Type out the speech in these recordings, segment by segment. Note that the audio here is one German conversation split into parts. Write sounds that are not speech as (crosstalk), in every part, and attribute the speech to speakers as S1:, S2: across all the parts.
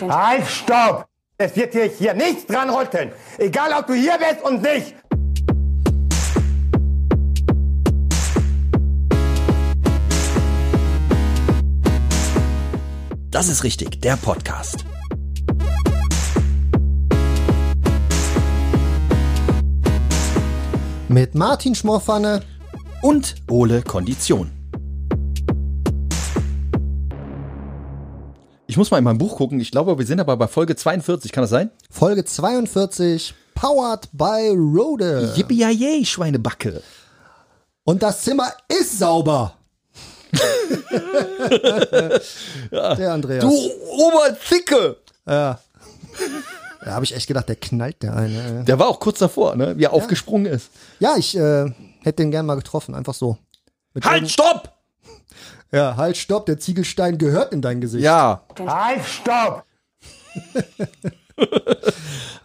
S1: den.
S2: Halt, stopp! Es wird hier, hier nichts dran rütteln. Egal, ob du hier bist und nicht.
S3: Das ist richtig, der Podcast.
S4: Mit Martin Schmorfanne.
S3: Und Ole Kondition. Ich muss mal in mein Buch gucken. Ich glaube, wir sind aber bei Folge 42. Kann das sein?
S4: Folge 42, powered by Rode.
S3: Äh. Yippie Schweinebacke.
S4: Und das Zimmer ist
S3: (laughs)
S4: sauber. Der Andreas.
S3: Du Oberthicke!
S4: Da habe ich echt gedacht, der knallt der eine.
S3: Der war auch kurz davor, ne? wie er aufgesprungen ist.
S4: Ja, ich äh, hätte den gern mal getroffen, einfach so. Mit
S3: Halt, stopp!
S4: irgend- Ja, halt, stopp, der Ziegelstein gehört in dein Gesicht.
S3: Ja.
S4: oh
S2: Halt, stopp!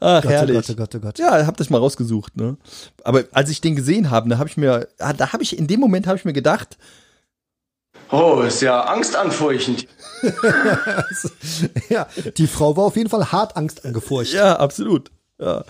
S3: Ach,
S4: Gott,
S3: herrlich.
S4: oh Gott, oh Gott, oh Gott. (laughs)
S3: Ja, hab das mal rausgesucht, ne? Aber als ich den gesehen habe, da habe ich mir, ah, da habe ich, in dem Moment habe ich mir gedacht,
S5: Oh, ist ja angstanfurchend.
S4: Ja, die Frau war auf jeden Fall hart Angst angefurcht.
S3: ja, absolut. Ja.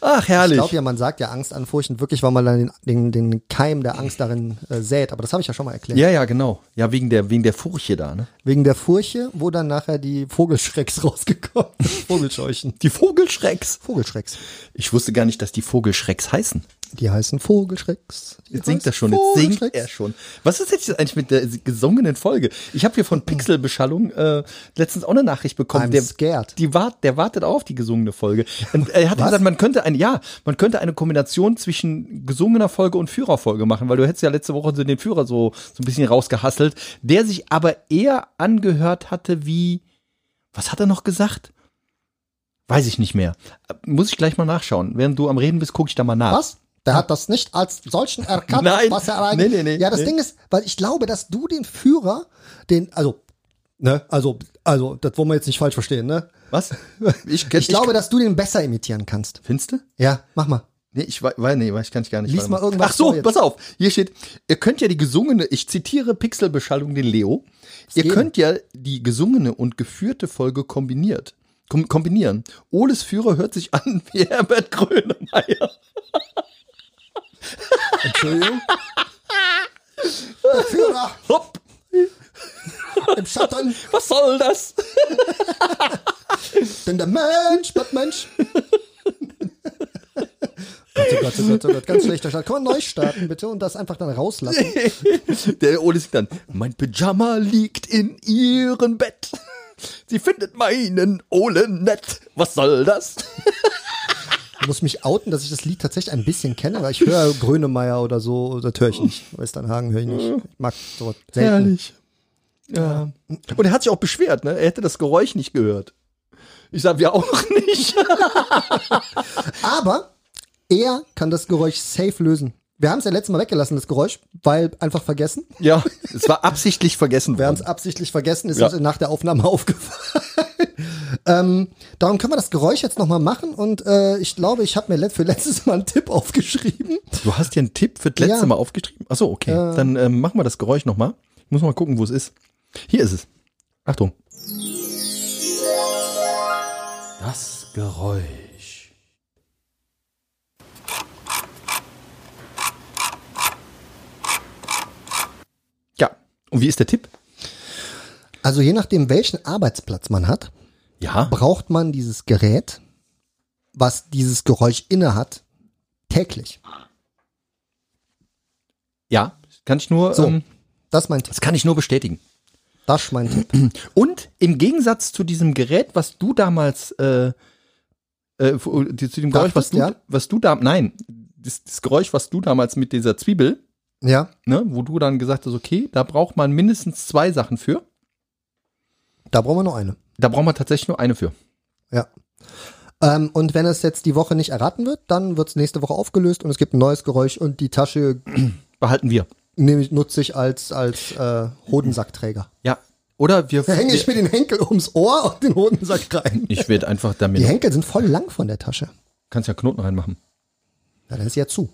S3: Ach,
S4: Ich
S3: herrlich.
S4: glaube ja, man sagt ja Angst anfurchten, wirklich, weil man dann den, den, den Keim der Angst darin äh, sät. Aber das habe ich ja schon mal erklärt.
S3: ja, ja, genau. Ja, wegen der, wegen der Furche da, ne?
S4: Wegen der Furche, wo dann nachher die Vogelschrecks (laughs) rausgekommen sind. Vogelscheuchen.
S3: Die Vogelschrecks.
S4: Vogelschrecks.
S3: Ich wusste gar nicht, dass die Vogelschrecks heißen.
S4: Die heißen Vogelschrecks. Die
S3: Jetzt singt
S4: heißen
S3: er schon, jetzt singt
S4: Vogelschrecks.
S3: er schon. Was ist jetzt eigentlich mit der gesungenen Folge? Ich habe hier von Pixelbeschallung äh, letztens auch eine Nachricht bekommen.
S4: I'm
S3: der,
S4: scared.
S3: Die wart, der wartet auch auf die gesungene Folge. Und er hat gesagt, man könnte eine, ja, man könnte eine Kombination zwischen gesungener Folge und Führerfolge machen, weil du hättest ja letzte Woche so den Führer so, so ein bisschen rausgehasselt, der sich aber eher angehört hatte wie, was hat er noch gesagt? Weiß ich nicht mehr. Äh, Muss ich gleich mal nachschauen. Während du am Reden bist, gucke ich da mal nach.
S4: Was? Der hat das nicht als solchen erkannt,
S3: Nein.
S4: was er eigentlich.
S3: Nee, nee, nee.
S4: ja, das
S3: Nee.
S4: Ding ist, weil ich glaube, dass du den Führer, den, also, ne, also, also, das wollen wir jetzt nicht falsch verstehen, ne?
S3: Was? Ich,
S4: (laughs) Ich glaube, dass du den besser imitieren kannst.
S3: Findest du?
S4: Ja, mach mal.
S3: Nee, ich weiß, wei- nee, weiß, kann ich gar nicht.
S4: Lies
S3: Warte
S4: mal irgendwas
S3: Ach so,
S4: vor jetzt.
S3: pass auf. Hier steht, ihr könnt ja die gesungene, ich zitiere Pixelbeschallung den Leo. Ihr
S4: geht?
S3: könnt ja die gesungene und geführte Folge kombiniert. Kom kombinieren. Oles Führer hört sich an wie Herbert Grönemeyer.
S4: Entschuldigung. Der Führer
S3: (laughs) Hopp,
S4: im Schatten,
S3: was soll das?
S4: denn der Mensch bleibt Mensch. Oh Gott, oh Gott, oh Gott, oh Gott, ganz schlechter Start. Kann man neu starten, bitte, und das einfach dann rauslassen.
S3: Der Ole singt dann, mein Pyjama liegt in ihrem Bett. Sie findet meinen Ole nett. Was soll das?
S4: Ich muss mich outen, dass ich das Lied tatsächlich ein bisschen kenne, weil ich höre Grönemeyer oder so, das höre ich nicht. Westernhagen höre ich nicht. Ich mag sowas selten.
S3: Herrlich. Ja. Und er hat sich auch beschwert, ne? Er hätte das Geräusch nicht gehört. Ich sag, wir auch nicht.
S4: Aber er kann das Geräusch safe lösen. Wir haben es ja letztes Mal weggelassen, das Geräusch, weil einfach vergessen.
S3: (laughs) Ja, es war absichtlich vergessen
S4: Wir haben es
S3: worden.
S4: absichtlich vergessen, ist
S3: Ja.
S4: uns nach der Aufnahme (laughs) aufgefallen. ähm, darum können wir das Geräusch jetzt nochmal machen und äh, ich glaube, ich habe mir let für letztes Mal einen Tipp (laughs) aufgeschrieben.
S3: Du hast dir einen Tipp für das letzte
S4: Ja.
S3: Mal aufgeschrieben. Achso, okay. Dann ähm, machen wir das Geräusch nochmal. Ich muss mal gucken, wo es ist. Hier ist es. Achtung. Das Geräusch. Ja. Und wie ist der Tipp?
S4: Also je nachdem, welchen Arbeitsplatz man hat,
S3: Ja.
S4: braucht man dieses Gerät, was dieses Geräusch inne hat, täglich.
S3: Ja, kann ich nur,
S4: So.
S3: ähm,
S4: Das ist mein Tipp.
S3: das kann ich nur bestätigen.
S4: Das ist mein Tipp.
S3: Und im Gegensatz zu diesem Gerät, was du damals, äh, äh, wo- die- zu dem Geräuch, was
S4: Dachtest,
S3: du,
S4: ja?
S3: was du da, nein, das, das Geräusch, was du damals mit dieser Zwiebel,
S4: Ja,
S3: ne, wo du dann gesagt hast, okay, da braucht man mindestens zwei Sachen für.
S4: da brauchen wir noch eine.
S3: Da braucht man tatsächlich nur eine für.
S4: Ja. Ähm, und wenn es jetzt die Woche nicht erraten wird, dann wird es nächste Woche aufgelöst und es gibt ein neues Geräusch und die Tasche
S3: Behalten wir.
S4: nehme ich, nutze ich als, als äh, Hodensackträger.
S3: Ja. Oder wir.
S4: Da hänge ich mir den Henkel ums Ohr und den Hodensack rein.
S3: ich werde einfach
S4: Die
S3: damit.
S4: Henkel sind voll lang von der Tasche.
S3: Kannst ja Knoten reinmachen.
S4: Ja, dann ist sie ja zu.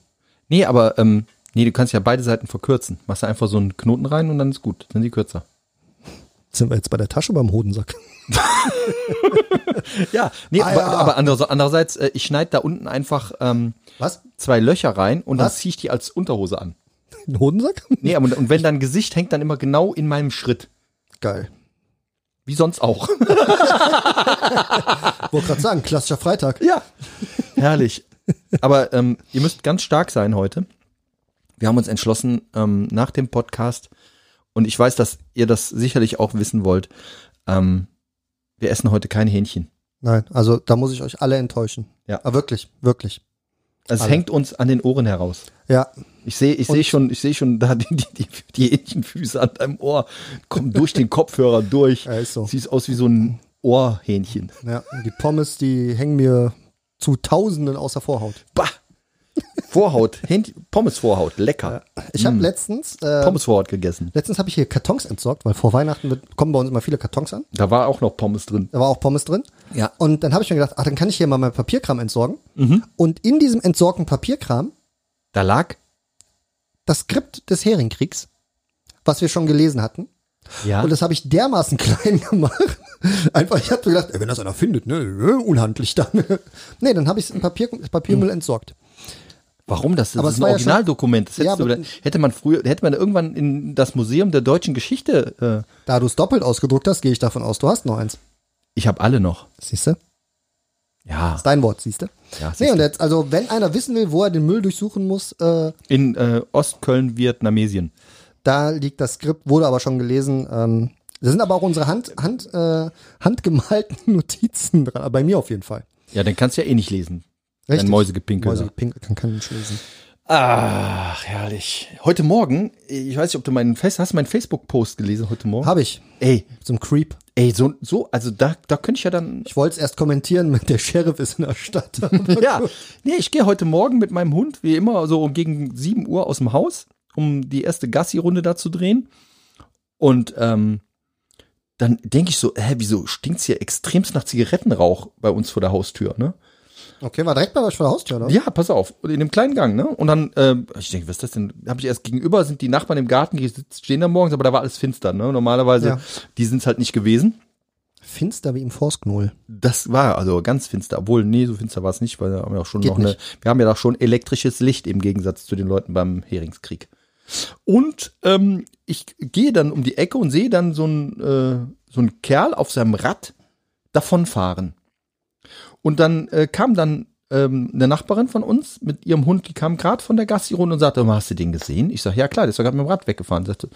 S3: Nee, aber, ähm, nee, du kannst ja beide Seiten verkürzen. Machst da einfach so einen Knoten rein und dann ist gut. Dann sind die kürzer.
S4: Sind wir jetzt bei der Tasche beim Hodensack?
S3: Ja, nee,
S4: Ah,
S3: aber,
S4: ja.
S3: aber anderer- andererseits, äh, ich schneide da unten einfach ähm,
S4: Was?
S3: zwei Löcher rein und dann
S4: Was?
S3: ziehe ich die als Unterhose an.
S4: Ein Hodensack?
S3: Nee, aber, und wenn dein Gesicht hängt, dann immer genau in meinem Schritt.
S4: Geil.
S3: Wie sonst
S4: (laughs)
S3: auch.
S4: Wollte gerade sagen, klassischer Freitag.
S3: Ja. Herrlich. (laughs) Aber ähm, ihr müsst ganz stark sein heute. Wir haben uns entschlossen, ähm, nach dem Podcast, und ich weiß, dass ihr das sicherlich auch wissen wollt, ähm, wir essen heute kein Hähnchen.
S4: Nein, also da muss ich euch alle enttäuschen.
S3: Ja.
S4: Aber wirklich, wirklich.
S3: Also es
S4: Alle.
S3: hängt uns an den Ohren heraus.
S4: Ja,
S3: Ich sehe ich sehe schon, ich sehe schon da (laughs) die, die, die, die Hähnchenfüße an deinem Ohr kommen durch den Kopfhörer durch.
S4: Ja, ist so.
S3: Siehst aus wie so ein Ohrhähnchen.
S4: ja. Die Pommes, die hängen mir zu Tausenden aus der Vorhaut.
S3: Bah! Vorhaut, Hähnchen, Pommesvorhaut, lecker.
S4: Ich habe letztens, äh,
S3: Pommesvorhaut gegessen.
S4: letztens habe ich hier Kartons entsorgt, weil vor Weihnachten wird, kommen bei uns immer viele Kartons an.
S3: Da war auch noch Pommes drin.
S4: Da war auch Pommes drin.
S3: Ja. Mhm.
S4: Und dann habe ich mir gedacht, ach, dann kann ich hier mal mein Papierkram entsorgen. Und in diesem entsorgten Papierkram
S3: Da lag?
S4: das Skript des Heringkriegs, was wir schon gelesen hatten.
S3: Ja.
S4: Und das habe ich dermaßen (laughs) klein gemacht. Einfach, ich habe gedacht, ey, wenn das einer findet, ne, ne, unhandlich dann. (laughs) nee, dann habe ich es im Papier, Papiermüll
S3: Mhm.
S4: entsorgt.
S3: Warum das? Das
S4: Aber
S3: ist
S4: es
S3: ein
S4: war ja schon-
S3: Originaldokument. Das
S4: Ja,
S3: hättest
S4: aber-
S3: du, hätte man früher, hätte man irgendwann in das Museum der deutschen Geschichte. Äh,
S4: Da du es doppelt ausgedruckt hast, gehe ich davon aus, du hast noch eins.
S3: ich habe alle noch.
S4: Siehst du?
S3: Ja.
S4: Ist dein Wort, siehst du?
S3: Ja, siehst
S4: nee,
S3: du.
S4: und jetzt, also wenn einer wissen will, wo er den Müll durchsuchen muss, äh,
S3: In äh, Ostköln, Vietnamesien.
S4: da liegt das Skript, wurde aber schon gelesen. Ähm, da sind aber auch unsere Hand, Hand, äh, handgemalten (laughs) Notizen dran. Bei mir auf jeden Fall.
S3: Ja, dann kannst du ja eh nicht lesen.
S4: Richtig.
S3: Ein Mäusegepinkelt.
S4: Mäuse gepinkt, kann, kann nicht lesen.
S3: Ach, herrlich. Heute Morgen, ich weiß nicht, ob du meinen Face, hast du meinen Facebook-Post gelesen heute Morgen?
S4: Habe ich.
S3: Ey,
S4: Zum Creep.
S3: ey, so, so, also da, da könnte ich ja
S4: (laughs)
S3: dann.
S4: Ich wollte es erst kommentieren, (laughs) mit der Sheriff ist in der
S3: (laughs)
S4: Stadt. Aber
S3: Ja, nee, ich gehe heute Morgen mit meinem Hund, wie immer, so um gegen 7 Uhr aus dem Haus, um die erste Gassi-Runde da zu drehen. Und ähm, dann denke ich so, hä, wieso stinkt's hier extremst nach Zigarettenrauch bei uns vor der Haustür, ne?
S4: Okay, war direkt bei euch vor der Haustür, oder?
S3: Ja, pass auf, in dem kleinen Gang, ne? Und dann, ähm, ich denke, was ist das denn? Hab ich erst gegenüber, sind die Nachbarn im Garten, die sitzen- stehen da morgens, aber da war alles finster, ne? Normalerweise,
S4: Ja.
S3: die sind's halt nicht gewesen.
S4: Finster wie im Forstknoll.
S3: Das war also ganz finster, obwohl, nee, so finster war es nicht, weil da haben wir auch schon
S4: Geht
S3: noch eine,
S4: nicht.
S3: wir haben ja da schon elektrisches Licht im Gegensatz zu den Leuten beim Heringskrieg. Und ähm, ich gehe dann um die Ecke und sehe dann so einen, äh, so einen Kerl auf seinem Rad davonfahren. Und dann äh, kam dann ähm, eine Nachbarin von uns mit ihrem Hund, die kam gerade von der Gassi runter und sagte, "Mal, hast du den gesehen? Ich sage, ja klar, der ist doch gerade mit dem Rad weggefahren. Sagte,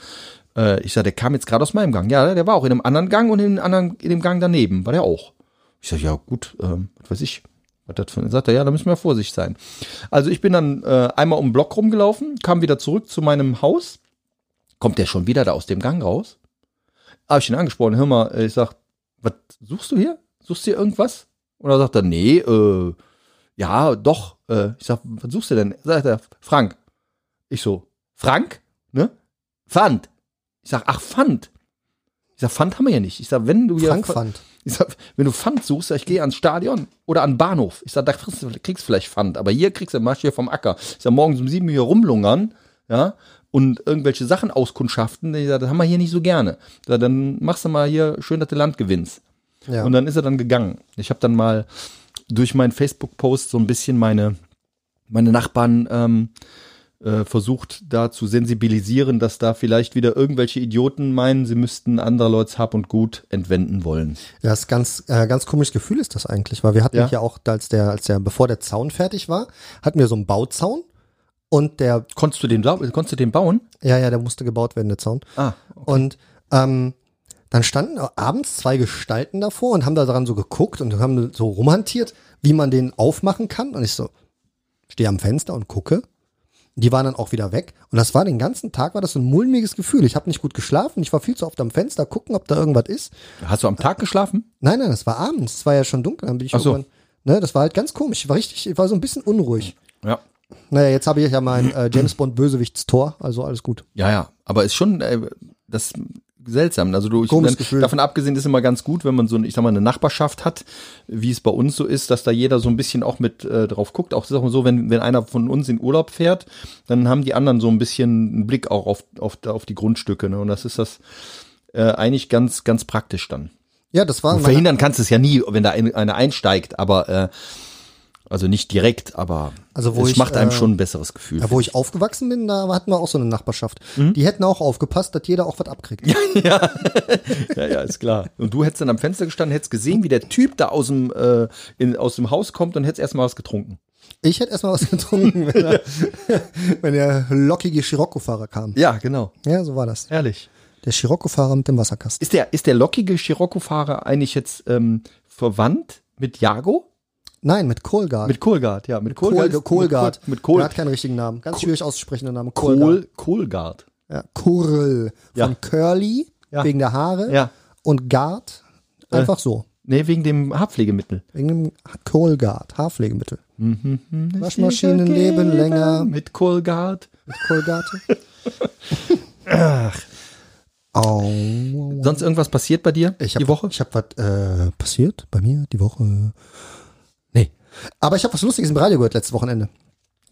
S3: äh, ich sage, der kam jetzt gerade aus meinem Gang. Ja, der war auch in einem anderen Gang und in, einem anderen, in dem Gang daneben war der auch. Ich sage, ja gut, ähm, was weiß ich. Was das für ein, sagt er, ja, da müssen wir vorsichtig sein. Also ich bin dann äh, einmal um den Block rumgelaufen, kam wieder zurück zu meinem Haus. Kommt der schon wieder da aus dem Gang raus? Habe ich ihn angesprochen, hör mal, äh, ich sag, was suchst du hier? Suchst du hier irgendwas? Und er sagt er, nee, äh, ja, doch. Äh, ich sag, was suchst du denn? Sagt er, Frank. Ich so, Frank? Ne? Pfand. Ich sag, ach, Pfand. Ich sag, Pfand haben wir ja nicht. Ich sag, wenn du hier.
S4: Frank fand.
S3: Ich sag, wenn du Pfand suchst, sag ich gehe ans Stadion oder an den Bahnhof. Ich sag, da kriegst du, kriegst du vielleicht Pfand, aber hier kriegst du Marsch hier vom Acker. Ich sag, morgens um sieben hier rumlungern, ja, und irgendwelche Sachen auskundschaften. Ich sag, das haben wir hier nicht so gerne. Ich sag, dann machst du mal hier schön, dass du Land gewinnst.
S4: Ja.
S3: Und dann ist er dann gegangen. Ich habe dann mal durch meinen Facebook-Post so ein bisschen meine, meine Nachbarn ähm, äh, versucht, da zu sensibilisieren, dass da vielleicht wieder irgendwelche Idioten meinen, sie müssten anderer Leuts Hab und Gut entwenden wollen.
S4: Ja, ist ganz, äh, ganz komisches Gefühl ist das eigentlich, weil wir hatten
S3: Ja.
S4: ja auch, als der, als der, bevor der Zaun fertig war, hatten wir so einen Bauzaun und der,
S3: Konntest du den, blau- konntest du den bauen?
S4: ja, ja, der musste gebaut werden, der Zaun.
S3: Ah,
S4: Und ähm, dann standen abends zwei Gestalten davor und haben da dran so geguckt und haben so rumhantiert, wie man den aufmachen kann. Und ich so, stehe am Fenster und gucke. Die waren dann auch wieder weg. Und das war den ganzen Tag, war das so ein mulmiges Gefühl. Ich habe nicht gut geschlafen. Ich war viel zu oft am Fenster gucken, ob da irgendwas ist.
S3: hast du am Tag geschlafen?
S4: Nein, nein, das war abends. Es war ja schon dunkel. Dann bin ich
S3: Ach so.
S4: irgendwann, ne, das war halt ganz komisch. Ich war richtig, ich war so ein bisschen unruhig.
S3: Ja.
S4: Naja, jetzt habe ich ja mein äh, James Bond Bösewichtstor, also alles gut.
S3: Ja, ja. Aber ist schon, äh, das ist seltsam. Also du, ich,
S4: Komisches
S3: dann-
S4: Gefühl.
S3: davon abgesehen ist immer ganz gut, wenn man so, eine, ich sag mal, eine Nachbarschaft hat, wie es bei uns so ist, dass da jeder so ein bisschen auch mit äh, drauf guckt. Auch sag mal so, wenn, wenn einer von uns in Urlaub fährt, dann haben die anderen so ein bisschen einen Blick auch auf, auf, auf die Grundstücke. Ne? Und das ist das, äh, äh, eigentlich ganz, ganz praktisch dann.
S4: Ja, das war
S3: Und
S4: meine,
S3: verhindern kannst du es ja nie, wenn da ein, einer einsteigt, aber äh, also nicht direkt, aber
S4: Also wo
S3: es
S4: ich,
S3: macht einem
S4: äh,
S3: schon ein besseres Gefühl.
S4: ja, wo ich aufgewachsen bin, da hatten wir auch so eine Nachbarschaft.
S3: Mhm.
S4: Die hätten auch aufgepasst, dass jeder auch was abkriegt.
S3: ja, ja, ist klar. Und du hättest dann am Fenster gestanden, hättest gesehen, wie der Typ da aus dem, äh, in, aus dem Haus kommt und hättest erstmal was getrunken.
S4: Ich hätte erstmal was
S3: (laughs)
S4: getrunken, wenn, er, wenn der lockige Scirocco-Fahrer kam.
S3: Ja, genau.
S4: Ja, so war das.
S3: Ehrlich.
S4: Der Scirocco-Fahrer mit dem Wasserkasten.
S3: Ist der, ist der lockige Scirocco-Fahrer eigentlich jetzt ähm, verwandt mit Jago?
S4: Nein, mit Kohlgard.
S3: Mit Kohlgard, ja. Mit Kohlgard.
S4: Kohl,
S3: ist-
S4: Kohlgard.
S3: Mit
S4: Der hat
S3: Kohlgard.
S4: keinen richtigen Namen. Ganz schwierig auszusprechender Name. Kohlgard.
S3: Kohl, Kohlgard.
S4: Ja. Kurl. Von
S3: Ja.
S4: Curly,
S3: Ja.
S4: wegen der Haare.
S3: Ja.
S4: Und Gard, einfach so.
S3: Nee, wegen dem Haarpflegemittel.
S4: Wegen dem Kohlgard, Haarpflegemittel.
S3: Mhm.
S4: Waschmaschinen leben länger
S3: Mit Kohlgard.
S4: mit Kohlgard. (laughs) Ach. Au.
S3: Sonst irgendwas passiert bei dir
S4: Oh. Ich hab,
S3: die Woche?
S4: Ich habe was äh, passiert bei mir die Woche. Nee. Aber ich habe was Lustiges im Radio gehört letztes Wochenende.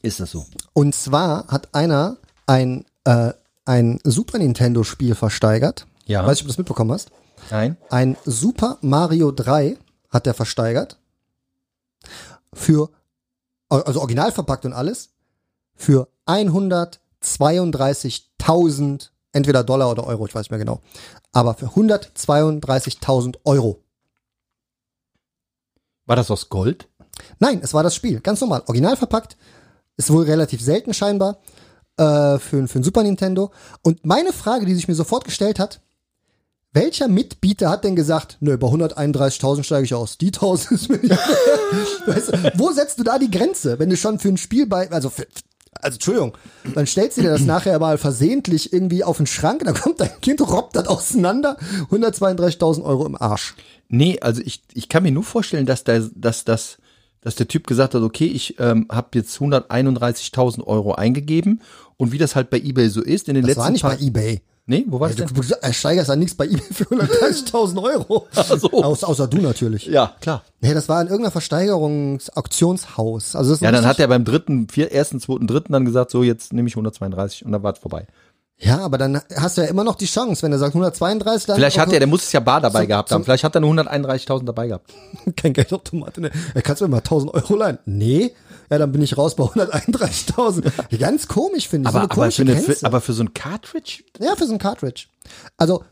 S3: Ist das so?
S4: Und zwar hat einer ein, äh, ein Super Nintendo-Spiel versteigert.
S3: Ja.
S4: Weiß ich, ob du das mitbekommen hast.
S3: Nein.
S4: Ein Super Mario 3 hat der versteigert. Für, also original verpackt und alles, für 132.000, entweder Dollar oder Euro, ich weiß nicht mehr genau. Aber für 132.000 Euro.
S3: War das aus Gold?
S4: Nein, es war das Spiel. Ganz normal. Original verpackt. Ist wohl relativ selten scheinbar äh, für, für ein Super Nintendo. Und meine Frage, die sich mir sofort gestellt hat, welcher Mitbieter hat denn gesagt, nö, bei 131.000 steige ich aus. Die 1000 ist mir nicht (laughs) wert. weißt du, Wo setzt du da die Grenze, wenn du schon für ein Spiel bei, also für, also Entschuldigung, dann stellst du dir das nachher mal versehentlich irgendwie auf den Schrank, dann kommt dein Kind, robbt das auseinander, 132.000 Euro im Arsch.
S3: Nee, also ich, ich kann mir nur vorstellen, dass der, dass, dass, dass der Typ gesagt hat, okay, ich ähm, habe jetzt 131.000 Euro eingegeben und wie das halt bei Ebay so ist, in den
S4: Das
S3: letzten
S4: war nicht
S3: paar,
S4: bei Ebay.
S3: Nee, wo war das
S4: Also,
S3: denn?
S4: du du steigerst ja nichts bei ihm für 130.000 Euro.
S3: so.
S4: Aus, außer du natürlich.
S3: Ja, klar.
S4: Nee, das war in irgendeiner Versteigerungsauktionshaus. Also das ist
S3: Ja,
S4: noch
S3: dann hat
S4: richtig-
S3: er beim dritten, vier, ersten, zweiten, dritten dann gesagt, so jetzt nehme ich 132 und dann war's vorbei.
S4: Ja, aber dann hast du ja immer noch die Chance, wenn er sagt 132, dann
S3: Vielleicht hat er, der muss es ja bar dabei
S4: Zum-
S3: gehabt
S4: zum-
S3: haben. Vielleicht hat er nur 131.000 dabei gehabt.
S4: (laughs) kein Geldautomat. Ne? Er kannst du mir mal 1000 Euro leihen. Nee, ja, dann bin ich raus bei
S3: (laughs)
S4: 131.000. Ganz komisch finde ich. so eine
S3: aber,
S4: komische
S3: für eine, für,
S4: Grenze.
S3: aber für so ein Cartridge?
S4: ja, für so ein Cartridge. Also,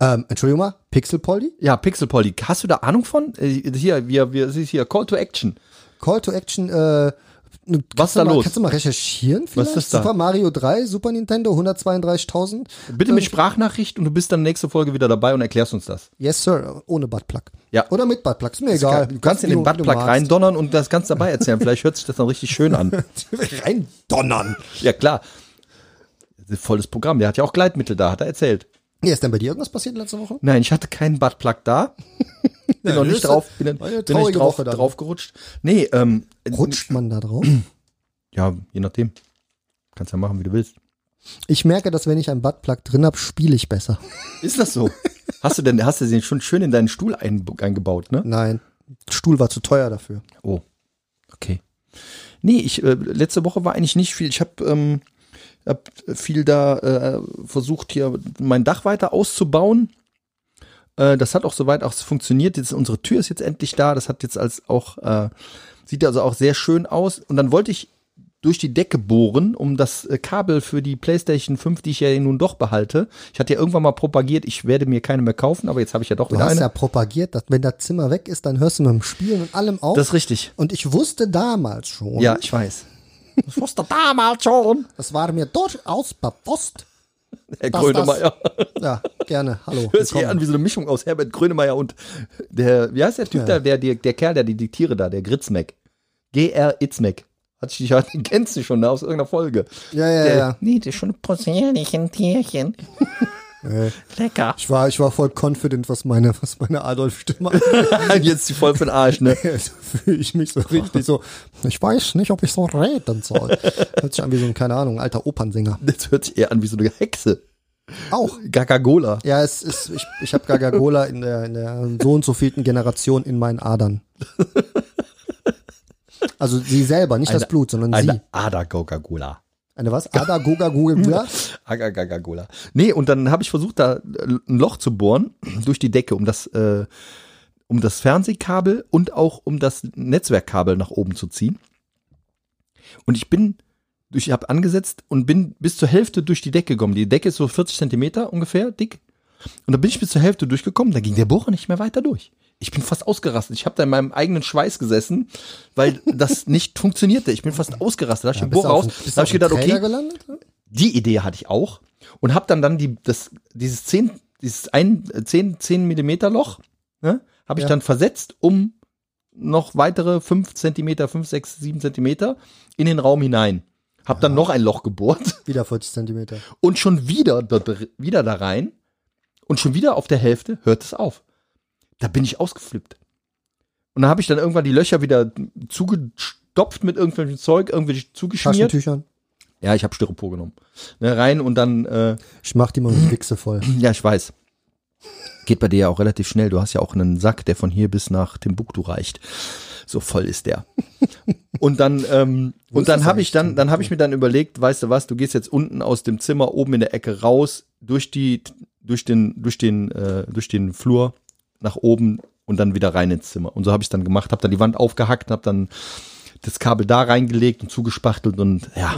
S4: ähm, Entschuldigung mal, Pixel Polly?
S3: Ja, Pixel Polly, hast du da Ahnung von? Äh, Hier, wir, wir, es ist hier Call to Action.
S4: Call to Action, äh,
S3: Was
S4: kannst du
S3: da
S4: mal,
S3: los?
S4: Kannst du mal recherchieren vielleicht?
S3: ist das da?
S4: Super Mario 3, Super Nintendo, 132.000.
S3: Bitte
S4: Ähm.
S3: mit Sprachnachricht und du bist dann nächste Folge wieder dabei und erklärst uns das.
S4: Yes, Sir, ohne Buttplug.
S3: Ja.
S4: Oder mit Buttplug, ist mir egal.
S3: Du kannst in den Buttplug reindonnern und das Ganze dabei erzählen. Vielleicht hört sich das dann richtig schön
S4: (laughs)
S3: an.
S4: rein. Reindonnern.
S3: Ja, klar. Volles Programm. Der hat ja auch Gleitmittel da, hat er erzählt.
S4: Ja, ist denn bei dir irgendwas passiert letzte Woche?
S3: Nein, ich hatte keinen Buttplug
S4: (laughs)
S3: da. Bin noch nicht
S4: das
S3: drauf, bin,
S4: war eine
S3: bin nicht
S4: traurige
S3: drauf,
S4: Woche dann.
S3: drauf gerutscht. Nee, ähm,
S4: Rutscht man
S3: (clears throat)
S4: da drauf?
S3: ja, je nachdem. Kannst ja machen, wie du willst.
S4: Ich merke, dass wenn ich einen Buttplug drin habe, spiele ich besser.
S3: Ist das so? Hast du denn, hast du den schon schön in deinen Stuhl ein, eingebaut, ne?
S4: Nein, Stuhl war zu teuer dafür.
S3: Oh, okay. Nee, ich, äh, letzte Woche war eigentlich nicht viel. Ich habe ähm, hab viel da äh, versucht, hier mein Dach weiter auszubauen. Äh, das hat auch soweit auch funktioniert. Jetzt, unsere Tür ist jetzt endlich da. Das hat jetzt als auch, äh, sieht also auch sehr schön aus. Und dann wollte ich durch die Decke bohren, um das äh, Kabel für die PlayStation 5, die ich ja nun doch behalte. Ich hatte ja irgendwann mal propagiert, ich werde mir keine mehr kaufen, aber jetzt habe ich ja doch
S4: Du
S3: wieder
S4: hast
S3: eine.
S4: ja propagiert, dass wenn das Zimmer weg ist, dann hörst du mit dem Spielen und allem auf.
S3: das ist richtig.
S4: und ich wusste damals schon,
S3: Ja, ich weiß. Das wusste damals schon.
S4: das war mir durchaus bewusst.
S3: Herr
S4: Das,
S3: Äh, Grönemeyer.
S4: (laughs) Ja, gerne, hallo.
S3: Hört sich
S4: willkommen.
S3: eher an wie so eine Mischung aus Herbert Grönemeyer und der, wie heißt der Typ da, der, der, der Kerl, der die diktiere da, der Gritzmeck. GR Itzmeck. Hat sich ja, (laughs) den kennst du schon ne, aus irgendeiner Folge.
S4: Ja, ja,
S3: der,
S4: ja.
S3: Nee, der ist schon ein possierlichen Tierchen. Lecker.
S4: Ich war, ich war voll confident, was meine, was meine (laughs) Adolf-Stimme
S3: (laughs) Jetzt die voll für den Arsch, ne?
S4: angeht. fühle ich mich so richtig so. Ich weiß nicht, ob ich so reden soll. Hört sich an wie so ein, keine Ahnung, alter Opernsänger.
S3: Das hört sich eher an wie so eine Hexe.
S4: Auch.
S3: Gagagola.
S4: Ja, es ist, ich, ich habe Gagagola in der, in der so und so vielten Generation in meinen Adern. Also sie selber, nicht das Blut, sondern sie.
S3: Eine Ada Gagagola.
S4: Eine was? Ada Goga Goga
S3: Agagagagola. Nee, und dann habe ich versucht, da äh, ein Loch zu bohren (clears throat) durch die Decke, um das, äh, um das Fernsehkabel und auch um das Netzwerkkabel nach oben zu ziehen. Und ich bin, ich habe angesetzt und bin bis zur Hälfte durch die Decke gekommen. Die Decke ist so 40 Zentimeter ungefähr dick. Und da bin ich bis zur Hälfte durchgekommen, da ging der Bohrer nicht mehr weiter durch. Ich bin fast ausgerastet. Ich habe da in meinem eigenen Schweiß gesessen, weil das nicht funktionierte. Ich bin fast ausgerastet. Da habe ich den Bohrer raus. Da habe ich gedacht, okay,
S4: gelandet?
S3: die Idee hatte ich auch und habe dann dann die, das, dieses 10, dieses ein, 10, 10 Millimeter Loch, ne, habe ich
S4: Ja.
S3: dann versetzt, um noch weitere 5 Zentimeter, 5, 6, 7 Zentimeter in den Raum hinein. Hab dann noch ein Loch gebohrt (laughs)
S4: Wieder 40 Zentimeter.
S3: und schon wieder da, dr- wieder da rein und schon wieder auf der Hälfte hört es auf. Da bin ich ausgeflippt. Und dann habe ich dann irgendwann die Löcher wieder zugestopft mit irgendwelchem Zeug, irgendwie zugeschmiert.
S4: Taschentüchern.
S3: Ja, ich habe Styropor genommen. Ne, rein und dann äh,
S4: Ich mach die
S3: (clears throat)
S4: mal mit Wichse voll.
S3: ja, ich weiß. Geht bei dir ja auch relativ schnell. Du hast ja auch einen Sack, der von hier bis nach Timbuktu reicht. So voll ist der. Und dann, ähm,
S4: Wo
S3: und
S4: ist
S3: dann
S4: das
S3: habe ich
S4: eigentlich,
S3: dann, dann habe ich mir dann überlegt, weißt du was? Du gehst jetzt unten aus dem Zimmer oben in der Ecke raus durch die, durch den, durch den, äh, durch den Flur nach oben und dann wieder rein ins Zimmer. Und so habe ich dann gemacht, habe dann die Wand aufgehackt, habe dann das Kabel da reingelegt und zugespachtelt und ja.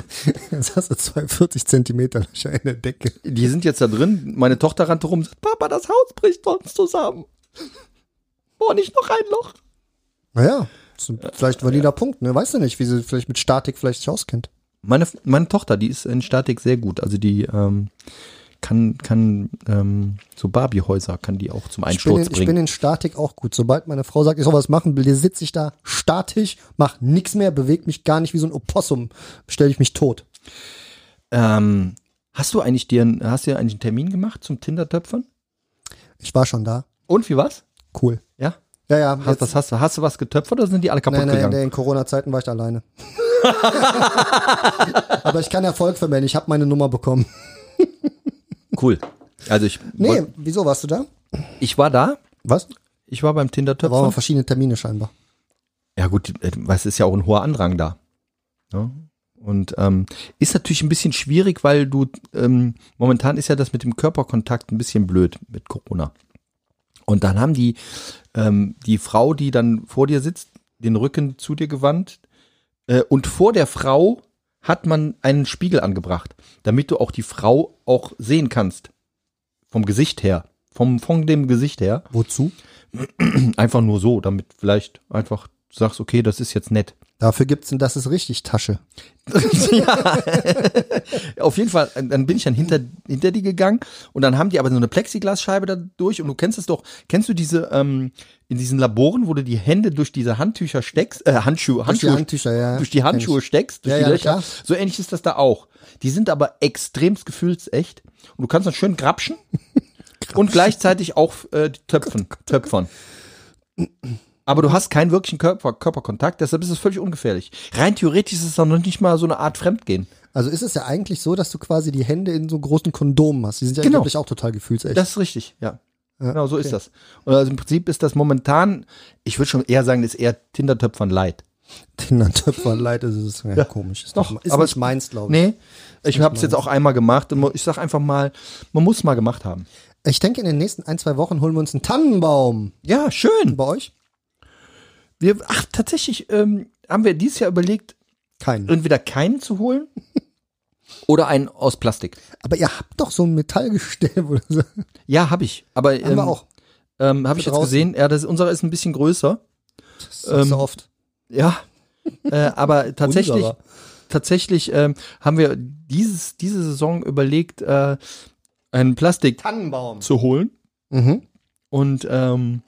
S4: Jetzt hast du 42 Zentimeter (laughs) Löcher in der Decke.
S3: Die sind jetzt da drin. Meine Tochter rannte rum und sagt, Papa, das Haus bricht sonst zusammen. Boah, nicht noch ein Loch.
S4: Naja, ist ein- vielleicht ein valider Punkt, ne? Weißt du nicht, wie sie vielleicht mit Statik vielleicht sich auskennt.
S3: Meine, meine Tochter, die ist in Statik sehr gut. Also die ähm, kann, kann ähm, so Barbie-Häuser kann die auch zum
S4: Ich bin,
S3: Einsturz
S4: in, ich bin
S3: bringen.
S4: in Statik auch gut. Sobald meine Frau sagt, ich soll was machen, sitze ich da statisch, mach nichts mehr, bewege mich gar nicht wie so ein Opossum, stelle ich mich tot.
S3: Ähm, hast du eigentlich dir einen- hast dir eigentlich einen Termin gemacht zum Tinder-Töpfern?
S4: Ich war schon da.
S3: Und wie war's?
S4: Cool.
S3: Ja?
S4: Ja, ja.
S3: Hast, was, hast, du- hast du was getöpfert oder sind die alle kaputt
S4: nein, nein,
S3: gegangen?
S4: nein, in Corona-Zeiten war ich da alleine.
S3: (laughs)
S4: (laughs) Aber ich kann Erfolg vermelden. Ich habe meine Nummer bekommen.
S3: Cool. Also ich,
S4: Nee, wieso warst du da?
S3: ich war da,
S4: Was?
S3: ich war beim
S4: Da waren
S3: Tinder-Töpfern.
S4: verschiedene Termine scheinbar.
S3: Ja gut, äh, weil es ist ja auch ein hoher Andrang da. Ne? Und ähm, ist natürlich ein bisschen schwierig, weil du ähm, momentan ist ja das mit dem Körperkontakt ein bisschen blöd mit Corona. Und dann haben die ähm, die Frau, die dann vor dir sitzt, den Rücken zu dir gewandt äh, und vor der Frau hat man einen Spiegel angebracht, damit du auch die Frau auch sehen kannst vom Gesicht her, vom von dem Gesicht her
S4: Wozu?
S3: einfach nur so, damit vielleicht einfach sagst, okay, das ist jetzt nett.
S4: Dafür gibt's ein Das ist richtig Tasche.
S3: ja. Auf jeden Fall, dann bin ich dann hinter, hinter die gegangen und dann haben die aber so eine Plexiglasscheibe da durch und du kennst es doch, kennst du diese, ähm, in diesen Laboren, wo du die Hände durch diese Handtücher steckst, äh, Handschuhe,
S4: Durch die
S3: Handschuhe,
S4: Handtücher, ja,
S3: durch die
S4: kenn
S3: Handschuhe
S4: ich.
S3: steckst, durch
S4: Ja,
S3: die
S4: ja,
S3: Löcher.
S4: klar.
S3: So ähnlich ist das da auch. Die sind aber extremst gefühlsecht und du kannst dann schön
S4: (laughs)
S3: grapschen und gleichzeitig auch äh, die töpfen, töpfern. Aber du hast keinen wirklichen Körper, Körperkontakt, deshalb ist es völlig ungefährlich. Rein theoretisch ist es dann noch nicht mal so eine Art Fremdgehen.
S4: Also ist es ja eigentlich so, dass du quasi die Hände in so großen Kondomen hast. Die sind ja
S3: Genau.
S4: wirklich auch total gefühlsecht. (laughs)
S3: Das ist richtig, ja. genau, so ist das. Und also im Prinzip ist das momentan, ich würde schon eher sagen, das ist eher Tinder-Töpfern leid.
S4: Tindertöpfer leid ist es ja, komisch. Ist
S3: doch,
S4: nicht- ist
S3: aber
S4: nicht
S3: es-
S4: meins, glaube ich.
S3: Nee, ich habe es jetzt auch einmal gemacht und mo- ich sag einfach mal, man muss mal gemacht haben.
S4: Ich denke, in den nächsten ein, zwei Wochen holen wir uns einen Tannenbaum.
S3: Ja, schön.
S4: Bei euch?
S3: Wir, ach, tatsächlich ähm, haben wir dieses Jahr überlegt,
S4: Keinen.
S3: entweder keinen zu
S4: (laughs)
S3: holen oder einen aus Plastik.
S4: Aber ihr habt doch so ein Metallgestell, wo das, (laughs) haben
S3: Ja, habe ich. Aber ähm,
S4: wir auch.
S3: ähm, habe ich
S4: Für
S3: jetzt
S4: draußen.
S3: gesehen. Ja, das, unserer ist ein bisschen größer.
S4: Das
S3: ähm,
S4: ist so oft.
S3: Ja. äh, (laughs) aber tatsächlich,
S4: Unserer.
S3: tatsächlich ähm, haben wir dieses, diese Saison überlegt, äh, einen Plastik
S2: Tannenbaum.
S3: zu holen.
S4: Mhm.
S3: Und ähm,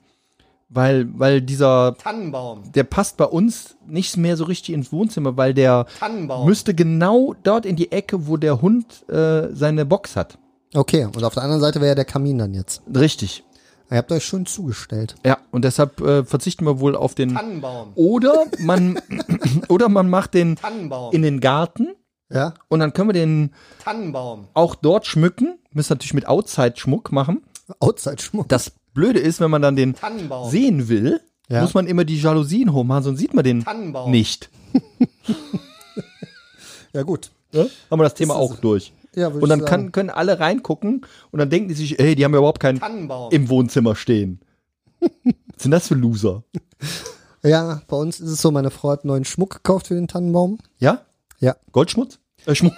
S3: weil, weil dieser,
S2: Tannenbaum.
S3: der passt bei uns nicht mehr so richtig ins Wohnzimmer, weil der
S2: Tannenbaum.
S3: müsste genau dort in die Ecke, wo der Hund äh, seine Box hat.
S4: Okay, und auf der anderen Seite wäre ja der Kamin dann jetzt.
S3: Richtig.
S4: Ihr habt euch schön zugestellt.
S3: Ja, und deshalb äh, verzichten wir wohl auf den.
S2: Tannenbaum.
S3: Oder man, (laughs) oder man macht den
S2: Tannenbaum.
S3: in den Garten
S4: Ja?
S3: und dann können wir den
S2: Tannenbaum.
S3: auch dort schmücken. Müssen natürlich mit Outside-Schmuck machen.
S4: Outside-Schmuck.
S3: Das Blöde ist, wenn man dann den
S2: Tannenbaum.
S3: sehen will,
S4: Ja.
S3: muss man immer die Jalousien hochmachen, sonst sieht man den
S2: Tannenbaum.
S3: nicht.
S4: Ja, gut.
S3: Ne? Haben wir das Thema auch durch.
S4: Ja, würd
S3: und dann
S4: ich
S3: kann,
S4: sagen.
S3: können alle reingucken und dann denken die sich, ey, die haben ja überhaupt keinen
S4: Tannenbaum.
S3: im Wohnzimmer stehen. Was sind das für Loser?
S4: Ja, bei uns ist es so, meine Frau hat neuen Schmuck gekauft für den Tannenbaum.
S3: Ja?
S4: Ja,
S3: Goldschmutz? Äh, Schmuck.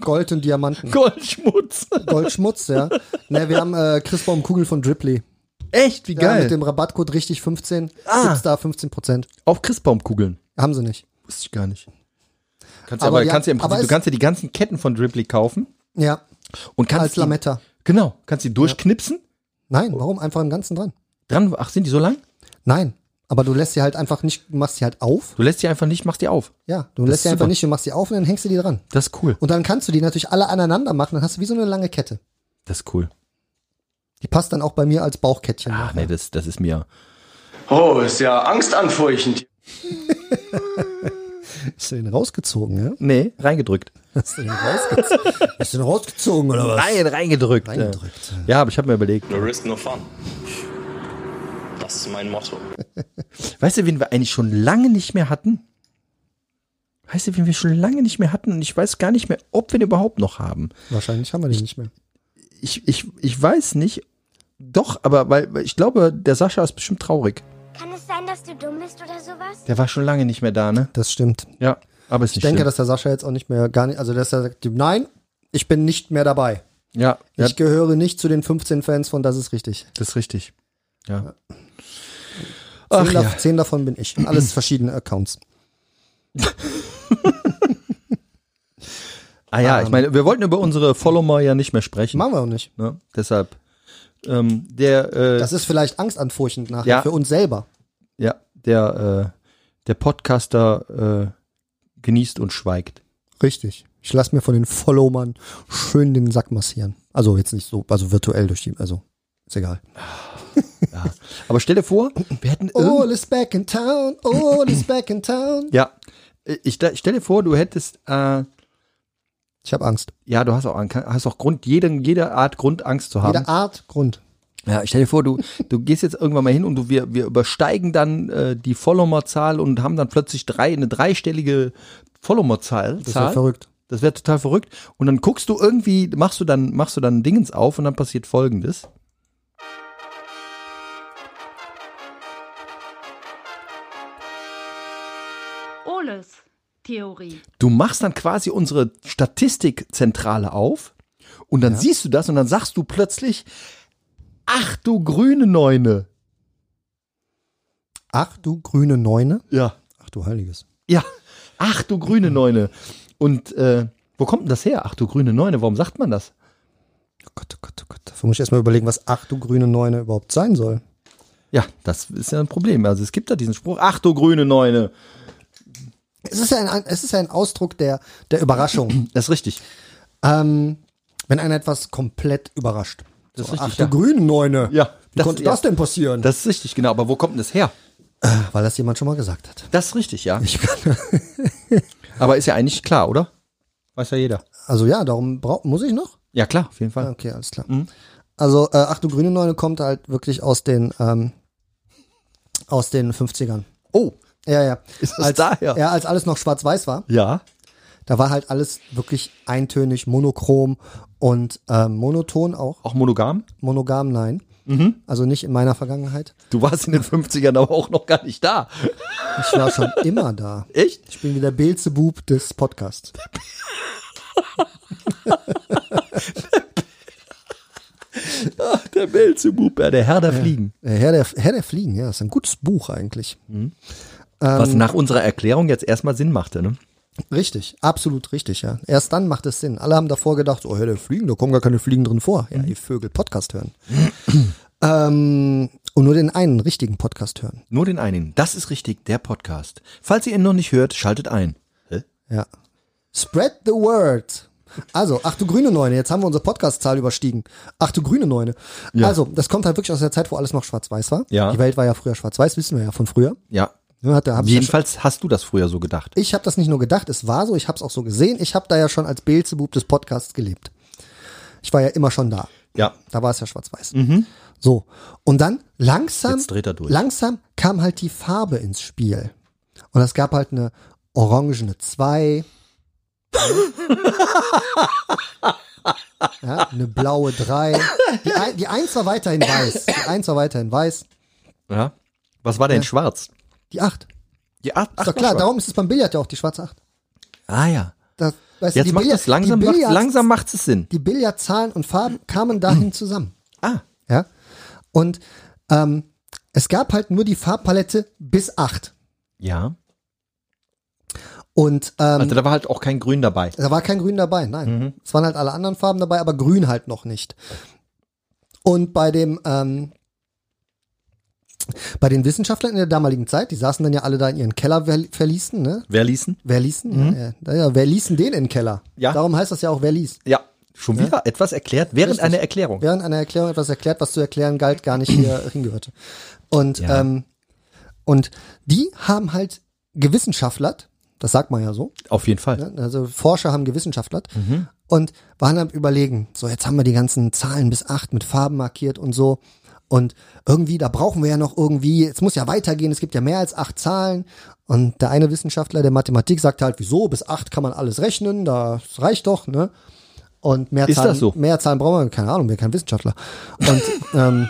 S4: Gold und
S3: (laughs)
S4: Diamanten.
S3: Goldschmutz.
S4: Goldschmutz, ja. Ne, wir haben äh, Christbaumkugel von Dripley.
S3: Echt? Wie
S4: Ja,
S3: geil.
S4: mit dem Rabattcode richtig 15.
S3: Ah.
S4: Gibt's da 15 Prozent.
S3: Auch Christbaumkugeln.
S4: Haben sie nicht.
S3: Wusste ich gar nicht. Kannst ja,
S4: Aber
S3: aber,
S4: die-
S3: kannst ja im
S4: aber
S3: Prinzip, du
S4: es-
S3: kannst ja die ganzen Ketten von Dripley kaufen
S4: Ja,
S3: und kannst
S4: als
S3: die-
S4: Lametta.
S3: Genau, kannst die durchknipsen.
S4: Nein, warum? Einfach im Ganzen dran.
S3: Dran, ach, sind die so lang?
S4: Nein. Aber du lässt sie halt einfach nicht, machst sie halt auf.
S3: Du lässt die einfach nicht, machst die auf.
S4: Ja, du
S3: ist
S4: lässt sie einfach
S3: super.
S4: nicht, du machst sie auf und dann hängst du die dran.
S3: Das ist cool.
S4: Und dann kannst du die natürlich alle aneinander machen, dann hast du wie so eine lange Kette.
S3: Das ist cool.
S4: Die passt dann auch bei mir als Bauchkettchen.
S3: Ach nee, das, das ist mir.
S5: Oh, ist ja angstanfeuchtend.
S4: Hast du den rausgezogen, ja?
S3: Nee, reingedrückt.
S4: Hast du den rausgezogen? (laughs) Hast du den rausgezogen oder was?
S3: Nein, reingedrückt.
S4: Reingedrückt.
S3: Äh, Ja, aber ich habe mir überlegt.
S1: No risk, no fun. Das ist mein Motto.
S3: Weißt du, wen wir eigentlich schon lange nicht mehr hatten? Weißt du, wen wir schon lange nicht mehr hatten? Und ich weiß gar nicht mehr, ob wir den überhaupt noch haben.
S4: Wahrscheinlich haben wir den nicht mehr.
S3: Ich, ich, ich weiß nicht. Doch, aber weil, weil ich glaube, der Sascha ist bestimmt traurig.
S6: Kann es sein, dass du dumm bist oder sowas?
S3: Der war schon lange nicht mehr da, ne?
S4: Das stimmt.
S3: Ja, aber ist
S4: Ich
S3: nicht
S4: denke,
S3: schlimm.
S4: dass der Sascha jetzt auch nicht mehr gar nicht, also dass er sagt, nein, ich bin nicht mehr dabei.
S3: Ja, ja
S4: Ich gehöre nicht zu den 15 Fans von Das ist richtig.
S3: das ist richtig. Ja.
S4: Zehn,
S3: Ach
S4: dav
S3: ja.
S4: zehn davon bin ich. Alles verschiedene Accounts.
S3: Ah ja,
S4: Ähm,
S3: ich meine, wir wollten über unsere Follower ja nicht mehr sprechen.
S4: Machen wir auch nicht.
S3: Ne? Deshalb. Ähm, der, äh,
S4: Das ist vielleicht angstanfurchtend nachher
S3: Ja.
S4: für uns selber.
S3: ja, der, äh, der Podcaster äh, genießt und schweigt.
S4: Richtig. Ich lasse mir von den Followern schön den Sack massieren. Also jetzt nicht so, also virtuell durch die, also ist egal.
S3: Aber stell dir vor, wir hätten irgend-
S4: All is back in town, all is back in town.
S3: ja, ich sta- stell dir vor, du hättest, äh,
S4: Ich habe Angst.
S3: ja, du hast auch, Ang- hast auch Grund, jede, jede Art Grund, Angst zu haben.
S4: Jede Art, Grund.
S3: Ja, ich stell dir vor, du, du gehst jetzt irgendwann mal hin und du, wir, wir übersteigen dann äh, die Followerzahl und haben dann plötzlich drei, eine dreistellige Followerzahl.
S4: Das wäre verrückt.
S3: Das wäre total verrückt. Und dann guckst du irgendwie, machst du dann, machst du dann Dingens auf und dann passiert folgendes.
S7: Oles Theorie.
S3: Du machst dann quasi unsere Statistikzentrale auf und dann siehst du das und dann sagst du plötzlich, ach du grüne Neune.
S4: Ach du grüne Neune.
S3: Ja.
S4: Ach du heiliges.
S3: Ja. Ach du grüne Neune. Und äh, wo kommt denn das her? Ach du grüne Neune, warum sagt man das?
S4: Oh Gott, oh Gott, oh Gott. Dafür muss ich erstmal überlegen, was ach du grüne Neune überhaupt sein soll.
S3: Ja, das ist ja ein Problem. Also es gibt da diesen Spruch, ach du grüne Neune.
S4: Es ist ja ein, es ist ja ein Ausdruck der, der (clears throat) Überraschung.
S3: Das ist richtig.
S4: ähm, wenn einen etwas komplett überrascht.
S3: Das ist
S4: So,
S3: richtig,
S4: ach du
S3: ja.
S4: grüne Neune.
S3: Ja,
S4: Wie
S3: das-
S4: konnte
S3: ja.
S4: das denn passieren?
S3: Das ist richtig, genau. Aber wo kommt denn das her?
S4: Weil das jemand schon mal gesagt hat.
S3: Das ist richtig, ja. (laughs) Aber ist ja eigentlich klar, oder? Weiß ja jeder.
S4: Also ja, darum brauch, muss ich noch?
S3: Ja, klar, auf jeden Fall.
S4: Okay, alles klar. Also, äh, ach du grüne Neune kommt halt wirklich aus den, ähm, aus den 50ern.
S3: Oh,
S4: Ja, ja.
S3: Ist das
S4: als,
S3: daher?
S4: Ja, als alles noch schwarz-weiß war,
S3: ja.
S4: da war halt alles wirklich eintönig, monochrom und ähm, monoton auch.
S3: Auch monogam?
S4: Monogam, nein. Also nicht in meiner Vergangenheit.
S3: Du warst in den 50ern aber auch noch gar nicht da.
S4: Ich war schon immer da.
S3: Echt?
S4: Ich bin wieder Beelzebub des Podcasts.
S3: Der Belzebub, ja, der Herr der Fliegen.
S4: Äh, Herr der, Herr der Fliegen, ja, ist ein gutes Buch eigentlich.
S3: Was nach unserer Erklärung jetzt erstmal Sinn machte, ne?
S4: Richtig, absolut richtig, ja. Erst dann macht es Sinn. Alle haben davor gedacht, oh, Herr der Fliegen, da kommen gar keine Fliegen drin vor. Ja, ihr Vögel, Podcast hören. ähm, und nur den einen richtigen Podcast hören.
S3: Nur den einen. Das ist richtig, der Podcast. Falls ihr ihn noch nicht hört, schaltet ein. Hä?
S4: Ja. Spread the word. Also, ach du grüne Neune, jetzt haben wir unsere Podcast-Zahl überstiegen. Ach du grüne Neune. Also, das kommt halt wirklich aus der Zeit, wo alles noch schwarz-weiß war.
S3: Ja.
S4: Die Welt war ja früher schwarz-weiß, wissen wir ja von früher.
S3: Ja.
S4: Ne, Hat der, hab ich ja schon-
S3: Jedenfalls hast du das früher so gedacht.
S4: Ich habe das nicht nur gedacht, es war so, ich habe es auch so gesehen. Ich habe da ja schon als Beelzebub des Podcasts gelebt. Ich war ja immer schon da.
S3: Ja.
S4: Da war es ja schwarz-weiß. So. Und dann langsam,
S3: Mhm. Jetzt dreht er durch.
S4: langsam kam halt die Farbe ins Spiel. Und es gab halt eine orangene 2, Ja, eine blaue 3. Die, ein, die 1 war weiterhin weiß. Die 1 war weiterhin weiß.
S3: Ja. Was war denn schwarz?
S4: Die 8.
S3: Die acht,
S4: Ist doch klar, darum ist es beim Billard ja auch die schwarze 8.
S3: Ah ja.
S4: Das, weißt du,
S3: Jetzt
S4: die
S3: macht
S4: Billard-
S3: es langsam,
S4: die
S3: macht,
S4: Billards-
S3: langsam macht es Sinn.
S4: Die Billardzahlen und Farben kamen dahin zusammen.
S3: Ah.
S4: Ja. Und ähm, es gab halt nur die Farbpalette bis 8.
S3: Ja.
S4: Und ähm,
S3: Also da war halt auch kein Grün dabei.
S4: Da war kein Grün dabei, nein. Es waren halt alle anderen Farben dabei, aber Grün halt noch nicht. Und bei dem, ähm, bei den Wissenschaftlern in der damaligen Zeit, die saßen dann ja alle da in ihren Keller ver- verließen, ne?
S3: Wer ließen?
S4: Wer ließen? Ja, ja, ja, wer ließen den in den Keller?
S3: Ja.
S4: Darum heißt das ja auch, wer ließ.
S3: Ja. Schon wieder etwas erklärt während
S4: Richtig.
S3: einer Erklärung.
S4: Während einer Erklärung etwas erklärt, was zu erklären galt, gar nicht hier
S3: (clears throat)
S4: hingehörte. Und,
S3: Ja.
S4: ähm, und die haben halt gewissenschaftlert, das sagt man ja so,
S3: Auf jeden Fall.
S4: Ne? Also Forscher haben gewissenschaftert
S3: Mhm.
S4: und waren am überlegen, so jetzt haben wir die ganzen Zahlen bis acht mit Farben markiert und so. Und irgendwie, da brauchen wir ja noch irgendwie, es muss ja weitergehen, es gibt ja mehr als acht Zahlen. Und der eine Wissenschaftler der Mathematik sagte halt, wieso, bis acht kann man alles rechnen, das reicht doch, ne? Und mehr
S3: Ist
S4: Zahlen,
S3: das so?
S4: mehr Zahlen brauchen wir, keine Ahnung, bin kein Wissenschaftler.
S3: (laughs)
S4: Und ähm,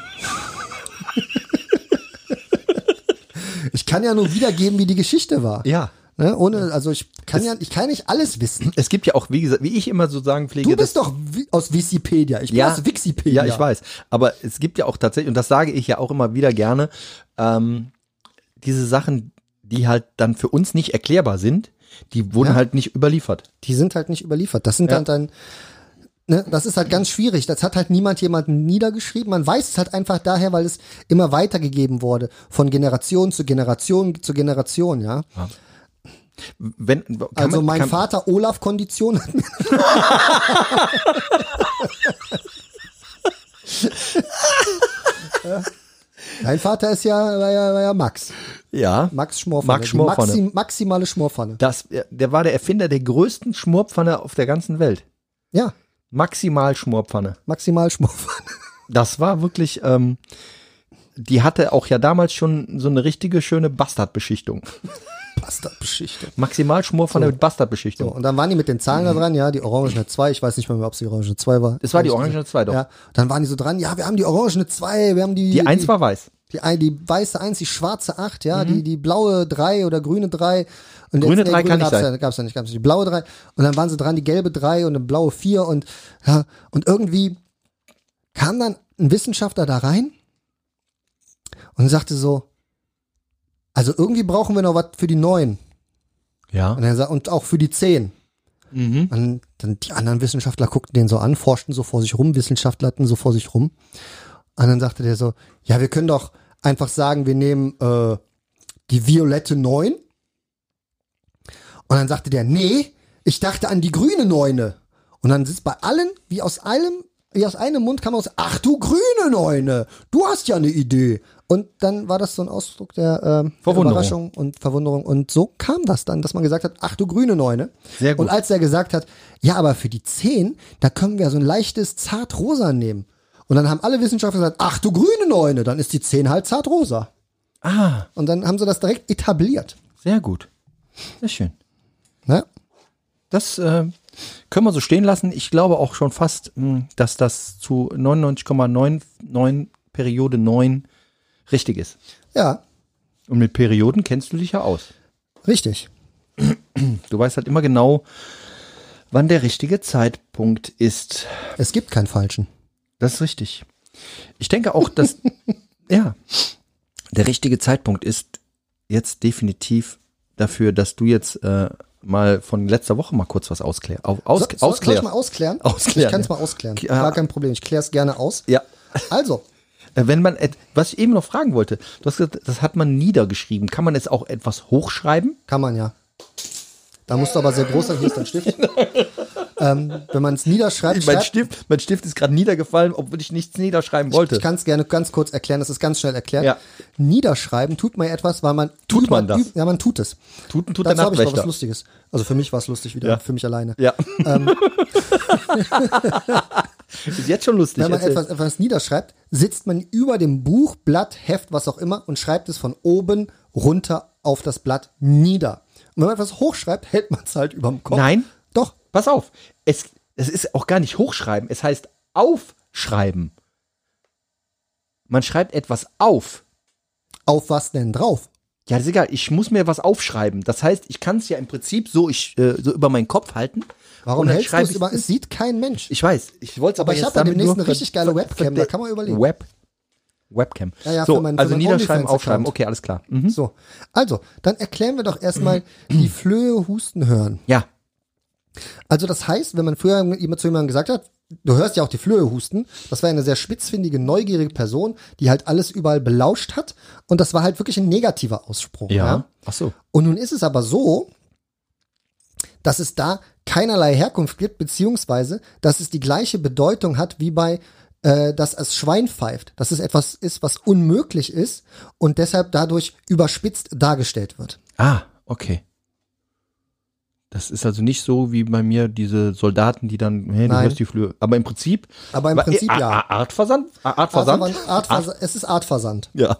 S4: ich kann ja nur wiedergeben, wie die Geschichte war.
S3: Ja.
S4: Ne? Ohne, also ich kann ja, ich kann nicht alles wissen.
S3: Es gibt ja auch, wie gesagt, wie ich immer so sagen pflege,
S4: Du bist doch wi- aus Wikipedia. Ich bin aus Wikipedia.
S3: Ja, ich weiß. Aber es gibt ja auch tatsächlich, und das sage ich ja auch immer wieder gerne, ähm, diese Sachen, die halt dann für uns nicht erklärbar sind, die wurden
S4: Ja.
S3: halt nicht überliefert.
S4: Die sind halt nicht überliefert. Das sind
S3: Ja.
S4: dann dann, ne, das ist halt ganz schwierig. Das hat halt niemand jemanden niedergeschrieben. Man weiß es halt einfach daher, weil es immer weitergegeben wurde. Von Generation zu Generation zu Generation, ja.
S3: Wenn, kann
S4: also
S3: man-
S4: mein
S3: kann,
S4: Vater Olaf
S3: (laughs)
S4: Kondition hat mir (laughs) Ja. Dein Vater ist ja, war ja, war ja Max.
S3: Ja.
S4: Max Schmorpfanne.
S3: Max
S4: Die
S3: Schmorpfanne.
S4: Maxi, maximale Schmorpfanne.
S3: Das, äh, der war der Erfinder der größten Schmorpfanne auf der ganzen Welt.
S4: Ja,
S3: Maximal Schmorpfanne.
S4: maximal Schmorpfanne.
S3: Das war wirklich, ähm, die hatte auch ja damals schon so eine richtige schöne Bastardbeschichtung.
S4: Bastardbeschichtung.
S3: Maximal Schmorpfanne mit Bastardbeschichtung.
S4: So, und dann waren die mit den Zahlen da dran, ja, die orangene 2, ich weiß nicht mehr, ob es die orangene 2 war.
S3: Mhm. Es war die orangene 2, doch.
S4: Ja, dann waren die so dran, ja, wir haben die orangene 2, wir haben die
S3: Die eins war weiß.
S4: die, ein- die weiße 1, die schwarze 8, ja, die, die blaue 3 oder grüne 3. Und
S3: Mhm. Grüne drei kann
S4: gab's
S3: nicht sein.
S4: Ja, gab's ja nicht, gab's nicht. Die blaue 3. Und dann waren sie dran, die gelbe 3 und eine blaue 4 und, ja, und irgendwie kam dann ein Wissenschaftler da rein und sagte so, also irgendwie brauchen wir noch was für die 9
S3: Ja. Mhm.
S4: und, er sa- und auch für die 10. Und dann die anderen Wissenschaftler guckten den so an, forschten so vor sich rum, wissenschaftlerten so vor sich rum. Und dann sagte der so, ja, wir können doch einfach sagen, wir nehmen äh, die violette 9. Und dann sagte der, nee, ich dachte an die grüne Neune. Und dann sitzt bei allen, wie aus einem, wie aus einem Mund kam aus, ach du grüne Neune, du hast ja eine Idee. Und dann war das so ein Ausdruck der, ähm, der
S3: Verwunderung.
S4: Überraschung und Verwunderung. Und so kam das dann, dass man gesagt hat, ach du grüne Neune.
S3: Sehr gut.
S4: Und als er gesagt hat, ja, aber für die 10, da können wir so ein leichtes Zartrosa nehmen. Und dann haben alle Wissenschaftler gesagt, ach du grüne Neune, dann ist die 10 halt Zartrosa.
S3: Ah,
S4: Und dann haben sie das direkt etabliert.
S3: sehr gut. Sehr schön.
S4: Ne?
S3: Das äh, können wir so stehen lassen. Ich glaube auch schon fast, mh, dass das zu 99,99 Periode 9 richtig ist.
S4: Ja,
S3: Und mit Perioden kennst du dich ja aus.
S4: richtig.
S3: Du weißt halt immer genau, wann der richtige Zeitpunkt ist.
S4: Es gibt keinen falschen.
S3: Das ist richtig. Ich denke auch,
S4: (laughs)
S3: dass ja der richtige Zeitpunkt ist jetzt definitiv dafür, dass du jetzt äh, mal von letzter Woche mal kurz was ausklär, au, aus,
S4: So- soll- Soll
S3: ausklärst.
S4: ich mal ausklären?
S3: Ausklären,
S4: Ich kann es
S3: ja.
S4: mal ausklären.
S3: K-
S4: Gar
S3: äh,
S4: kein Problem, ich kläre es gerne aus.
S3: Ja.
S4: Also,
S3: Äh, Wenn man, et- was ich eben noch fragen wollte, du hast gesagt, das hat man niedergeschrieben. Kann man jetzt auch etwas hochschreiben?
S4: kann man ja. Da musst du aber sehr groß sein, hier ist dein Stift.
S3: (laughs)
S4: ähm, wenn man es niederschreibt,
S3: Mein
S4: schreibt-
S3: Stift, mein Stift ist gerade niedergefallen, obwohl ich nichts niederschreiben wollte.
S4: Ich kann es gerne ganz kurz erklären, das ist ganz schnell erklärt.
S3: Ja.
S4: Niederschreiben tut man etwas, weil man.
S3: Tut
S4: über-
S3: man das?
S4: üb- Ja, man tut es.
S3: Tut- tut der
S4: Dazu habe ich noch
S3: Nachtwächter.
S4: was Lustiges. Also für mich war es lustig wieder,
S3: Ja.
S4: für mich alleine.
S3: ja.
S4: Ähm.
S3: (laughs) ist jetzt schon lustig.
S4: Wenn man
S3: erzähl.
S4: etwas, etwas niederschreibt, sitzt man über dem Buch, Blatt, Heft, was auch immer und schreibt es von oben runter auf das Blatt nieder. Und wenn man etwas hochschreibt, hält man es halt über dem Kopf.
S3: Nein.
S4: Doch.
S3: pass auf, es, es ist auch gar nicht hochschreiben, es heißt aufschreiben. Man schreibt etwas auf.
S4: Auf was denn drauf?
S3: Ja, das ist egal, ich muss mir was aufschreiben. Das heißt, ich kann es ja im Prinzip so, ich, äh, so über meinen Kopf halten.
S4: Warum
S3: Und dann
S4: hältst du
S3: schreib
S4: es
S3: ich-
S4: über? Es sieht kein Mensch.
S3: Ich weiß, ich wollte es aber,
S4: Aber ich
S3: jetzt
S4: hab ja
S3: damit
S4: demnächst
S3: nur
S4: eine richtig geile
S3: ver-
S4: Webcam, da
S3: ver-
S4: kann man überlegen.
S3: Web, Webcam.
S4: Ja, ja,
S3: so,
S4: für meinen- für
S3: also
S4: meinen
S3: niederschreiben,
S4: OnlyFans-Account.
S3: aufschreiben, okay, alles klar. Mhm.
S4: So, also, dann erklären wir doch
S3: (clears throat)
S4: erstmal die Flöhe husten hören.
S3: Ja,
S4: Also das heißt, wenn man früher jemand zu jemandem gesagt hat, du hörst ja auch die Flöhe husten, das war eine sehr spitzfindige, neugierige Person, die halt alles überall belauscht hat und das war halt wirklich ein negativer Ausspruch.
S3: ja. Ach so.
S4: Und nun ist es aber so, dass es da keinerlei Herkunft gibt, beziehungsweise, dass es die gleiche Bedeutung hat wie bei, äh, dass es Schwein pfeift, dass es etwas ist, was unmöglich ist und deshalb dadurch überspitzt dargestellt wird.
S3: Ah, okay. Das ist also nicht so wie bei mir diese Soldaten, die dann, hey, du
S4: Nein.
S3: hörst die Flöhe. Aber im Prinzip.
S4: Aber im
S3: Wa-
S4: Prinzip
S3: äh,
S4: ja.
S3: A- A- Artversand? A- Artversand?
S4: Artversand, Artversand, es ist Artversand.
S3: Ja.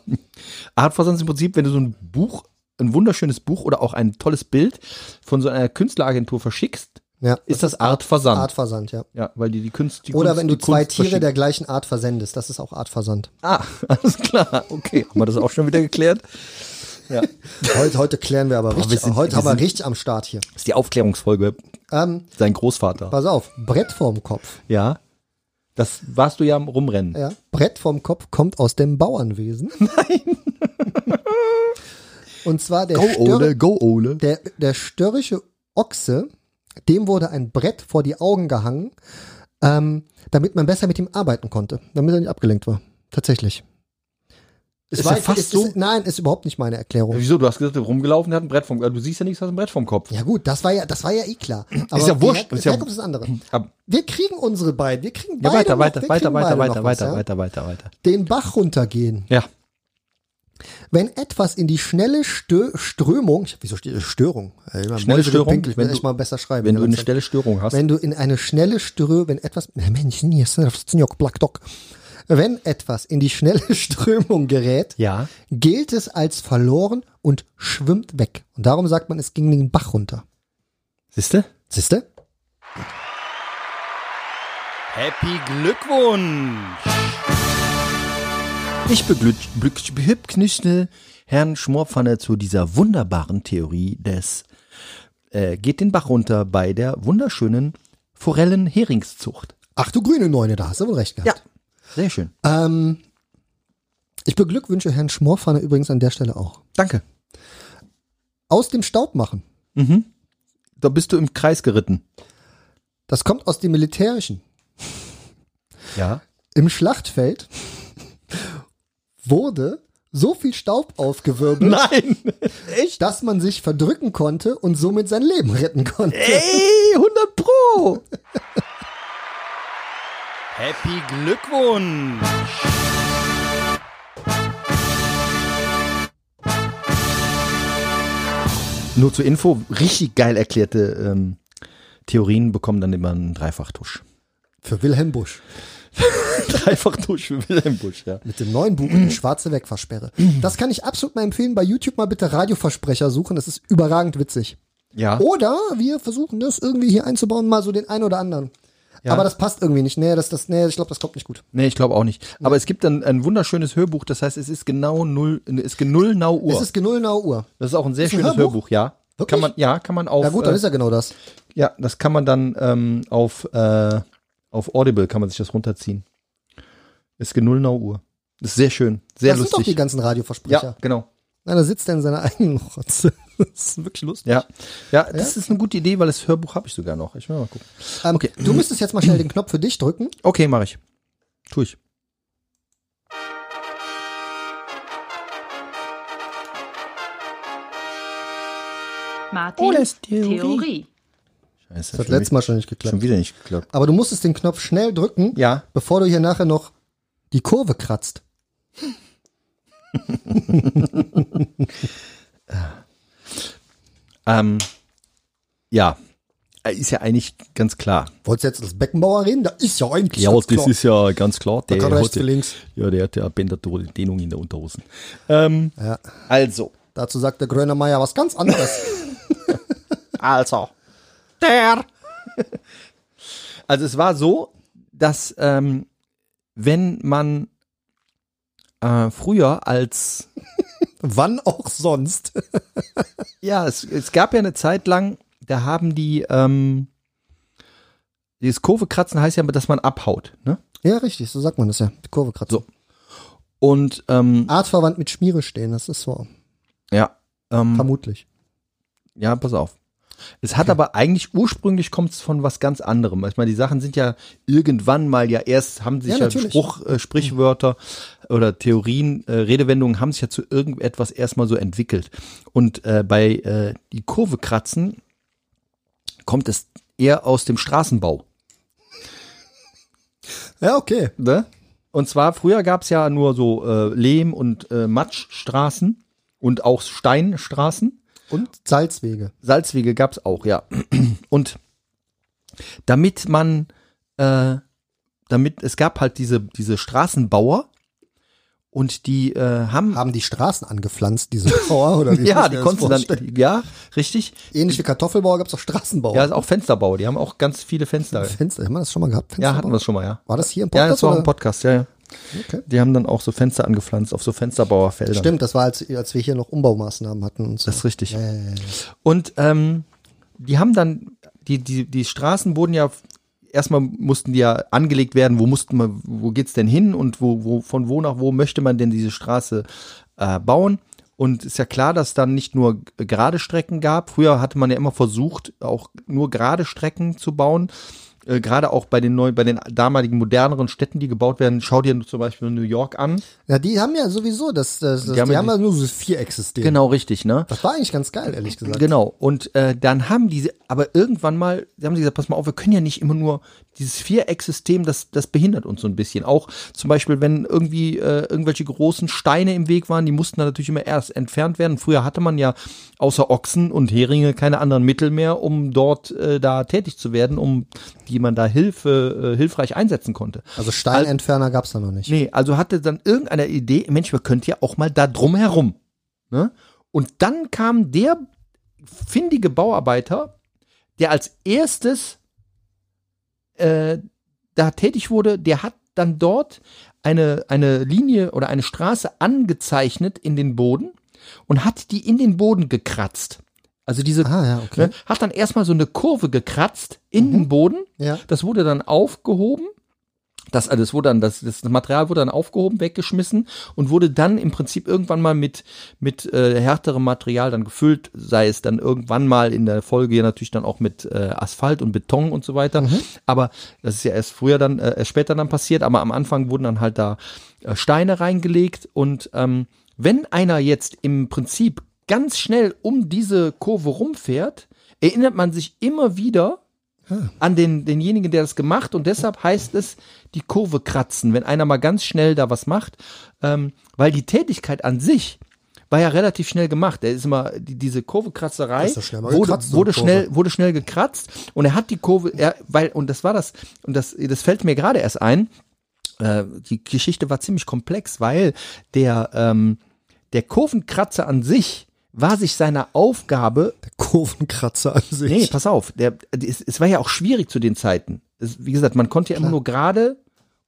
S3: Artversand ist im Prinzip, wenn du so ein Buch, ein wunderschönes Buch oder auch ein tolles Bild von so einer Künstleragentur verschickst,
S4: Ja,
S3: ist das Artversand.
S4: Artversand, ja.
S3: ja, weil die die Kunst, die
S4: Oder
S3: Kunst,
S4: wenn du
S3: die
S4: zwei
S3: Kunst
S4: Tiere
S3: verschickt.
S4: der gleichen Art versendest, das ist auch Artversand.
S3: Ah, (laughs) alles klar. Okay, haben wir das auch schon wieder geklärt?
S4: Heute, heute klären wir aber richtig.
S3: wir sind-
S4: heute
S3: wir
S4: haben wir
S3: sind-
S4: richtig am Start hier.
S3: Das ist die Aufklärungsfolge.
S4: Ähm,
S3: Sein Großvater.
S4: pass auf, Brett vorm Kopf.
S3: Ja. Das warst du ja am Rumrennen.
S4: Ja, Brett vorm Kopf kommt aus
S3: (laughs)
S4: dem Bauernwesen. Nein. Und zwar der, Stör,
S3: go Ole.
S4: der, der störrische Ochse, dem wurde ein Brett vor die Augen gehangen, ähm, damit man besser mit ihm arbeiten konnte, damit er nicht abgelenkt war. Tatsächlich. Es
S3: Ist ja fast
S4: es,
S3: so-
S4: Ist, nein, ist überhaupt nicht meine Erklärung.
S3: Wieso? Du hast gesagt, der rumgelaufen der hat ein Brett vom Kopf. Du siehst ja nichts, hast ein Brett vom Kopf.
S4: Ja gut, das war ja, das war ja eh klar. Aber
S3: ja wurscht,
S4: Die Her
S3: ist ja-
S4: Herkunft ist das andere.
S3: Ab-
S4: Wir kriegen unsere beiden. Wir kriegen
S3: Ja,
S4: beide
S3: weiter,
S4: noch,
S3: weiter, weiter,
S4: wir kriegen
S3: weiter,
S4: beide
S3: weiter,
S4: noch was,
S3: weiter,
S4: ja?
S3: weiter, weiter, weiter.
S4: Den Bach runtergehen.
S3: Ja.
S4: Wenn etwas in die schnelle Stö Strömung, ich- wieso steht äh, Störung? Ey, man
S3: Schnelle
S4: wollte
S3: Störung,
S4: gepinkt, Ich will
S3: wenn
S4: echt
S3: du-
S4: äh, mal besser schreiben.
S3: Wenn du eine
S4: Langsam.
S3: schnelle Störung hast.
S4: Wenn du in eine schnelle Strömung, wenn etwas, (laughs) Na, Mensch, hier ist das Zinjok, Black Dog. Wenn etwas in die schnelle (laughs) Strömung gerät,
S3: Ja.
S4: gilt es als verloren und schwimmt weg. Und darum sagt man, es ging den Bach runter.
S3: Siehste?
S4: Siehste?
S1: Happy Glückwunsch!
S3: Ich beglückwünsche Herrn Schmorpfanne zu dieser wunderbaren Theorie des äh, geht den Bach runter bei der wunderschönen Forellen-Heringszucht.
S4: Ach du grüne Neune, da hast du wohl recht gehabt.
S3: Sehr schön.
S4: Ähm, ich beglückwünsche Herrn Schmorpfanne übrigens an der Stelle auch.
S3: Danke.
S4: Aus dem Staub machen.
S3: Da bist du im Kreis geritten.
S4: Das kommt aus dem Militärischen.
S3: Ja.
S4: Im Schlachtfeld (laughs) wurde so viel Staub aufgewirbelt,
S3: Nein!
S4: dass man sich verdrücken konnte und somit sein Leben retten konnte.
S3: Äh. Ey, 100 Pro!
S1: Happy Glückwunsch!
S3: Nur zur Info, richtig geil erklärte ähm, Theorien bekommen dann immer einen
S4: (laughs)
S3: Dreifachtusch.
S4: Für Wilhelm Busch.
S3: Dreifachtusch für Wilhelm Busch, ja.
S4: Mit dem neuen Buch Die schwarze Wegversperre. Das kann ich absolut mal empfehlen. Bei YouTube mal bitte Radioversprecher suchen. Das ist überragend witzig.
S3: Ja.
S4: Oder wir versuchen das irgendwie hier einzubauen, mal so den einen oder anderen. Aber das passt irgendwie nicht. Nee, das, das, nee, ich glaube, das kommt nicht gut.
S3: Nee, ich glaube auch nicht. Aber es gibt dann ein wunderschönes Hörbuch, das heißt, es ist genau null, es ist genau Uhr.
S4: Es ist genullnau Uhr.
S3: das ist auch ein sehr
S4: ist ein
S3: schönes
S4: Hörbuch?
S3: Hörbuch, ja.
S4: Wirklich?
S3: Kann man, ja, kann man auf,
S4: Ja gut, dann ist ja genau das.
S3: äh, ja, das kann man dann ähm, auf, äh, auf Audible kann man sich das runterziehen. Ist genau Uhr. Ist sehr schön, sehr
S4: das sind doch die
S3: lustig.
S4: ganzen
S3: ja,
S4: Radioversprecher.
S3: genau.
S4: Nein, da sitzt er in seiner (laughs) eigenen Rotze. Das ist wirklich lustig.
S3: Ja. ja, das ist eine gute Idee, weil das Hörbuch habe ich sogar noch. Ich will mal gucken.
S4: Ähm,
S3: Okay.
S4: Du müsstest jetzt mal schnell den Knopf für dich drücken.
S3: Okay, mache ich. Tu ich.
S7: Martin,
S3: Oles Theorie.
S7: Theorie.
S3: Scheiße,
S4: Das hat
S3: schon
S4: letztes Mal schon
S3: wieder-
S4: nicht
S3: schon
S4: geklappt.
S3: wieder nicht geklappt.
S4: Aber du musstest den Knopf schnell drücken,
S3: Ja.
S4: bevor du hier nachher noch die Kurve kratzt.
S3: Ähm, ja. Äh, Ist ja eigentlich ganz klar.
S4: Wolltest du jetzt als Beckenbauer reden? Da ist ja eigentlich
S3: Ja,
S4: ganz
S3: das
S4: klar.
S3: ist ja ganz klar. Der,
S4: kann er rechts
S3: hat ja-
S4: wie links.
S3: Ja, der hat ja Bänderdehnung in der Unterhosen. Ähm,
S4: Ja.
S3: Also,
S4: Dazu
S3: (laughs)
S4: sagt der Grönemeyer was ganz anderes.
S3: also. Der (laughs) Also es war so, dass ähm, wenn man äh, früher als
S4: Wann auch sonst.
S3: ja, es, es gab ja eine Zeit lang, da haben die ähm, dieses Kurve kratzen heißt ja, dass man abhaut, ne?
S4: Ja, richtig, so sagt man das ja. Die Kurve gerade
S3: So. Und ähm,
S4: Artverwandt mit Schmiere stehen, das ist so.
S3: ja, ähm,
S4: Vermutlich.
S3: Ja, pass auf. Es hat aber eigentlich ursprünglich kommt es von was ganz anderem. Ich meine, die Sachen sind ja irgendwann mal ja erst haben sich
S4: Ja,
S3: ja,
S4: natürlich.
S3: Spruch, äh, Sprichwörter oder Theorien, äh, Redewendungen haben sich ja zu irgendetwas erstmal so entwickelt. Und äh, bei äh, die Kurve kratzen kommt es eher aus dem Straßenbau.
S4: Ja, okay.
S3: Ne? Und zwar früher gab es ja nur so äh, Lehm- und äh, Matschstraßen und auch Steinstraßen.
S4: Und Salzwege.
S3: Salzwege gab es auch, ja. Und damit man, äh, damit, es gab halt diese, diese Straßenbauer und die äh, haben,
S4: Haben die Straßen
S3: (laughs)
S4: angepflanzt, diese Bauer? Oder wie muss
S3: ja,
S4: ich
S3: die
S4: mir das
S3: konnten dann,
S4: vorstellen?
S3: ja, richtig,
S4: Ähnlich wie Kartoffelbauer gab es auch Straßenbauer.
S3: ja, ist auch Fensterbau, die haben auch ganz viele Fenster.
S4: Fenster, haben wir das schon mal gehabt?
S3: Ja,
S4: Fensterbau?
S3: hatten wir schon mal, ja.
S4: War das hier im
S3: Ja,
S4: Podcast?
S3: das war auch
S4: oder?
S3: ein Podcast, ja, ja.
S4: Okay.
S3: Die haben dann auch so Fenster angepflanzt auf so Fensterbauerfeldern.
S4: Stimmt, das war, als, als wir hier noch Umbaumaßnahmen hatten. Und so. Äh.
S3: Das ist richtig.
S4: Ja, ja, ja.
S3: Und ähm, die haben dann, die, die, die Straßen wurden ja, erstmal mussten die ja angelegt werden, wo mussten man, wo geht's denn hin und wo, wo, von wo nach wo möchte man denn diese Straße äh, bauen? Und ist ja klar, dass dann nicht nur g- gerade Strecken gab. Früher hatte man ja immer versucht, auch nur gerade Strecken zu bauen. Äh, gerade auch bei den neuen, bei den damaligen moderneren Städten, die gebaut werden. Schau dir zum Beispiel New York an.
S4: ja, die haben ja sowieso, das, das, das, die haben,
S3: haben ja
S4: ja nur so Vierecksystem.
S3: Genau, richtig, ne?
S4: Das war eigentlich ganz geil, ehrlich gesagt.
S3: Genau. Und äh, dann haben diese, aber irgendwann mal, sie haben sie gesagt, pass mal auf, wir können ja nicht immer nur dieses Vierecksystem, das, das behindert uns so ein bisschen. Auch zum Beispiel, wenn irgendwie äh, irgendwelche großen Steine im Weg waren, die mussten dann natürlich immer erst entfernt werden. Früher hatte man ja außer Ochsen und Heringe keine anderen Mittel mehr, um dort äh, da tätig zu werden, um die man da Hilfe, äh, hilfreich einsetzen konnte.
S4: Also Steinentferner gab es da noch nicht.
S3: Nee, also hatte dann irgendeiner Idee, Mensch, wir könnten ja auch mal da drum herum. Ne? Und dann kam der findige Bauarbeiter, der als erstes äh, da tätig wurde, der hat dann dort eine, eine Linie oder eine Straße angezeichnet in den Boden und hat die in den Boden gekratzt. Also diese,
S4: Ah, ja, okay. Mhm.
S3: ne, hat dann erstmal so eine Kurve gekratzt in den Boden
S4: Ja.
S3: das wurde dann aufgehoben. Das, also das, wurde dann, das, das Material wurde dann aufgehoben, weggeschmissen und wurde dann im Prinzip irgendwann mal mit, mit äh, härterem Material dann gefüllt, sei es dann irgendwann mal in der Folge ja natürlich dann auch mit äh, Asphalt und Beton und so weiter. Aber das ist ja erst früher dann, äh, erst später dann passiert, aber am Anfang wurden dann halt da äh, Steine reingelegt und ähm, wenn einer jetzt im Prinzip ganz schnell um diese Kurve rumfährt, erinnert man sich immer wieder an den, denjenigen, der das gemacht und deshalb heißt es die Kurve kratzen, wenn einer mal ganz schnell da was macht, ähm, weil die Tätigkeit an sich war ja relativ schnell gemacht. Er ist immer die, diese Kurvekratzerei
S4: Ist doch schnell mal
S3: wurde,
S4: gekratzt, so
S3: wurde
S4: eine Kurve.
S3: schnell wurde schnell gekratzt und er hat die Kurve er, weil und das war das und das das fällt mir gerade erst ein. Äh, die Geschichte war ziemlich komplex, weil der ähm, der Kurvenkratzer an sich war sich seiner Aufgabe
S4: Der Kurvenkratzer an sich.
S3: Nee, pass auf. Der, es, es war ja auch schwierig zu den Zeiten. Es, wie gesagt, man konnte ja immer nur gerade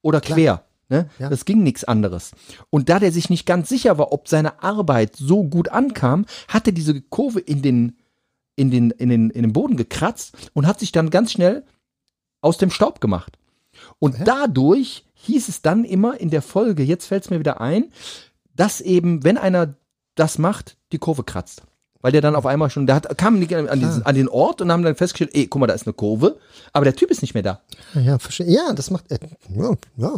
S3: oder quer. Ne? Das ging nichts anderes. Und da der sich nicht ganz sicher war, ob seine Arbeit so gut ankam, hatte diese Kurve in den, in den, in den, in den Boden gekratzt und hat sich dann ganz schnell aus dem Staub gemacht. Und dadurch hieß es dann immer in der Folge, jetzt fällt es mir wieder ein, dass eben, wenn einer das macht, die Kurve kratzt. Weil der dann auf einmal schon, der hat, kam nicht an,
S4: Ah.
S3: diesen, an den Ort und haben dann festgestellt, ey, guck mal, da ist eine Kurve, aber der Typ ist nicht mehr da.
S4: Ah Ja, ja, verstehe. Ja, das macht. Äh, ja, ja.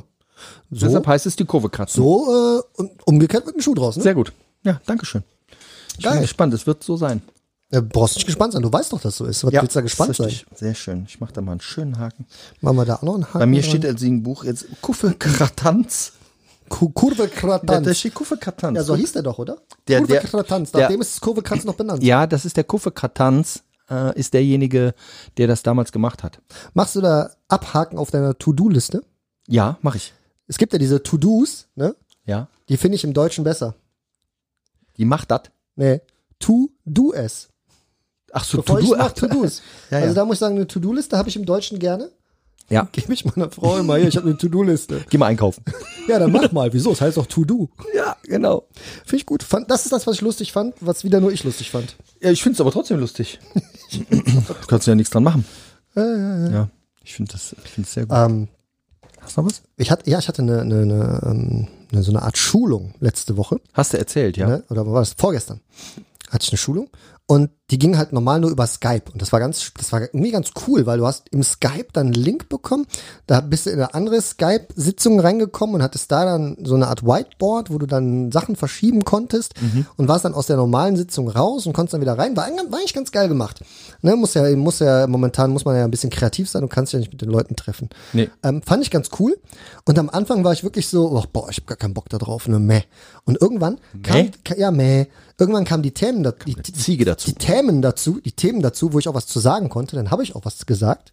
S4: So,
S3: Deshalb heißt es die Kurve kratzen.
S4: so äh, um- umgekehrt wird ein Schuh draus. Ne?
S3: Sehr gut. Ja, Dankeschön. Ich
S4: Geil.
S3: bin gespannt, es wird so sein.
S4: Äh, brauchst nicht gespannt sein. Du weißt doch, dass so ist. Was willst du da gespannt
S3: ist
S4: sein?
S3: richtig. Sehr schön. Ich mache da mal einen schönen Haken.
S4: Machen wir da auch noch einen Haken.
S3: Bei mir
S4: dran?
S3: steht äh, also im Buch jetzt Kurve Kratanz.
S4: Ku- Kurve
S3: Da, da
S4: Kratanz.
S3: steht Kurve Kratanz.
S4: Ja, so hieß der doch, oder?
S3: Der-
S4: Kurve
S3: der-
S4: Kratanz.
S3: der-
S4: Nachdem ist Kurve Kratz noch benannt.
S3: Ja, das ist der Kuffe Kratanz, äh, ist derjenige, der das damals gemacht hat.
S4: Machst du da Abhaken auf deiner To-Do-Liste?
S3: Ja, mache ich.
S4: Es gibt ja diese To-Dos, ne?
S3: Ja.
S4: Die finde ich im Deutschen besser.
S3: Die macht das.
S4: Nee. To-Do-es.
S3: Ach so,
S4: Bevor
S3: To-Do- (laughs)
S4: ich mach To-Dos.
S3: Ja, ja.
S4: Also da muss ich sagen, eine To-Do-Liste habe ich im Deutschen gerne.
S3: Ja.
S4: Gebe ich meiner Frau immer hier, ich habe eine To-Do-Liste.
S3: Geh mal
S4: (laughs)
S3: einkaufen.
S4: Ja, dann mach mal. Wieso? Es heißt doch To-Do.
S3: ja, genau.
S4: Finde ich gut. Fand, das ist das, was ich lustig fand, was wieder nur ich lustig fand.
S3: Ja, ich finde es aber trotzdem lustig. du kannst ja nichts dran machen. Ja, ich finde das ich find's sehr gut.
S4: Ähm,
S3: Hast du noch was?
S4: ich hatte, ja, ich hatte eine, eine, eine, ähm, eine, so eine Art Schulung letzte Woche.
S3: Hast du erzählt, ja.
S4: ne? oder wo war das? Vorgestern hatte ich eine Schulung und die ging halt normal nur über Skype und das war ganz, das war irgendwie ganz cool, weil du hast im Skype dann einen Link bekommen, da bist du in eine andere Skype-Sitzung reingekommen und hattest da dann so eine Art Whiteboard, wo du dann Sachen verschieben konntest und warst dann aus der normalen Sitzung raus und konntest dann wieder rein, war, eigentlich- war eigentlich ganz geil gemacht. Ne, muss ja, muss ja, momentan muss man ja ein bisschen kreativ sein, du kannst ja nicht mit den Leuten treffen.
S3: Nee.
S4: Ähm, fand ich ganz cool. Und am Anfang war ich wirklich so, oh, boah, ich habe gar keinen Bock da drauf, ne, meh. Und irgendwann kam,
S3: Meh?
S4: ka- ja, meh. Irgendwann kamen die Themen, da, die, die,
S3: Ziege dazu.
S4: die Themen dazu, die Themen dazu, wo ich auch was zu sagen konnte, dann habe ich auch was gesagt.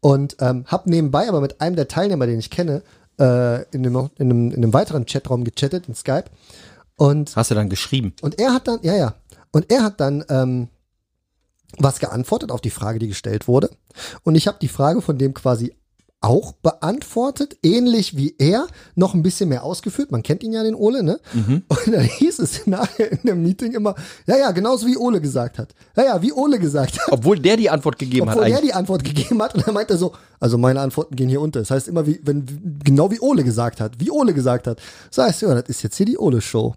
S4: Und ähm, habe nebenbei aber mit einem der Teilnehmer, den ich kenne, äh, in, dem, in, einem, in einem weiteren Chatraum gechattet, in Skype. Und
S3: Hast du dann geschrieben?
S4: und er hat dann, ja, ja. Und er hat dann ähm, was geantwortet auf die Frage, die gestellt wurde. Und ich habe die Frage von dem quasi auch beantwortet, ähnlich wie er, noch ein bisschen mehr ausgeführt. Man kennt ihn ja, den Ole, ne? Und dann hieß es nachher in dem Meeting immer, ja, ja, genauso wie Ole gesagt hat. Ja, ja, wie Ole gesagt hat.
S3: Obwohl der die Antwort gegeben
S4: Obwohl
S3: hat
S4: er
S3: eigentlich.
S4: die Antwort gegeben hat und dann meinte er so, also meine Antworten gehen hier unter. Das heißt immer, wie, wenn, genau wie Ole gesagt hat, wie Ole gesagt hat. Das heißt, ja, das ist jetzt hier die Ole-Show.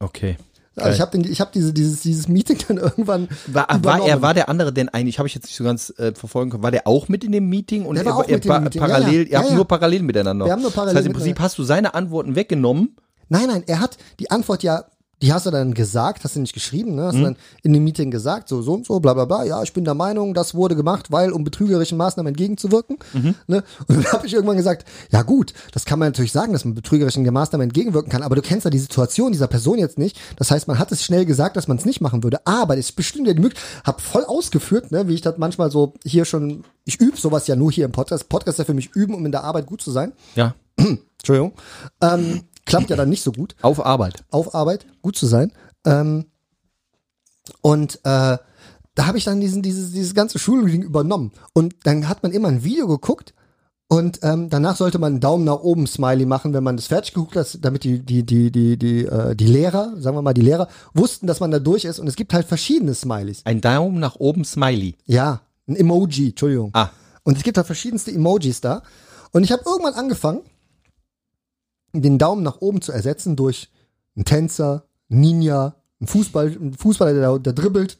S3: Okay.
S4: Also ich habe den- ich hab diese, dieses, dieses Meeting dann irgendwann.
S3: War, war
S4: übernommen.
S3: er, war der andere denn eigentlich, habe ich jetzt nicht so ganz äh, verfolgen können, war der auch mit in dem Meeting und
S4: Der
S3: er,
S4: war auch
S3: er
S4: mit in dem Meeting, ja,
S3: parallel,
S4: ja.
S3: ihr habt
S4: Ja, ja.
S3: nur parallel miteinander.
S4: Wir haben nur parallel
S3: das heißt, im Prinzip
S4: miteinander.
S3: hast du seine Antworten weggenommen.
S4: Nein, nein, er hat die Antwort ja, die hast du dann gesagt, hast du nicht geschrieben, ne? Hast du dann in dem Meeting gesagt, so, so und so, bla bla bla, ja, ich bin der Meinung, das wurde gemacht, weil um betrügerischen Maßnahmen entgegenzuwirken. Ne? Und dann habe ich irgendwann gesagt, ja gut, das kann man natürlich sagen, dass man betrügerischen Maßnahmen entgegenwirken kann, aber du kennst ja die Situation dieser Person jetzt nicht. Das heißt, man hat es schnell gesagt, dass man es nicht machen würde, aber es ist bestimmt ja die Möglichkeit, hab voll ausgeführt, ne, wie ich das manchmal so hier schon, ich übe sowas ja nur hier im Podcast. Podcast ist ja für mich üben, um in der Arbeit gut zu sein.
S3: Ja.
S4: Entschuldigung. Ähm, klappt ja dann nicht so gut
S3: Auf Arbeit.
S4: auf Arbeit, gut zu sein. Ähm, und äh, da habe ich dann diesen, dieses, dieses ganze Schulreading übernommen. Und dann hat man immer ein Video geguckt und ähm, danach sollte man einen Daumen nach oben Smiley machen, wenn man das fertig geguckt hat, damit die, die, die, die, die, äh, die Lehrer, sagen wir mal, die Lehrer wussten, dass man da durch ist. Und es gibt halt verschiedene Smileys.
S3: Ein Daumen nach oben, Smiley.
S4: Ja, ein Emoji, Entschuldigung.
S3: Ah.
S4: Und es gibt da verschiedenste Emojis da. Und ich habe irgendwann angefangen, den Daumen nach oben zu ersetzen durch einen Tänzer, einen Ninja, einen, Fußball, einen Fußballer, der, da- der dribbelt.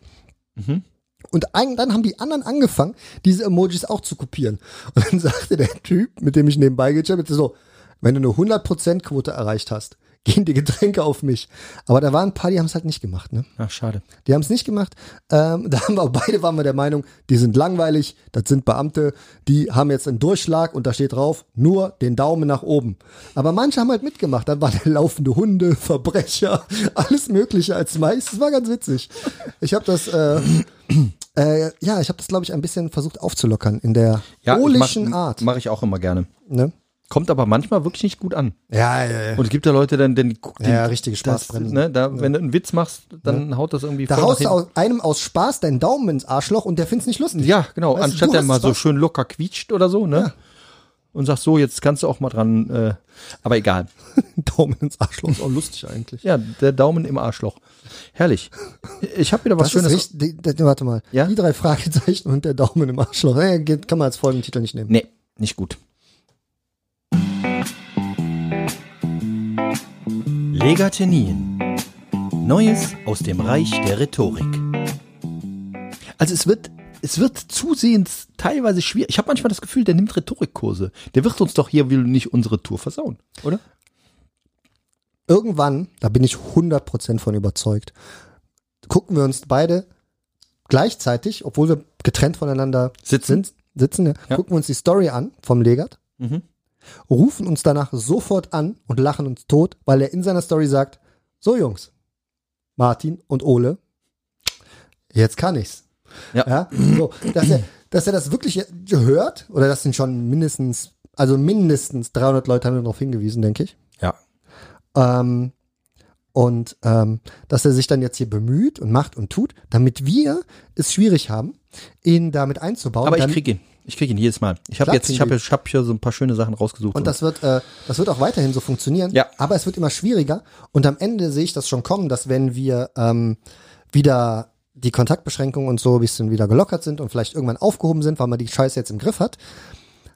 S4: Und ein, dann haben die anderen angefangen, diese Emojis auch zu kopieren. Und dann (laughs) sagte der Typ, mit dem ich nebenbei gechattet habe, so, wenn du eine 100%-Quote erreicht hast, gehen die Getränke auf mich. Aber da waren ein paar, die haben es halt nicht gemacht, ne?
S3: Ach, schade.
S4: Die haben es nicht gemacht. Ähm, (laughs) da haben wir beide waren wir der Meinung, die sind langweilig, das sind Beamte, die haben jetzt einen Durchschlag und da steht drauf, nur den Daumen nach oben. Aber manche haben halt mitgemacht, dann waren laufende Hunde, (laughs) Verbrecher, alles Mögliche als Mais. Das war ganz witzig. Ich habe das, äh, (clears throat) äh, ja, ich habe das, glaube ich, ein bisschen versucht aufzulockern in der
S3: ich
S4: olischen
S3: mach,
S4: Art.
S3: Mache ich auch immer gerne.
S4: Ne?
S3: Kommt aber manchmal wirklich nicht gut an.
S4: Ja, ja, ja.
S3: Und es gibt ja Leute, dann, dann guckt
S4: Ja, richtige
S3: das,
S4: Spaßbremsen.
S3: ne, da, Wenn du einen Witz machst, dann haut das irgendwie
S4: Da
S3: voll nach
S4: haust du
S3: hinten.
S4: aus, einem aus Spaß deinen Daumen ins Arschloch und der find's nicht lustig.
S3: Ja, genau.
S4: Weißt du,
S3: Anstatt
S4: du
S3: der
S4: hast
S3: mal so
S4: Spaß.
S3: schön locker quietscht oder so, ne? Und sagst so, jetzt kannst du auch mal dran. Äh, aber egal.
S4: Daumen ins Arschloch ist auch lustig eigentlich.
S3: Ja, der Daumen im Arschloch. Herrlich. Ich habe wieder was
S4: Das ist
S3: Schönes.
S4: richtig, die, die, warte mal.
S3: Ja?
S4: Die drei Fragezeichen und der Daumen im Arschloch. Äh, geht- kann man als folgenden Titel nicht nehmen.
S3: nee, nicht gut. Legaternien. Neues aus dem Reich der Rhetorik. Also es wird, es wird zusehends teilweise schwierig. Ich habe manchmal das Gefühl, der nimmt Rhetorikkurse. Der wird uns doch hier will nicht unsere Tour versauen, oder?
S4: Irgendwann, da bin ich 100% von überzeugt, gucken wir uns beide gleichzeitig, obwohl wir getrennt voneinander
S3: Sitzen. Mhm.
S4: sind, sitzen ja, gucken wir uns die Story an vom Legat, rufen uns danach sofort an und lachen uns tot, weil er in seiner Story sagt, so Jungs, Martin und Ole, jetzt kann ich's.
S3: Ja.
S4: so, dass, er, dass er das wirklich hört, oder das sind schon mindestens, also mindestens 300 Leute haben darauf hingewiesen, denke ich.
S3: Ja.
S4: Ähm, und ähm, dass er sich dann jetzt hier bemüht und macht und tut, damit wir es schwierig haben, ihn damit einzubauen.
S3: Aber ich
S4: damit-
S3: krieg ihn. Ich kriege ihn jedes Mal. Ich habe
S4: Klar
S3: jetzt, ich
S4: kriegen
S3: habe ich hab hier so ein paar schöne Sachen rausgesucht.
S4: Und das wird, äh, das wird auch weiterhin so funktionieren.
S3: Ja.
S4: Aber es wird immer schwieriger. Und am Ende sehe ich das schon kommen, dass wenn wir ähm, wieder die Kontaktbeschränkungen und so ein bisschen wieder gelockert sind und vielleicht irgendwann aufgehoben sind, weil man die Scheiße jetzt im Griff hat,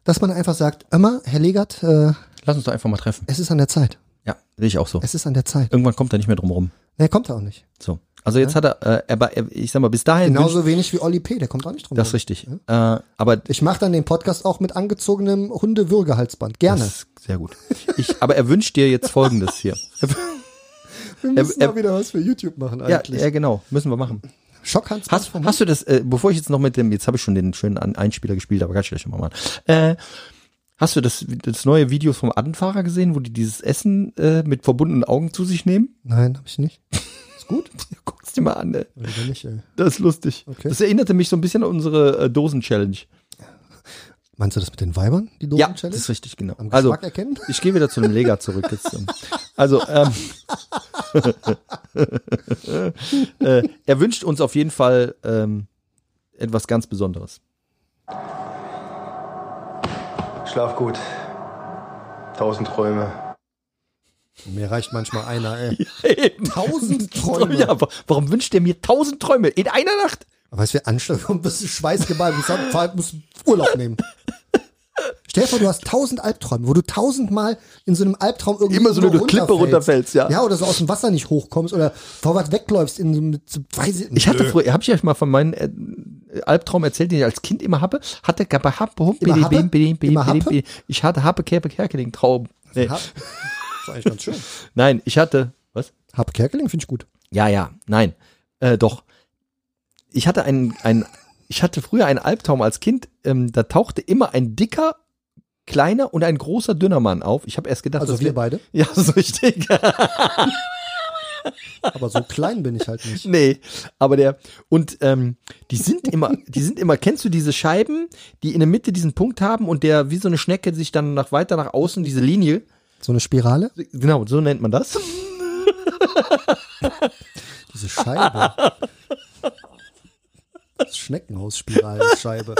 S4: dass man einfach sagt, immer, Herr Legert, äh,
S3: Lass uns doch einfach mal treffen.
S4: es ist an der Zeit.
S3: Ja, sehe ich auch so.
S4: Es ist an der Zeit.
S3: Irgendwann kommt er nicht mehr drum rum.
S4: Nee, kommt er auch nicht.
S3: So. Also jetzt hat er, äh, aber äh, ich sag mal, bis dahin. wünscht-
S4: Genauso wenig wie Oli P., der kommt auch nicht drum
S3: das ist
S4: rum.
S3: richtig. Äh, aber
S4: Hm? Ich mache dann den Podcast auch mit angezogenem Hundewürgehalsband. Gerne.
S3: das ist sehr gut. Ich, aber er wünscht dir jetzt folgendes
S4: (laughs)
S3: hier.
S4: Wir
S3: äh,
S4: mal wieder was für YouTube machen
S3: ja, ja, genau. Müssen wir machen.
S4: äh, Schockhans
S3: Hast, hast du das, äh, bevor ich jetzt noch mit dem, jetzt habe ich schon den schönen An- Einspieler gespielt, aber ganz schlecht nochmal machen. Äh, hast du das, das neue Video vom Anfahrer gesehen, wo die dieses Essen äh, mit verbundenen Augen zu sich nehmen?
S4: Nein, habe ich nicht. Ist gut?
S3: Guck's dir mal an, ey.
S4: Oder nicht, ey.
S3: Das ist lustig.
S4: Okay.
S3: Das erinnerte mich so ein bisschen an unsere äh, Dosen-Challenge.
S4: Meinst du das mit den Weibern, die
S3: Ja,
S4: Dosen-Challenge?
S3: das ist richtig, genau.
S4: Am
S3: Also,
S4: Geschmack erkennen?
S3: ich gehe wieder zu dem Lega zurück. Jetzt. ähm. Also, ähm, (laughs) äh, er wünscht uns auf jeden Fall ähm, etwas ganz Besonderes.
S5: Schlaf gut. Tausend Träume.
S4: Mir reicht manchmal einer, (laughs) ey.
S3: (laughs) Eben.
S4: (laughs) Tausend Träume.
S3: Ja, wa- warum wünscht er mir tausend Träume in einer Nacht?
S4: Weißt du, wir anschlagen und ein bisschen Schweißgeballt und sagen, Zeit muss Urlaub nehmen. Stell dir vor, du hast tausend Albträume, wo du tausendmal in so einem Albtraum irgendwie
S3: Immer so
S4: nur
S3: eine Klippe runterfällst, ja.
S4: Ja, oder so aus dem Wasser nicht hochkommst oder vorwärts wegläufst in so einem, weiß ich,
S3: Ich hatte früher, habe ich euch mal von meinem äh, Albtraum erzählt, den ich als Kind immer habe, hatte gab bei Happe, hum,
S4: Immer
S3: bidi,
S4: Happe?
S3: bim, bidi, bidi,
S4: Immer
S3: bidi,
S4: Happe?
S3: bidi. ich hatte Happe, Kerpe, Kerkeling, Traum. Nee.
S4: Hab, ist eigentlich ganz schön.
S3: Nein, ich hatte, was?
S4: Hab Kerkeling finde ich gut.
S3: Ja, ja, nein, äh, doch. Ich hatte einen, einen, ich hatte früher einen Albtraum als Kind. Ähm, da tauchte immer ein dicker, kleiner und ein großer dünner Mann auf. Ich habe erst gedacht,
S4: Also
S3: das
S4: wir
S3: wär-
S4: beide.
S3: (laughs) Ja, das ist richtig. (laughs)
S4: Aber so klein bin ich halt nicht.
S3: nee, aber der und ähm, die sind immer, die sind immer. Kennst du diese Scheiben, die in der Mitte diesen Punkt haben und der wie so eine Schnecke sich dann nach weiter nach außen diese Linie.
S4: So eine Spirale?
S3: Genau, so nennt man das. (laughs)
S4: Diese Scheibe. Das Schneckenhaus-Spiralscheibe.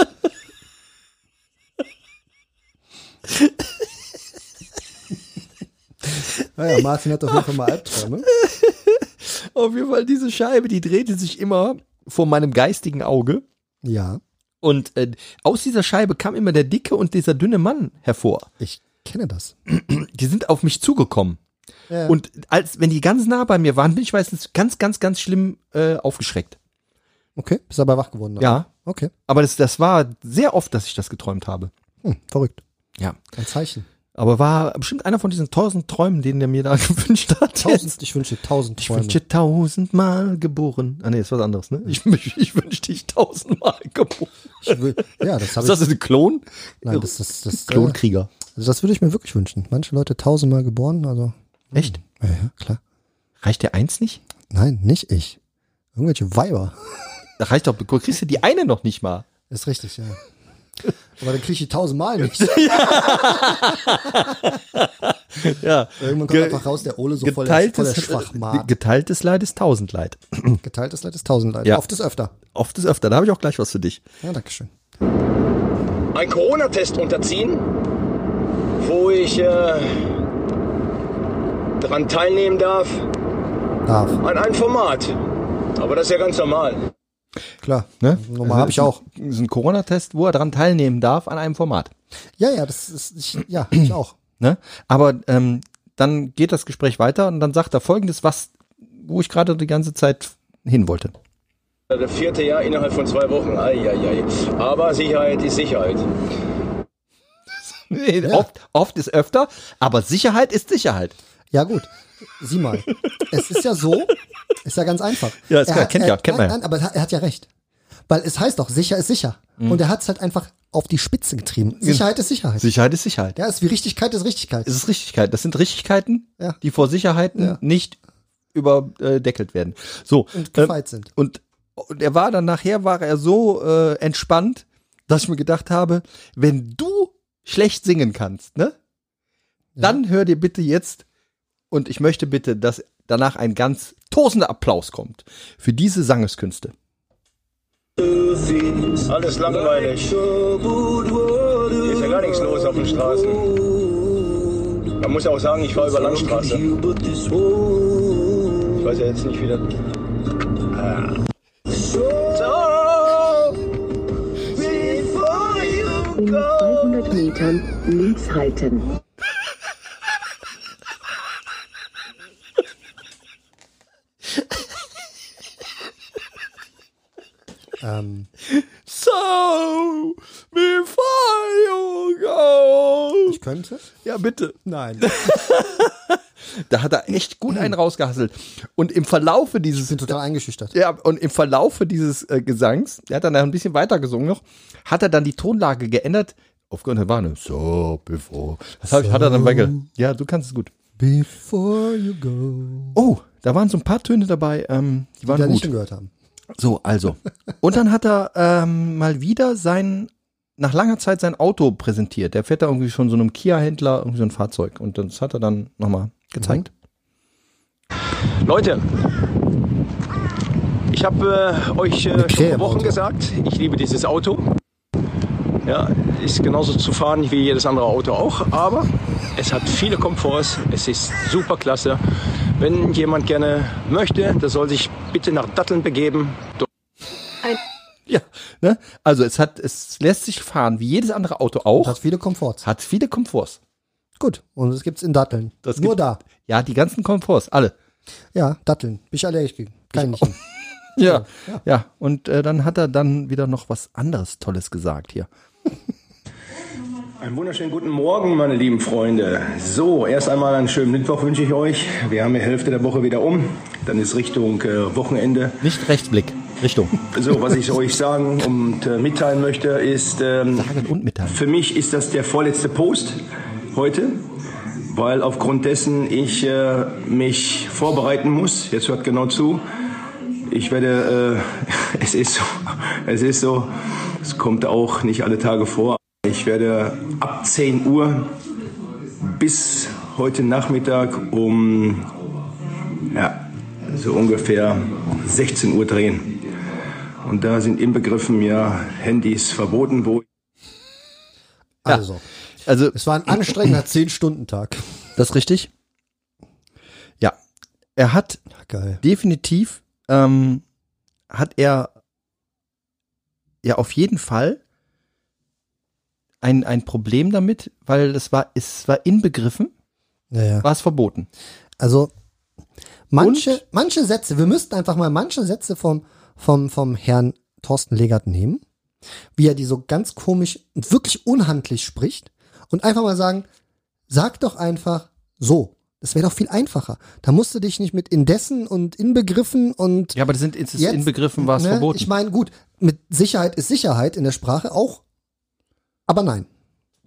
S4: Naja, Martin hat auf jeden Fall mal Albträume.
S3: Auf jeden Fall diese Scheibe, die drehte sich immer vor meinem geistigen Auge.
S4: Ja,
S3: Und äh, aus dieser Scheibe kam immer der dicke und dieser dünne Mann hervor.
S4: ich kenne das.
S3: Die sind auf mich zugekommen.
S4: Ja.
S3: Und als wenn die ganz nah bei mir waren, bin ich meistens ganz, ganz, ganz schlimm äh, aufgeschreckt.
S4: Okay, bist aber wach geworden. dann?
S3: Ja.
S4: Okay,
S3: Aber das, das war sehr oft, dass ich das geträumt habe.
S4: hm, verrückt.
S3: Ja.
S4: Ein (laughs) Zeichen.
S3: Aber war bestimmt einer von diesen tausend Träumen, den der mir da (laughs) gewünscht hat.
S4: Tausend, ich wünsche dir tausend
S3: Ich
S4: Träume.
S3: wünsche tausendmal geboren. Ah nee, ist was anderes, ne? Ich, (laughs) ich, ich wünsche dich tausendmal geboren.
S4: Ich will- ja, das
S3: Ist
S4: habe
S3: das
S4: ich.
S3: ein Klon?
S4: Nein, das, das, das, äh,
S3: Klonkrieger.
S4: also das würde ich mir wirklich wünschen. Manche Leute tausendmal geboren, also.
S3: Echt?
S4: Ja, ja, klar.
S3: Reicht der eins nicht?
S4: Nein, nicht ich. Irgendwelche Weiber.
S3: Da reicht doch, kriegst du die eine noch nicht mal.
S4: Ist richtig, ja. (laughs) Aber dann kriege ich die tausendmal nicht.
S3: Ja.
S4: Irgendwann kommt
S3: Ge-
S4: einfach raus, der Ole Äh, so voll der, voll der
S3: Geteiltes,
S4: Schwachmat.
S3: geteiltes Leid ist tausend Leid.
S4: Geteiltes Leid ist tausend Leid.
S3: Ja.
S4: Oft ist öfter.
S3: Oft ist öfter, da habe ich auch gleich was für dich.
S4: Ja, dankeschön.
S5: Ein Corona-Test unterziehen, wo ich äh, daran teilnehmen darf,
S4: Darf,
S5: an einem Format. Aber das ist ja ganz normal.
S4: klar.
S3: Ne?
S4: Mhm, Normal habe ich auch.
S3: Das ist ein Corona-Test, wo er dran teilnehmen darf an einem Format.
S4: Ja, ja, das ist, ich, ja,
S3: (clears throat)
S4: ich auch.
S3: Ne? Aber ähm, dann geht das Gespräch weiter und dann sagt er folgendes, was, wo ich gerade die ganze Zeit hin wollte.
S5: Das vierte Jahr innerhalb von zwei Wochen. Eieiei. Aber Sicherheit ist Sicherheit.
S3: (laughs) Oft, oft ist öfter, aber Sicherheit ist Sicherheit.
S4: Ja, gut. Sieh mal. Es ist ja so, ist ja ganz einfach.
S3: Ja, ist klar,
S4: hat-
S3: kennt
S4: er,
S3: ja, kennt man ja.
S4: Nein, nein, aber er hat ja recht. Weil es heißt doch, sicher ist sicher.
S3: Mhm.
S4: Und er hat es halt einfach auf die Spitze getrieben. Sicherheit ist Sicherheit.
S3: Sicherheit ist Sicherheit.
S4: ja, ist wie Richtigkeit ist Richtigkeit.
S3: Es Genau. ist Richtigkeit. Das sind Richtigkeiten,
S4: Ja.
S3: die vor Sicherheiten
S4: Ja.
S3: nicht überdeckelt werden. So.
S4: und
S3: ähm,
S4: gefeit sind.
S3: Und, und er war dann nachher war er so äh, entspannt, dass ich mir gedacht habe, wenn du schlecht singen kannst, ne? Dann hör dir bitte jetzt und ich möchte bitte, dass danach ein ganz tosender Applaus kommt für diese Sangeskünste.
S5: If Alles langweilig. Hier ist ja gar nichts los auf den Straßen. Man muss auch sagen, ich fahre über Landstraße. Ich weiß ja jetzt nicht, wie das. Ah. So, before you
S8: In
S5: go.
S8: 200 Metern links halten.
S4: Ähm,
S3: So, before you go.
S4: ich könnte?
S3: Ja, bitte. (laughs)
S4: Nein.
S3: Da hat er echt gut einen rausgehasselt. Und im Verlaufe
S4: Ich bin
S3: dieses
S4: total eingeschüchtert.
S3: Ja, und im Verlaufe dieses äh, Gesangs, der hat dann noch ein bisschen weiter gesungen noch, hat er dann die Tonlage geändert. Aufgrund der Warnung. So, bevor. Das hab ich, hat er dann wegge. Ja, du kannst es gut.
S4: Before you go.
S3: Oh, da waren so ein paar Töne dabei, ähm, die
S4: Die wir
S3: waren
S4: nicht
S3: gut.
S4: gehört haben.
S3: So, also. Und dann hat er ähm, mal wieder sein, nach langer Zeit sein Auto präsentiert. Der fährt da irgendwie schon so einem Kia-Händler, irgendwie so ein Fahrzeug. Und das hat er dann nochmal gezeigt.
S5: Leute, ich habe äh, euch äh, schon
S4: Krähe im
S5: vor Wochen
S4: Auto.
S5: gesagt, ich liebe dieses Auto. Ja, ist genauso zu fahren wie jedes andere Auto auch, aber es hat viele Komforts, es ist super klasse. Wenn jemand gerne möchte, der soll sich bitte nach Datteln begeben.
S3: Ja, ne? Also es hat, es lässt sich fahren, wie jedes andere Auto auch.
S4: Hat viele Komforts.
S3: hat viele Komforts.
S4: Gut. Und das gibt's in Datteln.
S3: Das
S4: Nur
S3: gibt-
S4: da.
S3: Ja, die ganzen Komforts, alle.
S4: Ja, Datteln. Bin ich allergisch gegen. Kann ich nicht.
S3: Ja, ja. Und äh, dann hat er dann wieder noch was anderes Tolles gesagt hier.
S5: Einen wunderschönen guten Morgen, meine lieben Freunde. So, erst einmal einen schönen Mittwoch wünsche ich euch. Wir haben die Hälfte der Woche wieder um. Dann ist Richtung äh, Wochenende.
S3: Nicht Rechtsblick, (laughs) Richtung.
S5: So, was ich euch sagen und äh, mitteilen möchte, ist, ähm,
S3: Sagen und mitteilen.
S5: für mich ist das der vorletzte Post heute, weil aufgrund dessen ich äh, mich vorbereiten muss. Jetzt hört genau zu. Ich werde, äh, (laughs) es ist so, es ist so, es kommt auch nicht alle Tage vor. Ich werde ab 10 Uhr bis heute Nachmittag um, ja, so ungefähr 16 Uhr drehen. Und da sind inbegriffen ja Handys verboten, wo
S4: Also.
S3: Also,
S4: Es war
S3: (clears throat)
S4: ein anstrengender 10-Stunden-Tag.
S3: das ist richtig? Ja. Er hat
S4: Geil.
S3: definitiv, ähm, hat er ja auf jeden Fall ein, ein Problem damit, weil es war, es war inbegriffen,
S4: Naja.
S3: war es verboten.
S4: Also manche,
S3: Und?
S4: manche Sätze, wir müssten einfach mal manche Sätze vom, vom, vom Herrn Thorsten Legert nehmen, wie er die so ganz komisch und wirklich unhandlich spricht und einfach mal sagen, sag doch einfach so. Das wäre doch viel einfacher. Da musst du dich nicht mit indessen und inbegriffen und
S3: Ja, aber das sind, ist es
S4: jetzt,
S3: inbegriffen, war es
S4: ne,
S3: verboten.
S4: Ich meine, gut, mit Sicherheit ist Sicherheit in der Sprache auch, aber nein.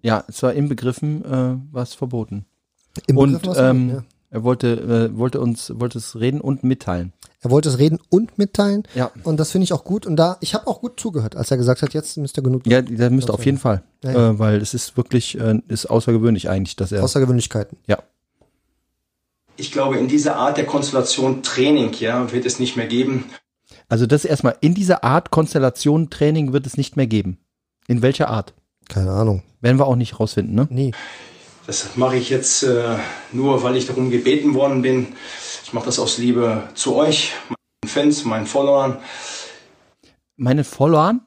S3: Ja, es war inbegriffen, äh, war es verboten.
S4: Im
S3: Und
S4: Begriff was
S3: ähm,
S4: mit, ja.
S3: er wollte, äh, wollte uns, wollte es reden und mitteilen.
S4: Er wollte es reden und mitteilen.
S3: Ja.
S4: Und das finde ich auch gut. Und da, ich habe auch gut zugehört, als er gesagt hat, jetzt müsst ihr genug
S3: Ja, da müsste auf jeden Fall,
S4: genau. Ja, ja.
S3: Äh, weil es ist wirklich, äh, ist außergewöhnlich eigentlich, dass er,
S4: Außergewöhnlichkeiten.
S3: ja.
S5: Ich glaube, in dieser Art der Konstellation Training ja, wird es nicht mehr geben.
S3: Also das erstmal, in dieser Art Konstellation Training wird es nicht mehr geben. In welcher Art?
S4: Keine Ahnung.
S3: Werden wir auch nicht rausfinden, ne?
S4: Nee.
S5: Das mache ich jetzt äh, nur, weil ich darum gebeten worden bin. Ich mache das aus Liebe zu euch, meinen Fans, meinen Followern.
S3: Meine Followern?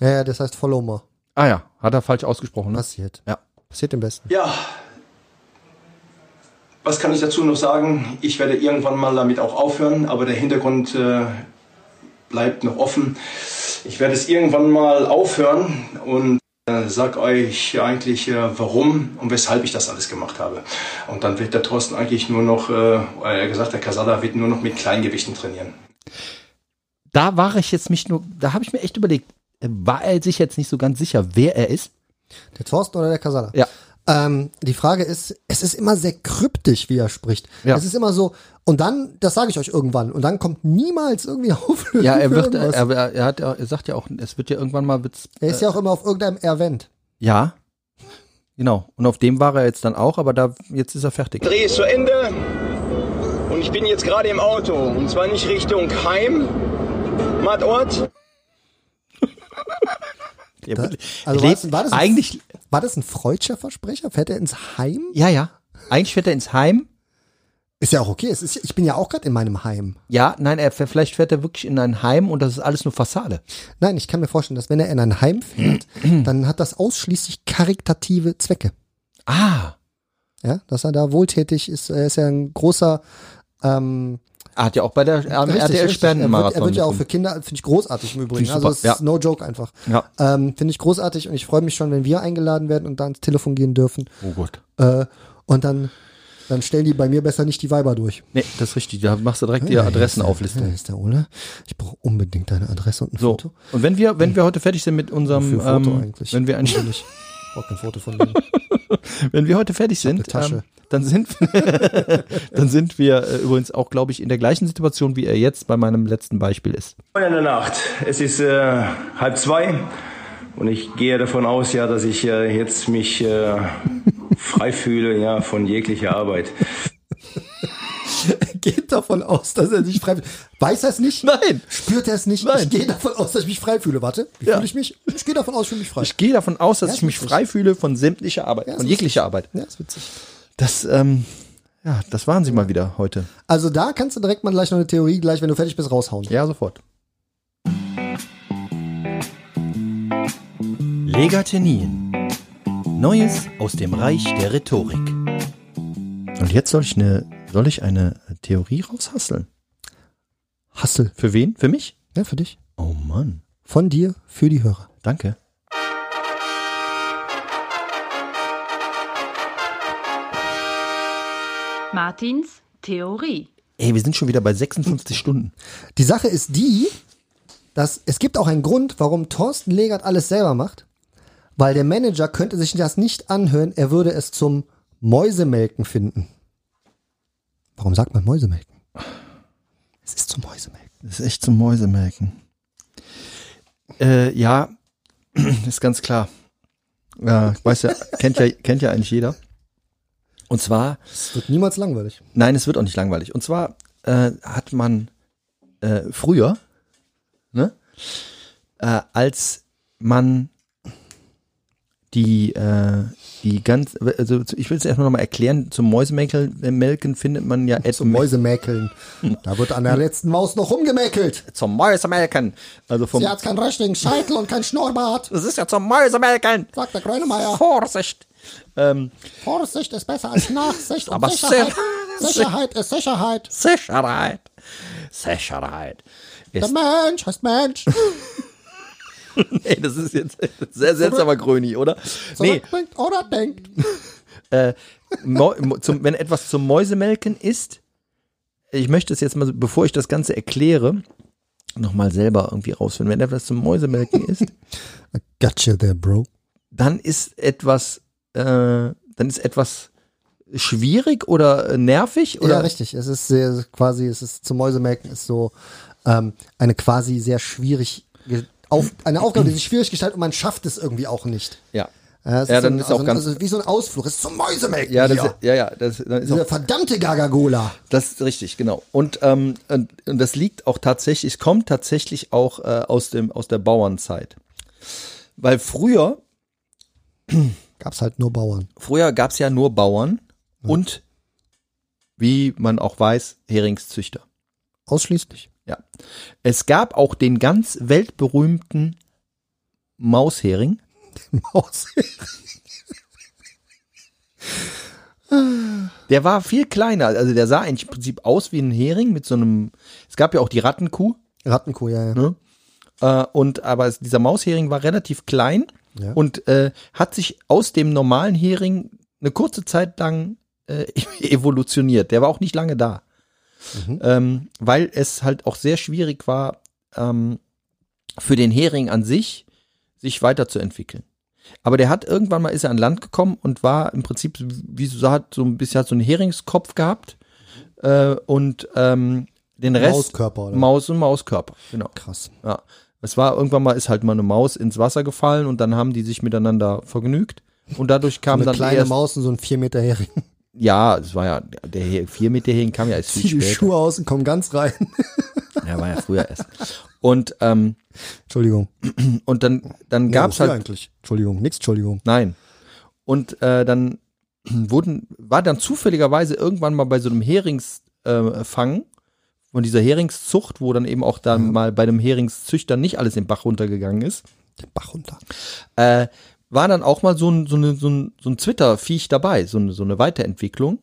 S4: Ja, ja, das heißt Follow more.
S3: Ah ja, hat er falsch ausgesprochen, ne?
S4: Passiert.
S3: Ja.
S4: Passiert dem Besten.
S5: Ja, was kann ich dazu noch sagen? Ich werde irgendwann mal damit auch aufhören, aber der Hintergrund äh, bleibt noch offen. Ich werde es irgendwann mal aufhören und äh, sag euch eigentlich, äh, warum und weshalb ich das alles gemacht habe. Und dann wird der Thorsten eigentlich nur noch, äh, äh, gesagt, der Casada wird nur noch mit Kleingewichten trainieren.
S3: Da war ich jetzt mich nur, da habe ich mir echt überlegt, äh, war er sich jetzt nicht so ganz sicher, wer er ist?
S4: Der Thorsten oder der Casala?
S3: Ja.
S4: Ähm, die Frage ist, es ist immer sehr kryptisch, wie er spricht.
S3: Ja.
S4: Es ist immer so, und dann, das sage ich euch irgendwann, und dann kommt niemals irgendwie (laughs) auf.
S3: Ja, er wird, äh, er, er, er hat, ja- er sagt ja auch, es wird ja irgendwann mal, wird's,
S4: er ist ja auch immer auf irgendeinem Erwähnt.
S3: Ja. Genau. Und auf dem war er jetzt dann auch, aber da jetzt ist er fertig.
S5: Dreh ist zu Ende und ich bin jetzt gerade im Auto und zwar nicht Richtung Heim, Matort,
S3: Der
S4: Da,
S3: Woodley-
S4: also war
S3: lebt
S4: das, war, das ein,
S3: eigentlich,
S4: war das ein freudscher Versprecher? Fährt er ins Heim?
S3: ja, ja. Eigentlich fährt er ins Heim.
S4: Ist ja auch okay. Es ist, ich bin ja auch gerade in meinem Heim.
S3: Ja, nein, er, fährt- vielleicht fährt er wirklich in ein Heim und das ist alles nur Fassade.
S4: Nein, ich kann mir vorstellen, dass wenn er in ein
S3: (clears throat)
S4: Heim fährt, dann hat das ausschließlich karitative Zwecke.
S3: Ah,
S4: Ja, dass er da wohltätig ist. Er ist ja ein großer ähm,
S3: er hat ja auch bei der
S4: richtig, richtig. er, wird,
S3: RTL-Spendenmarathon.
S4: er wird ja auch für Kinder, finde ich großartig im Übrigen.
S3: ich
S4: Also
S3: super,
S4: es ist
S3: ja.
S4: no joke einfach.
S3: Ja.
S4: Ähm, finde ich großartig und ich freue mich schon, wenn wir eingeladen werden und da ans Telefon gehen dürfen.
S3: Oh Gott.
S4: Äh, und dann, dann stellen die bei mir besser nicht die Weiber durch.
S3: Nee, das ist richtig. Da machst du direkt die Adressenauflistung.
S4: Da ist der Ole. Ich brauche unbedingt deine Adresse und ein
S3: So.
S4: Foto.
S3: Und wenn wir, wenn wir heute fertig sind mit unserem,
S4: Für Foto
S3: ähm,
S4: eigentlich.
S3: wenn
S4: (laughs)
S3: wir ein,
S4: Natürlich. Ich brauche kein Foto von dir.
S3: wenn wir heute fertig sind,
S4: eine
S3: ähm,
S4: ne Tasche.
S3: dann sind, dann sind wir (laughs) äh, übrigens auch, glaube ich, in der gleichen Situation, wie er jetzt bei meinem letzten Beispiel ist.
S5: Neun in der Nacht. Es ist äh, halb zwei und ich gehe davon aus, ja, dass ich äh, jetzt mich äh, frei fühle, ja, von jeglicher Arbeit.
S4: geht davon aus, dass er sich frei fühlt. Weiß er es nicht?
S3: Nein.
S4: Spürt er es nicht?
S3: Nein.
S4: Ich gehe davon aus, dass ich mich frei fühle. Warte, wie fühle ich mich? Ich gehe davon aus, ich fühle mich frei.
S3: Ich gehe davon aus, dass
S4: Ja,
S3: ich mich
S4: richtig.
S3: frei fühle von sämtlicher Arbeit,
S4: Ja,
S3: von
S4: ist
S3: jeglicher Arbeit.
S4: ja, ist witzig.
S3: Das, ähm, ja, das waren sie mal wieder heute.
S4: Also da kannst du direkt mal gleich noch eine Theorie, gleich wenn du fertig bist, raushauen.
S3: Ja, sofort. Legaternien. Neues aus dem Reich der Rhetorik. Und jetzt soll ich eine, soll ich eine Theorie raushasseln?
S4: Hassel.
S3: Für wen? Für mich?
S4: Ja, für dich.
S3: Oh Mann,
S4: Von dir, für die Hörer.
S3: danke.
S7: Martins Theorie.
S3: Ey, wir sind schon wieder bei 56 Stunden.
S4: Die Sache ist die, dass es gibt auch einen Grund, warum Thorsten Legert alles selber macht. Weil der Manager könnte sich das nicht anhören, er würde es zum Mäusemelken finden. Warum sagt man Mäusemelken? Es ist zum Mäusemelken.
S3: Das ist echt zum Mäusemelken. Äh, ja, (clears throat) ist ganz klar. Ja, weiß ja, kennt ja, kennt ja eigentlich jeder. Und zwar
S4: Es wird niemals langweilig.
S3: Nein, es wird auch nicht langweilig. Und zwar äh, hat man äh, früher, ne, äh, als man die, äh, die ganz, also ich will es erstmal nochmal erklären, zum Mäusemelken findet man ja
S4: Zum Mäusemäkeln. um Da wird an der letzten Maus noch rumgemäkelt.
S3: zum Mäusemelken. Also vom,
S4: Sie hat keinen richtigen Scheitel und kein Schnurrbart,
S3: das ist ja zum Mäusemelken.
S4: sagt der Grönemeyer.
S3: Vorsicht. Ähm,
S4: Vorsicht ist besser als Nachsicht und
S3: Aber
S4: Sicherheit.
S3: sehr-
S4: Sicherheit ist Sicherheit.
S3: Sicherheit. Sicherheit.
S4: Der Mensch heißt Mensch.
S3: (laughs) Ey, das ist jetzt sehr seltsamer Gröni, oder? Nee,
S4: Zurückbringt oder denkt.
S3: Mo Mo- zum, wenn etwas zum Mäusemelken ist, ich möchte es jetzt mal, so- bevor ich das Ganze erkläre, nochmal selber irgendwie rausfinden. Wenn etwas zum Mäusemelken ist, (laughs)
S4: Gotcha there, bro.
S3: dann ist etwas, äh, dann ist etwas schwierig oder äh, nervig
S4: Ja,
S3: oder
S4: richtig. Es ist sehr, quasi, es ist zum Mäusemelken ist so ähm, eine quasi sehr schwierig, ge- auf, eine Aufgabe, die sich schwierig gestaltet und man schafft es irgendwie auch nicht.
S3: ja.
S4: es
S3: Ja,
S4: so
S3: dann
S4: ein,
S3: ist
S4: also,
S3: auch ganz-
S4: also wie so ein Ausflug. Es ist zum Mäusemelken.
S3: Ja, das,
S4: hier.
S3: ja, ja, das, dann ist
S4: Diese
S3: auch,
S4: verdammte Gagagola.
S3: das ist richtig, genau. Und, ähm, und, und das liegt auch tatsächlich, es kommt tatsächlich auch äh, aus, dem, aus der Bauernzeit. Weil früher
S4: Gab's halt nur Bauern.
S3: früher gab es ja nur Bauern und, wie man auch weiß, Heringszüchter.
S4: Ausschließlich. (laughs)
S3: Ja. Es gab auch den ganz weltberühmten Maushering.
S4: Maus.
S3: Der war viel kleiner. Also der sah eigentlich im Prinzip aus wie ein Hering mit so einem. Es gab ja auch die Rattenkuh.
S4: Rattenkuh, ja, ja.
S3: Ne? Äh, und aber es, dieser Maushering war relativ klein
S4: Ja.
S3: und äh, hat sich aus dem normalen Hering eine kurze Zeit lang äh, (laughs) evolutioniert. Der war auch nicht lange da,
S4: Mhm.
S3: ähm, weil es halt auch sehr schwierig war ähm, für den Hering an sich, sich weiterzuentwickeln. Aber der hat irgendwann mal ist er an Land gekommen und war im Prinzip wie so hat so ein bisschen hat so einen Heringskopf gehabt äh, und ähm, den Rest
S4: Mauskörper, oder?
S3: Maus und Mauskörper genau
S4: Krass.
S3: ja. Es war irgendwann mal, ist halt mal eine Maus ins Wasser gefallen und dann haben die sich miteinander vergnügt. Und dadurch kam
S4: Eine
S3: dann
S4: kleine
S3: erst,
S4: Maus und so ein 4 Meter Hering.
S3: ja, es war ja, der hier- vier mit der hier kam ja erst viel
S4: Zieh die
S3: später.
S4: Schuhe aus und komm ganz rein. (laughs)
S3: Ja, war ja früher erst. Und, ähm,
S4: Entschuldigung.
S3: und dann, dann
S4: Nee,
S3: gab's
S4: wofür
S3: halt,
S4: eigentlich. Entschuldigung, nix Entschuldigung.
S3: nein. Und äh, dann (clears throat) wurden, war dann zufälligerweise irgendwann mal bei so einem Heringsfang äh, Fang von dieser Heringszucht, wo dann eben auch dann mal bei dem Heringszüchter nicht alles im Bach runtergegangen ist,
S4: Den Bach runter. (laughs)
S3: äh, war dann auch mal so ein, so eine, so ein, so ein Twitter-Viech dabei, so eine, so eine Weiterentwicklung.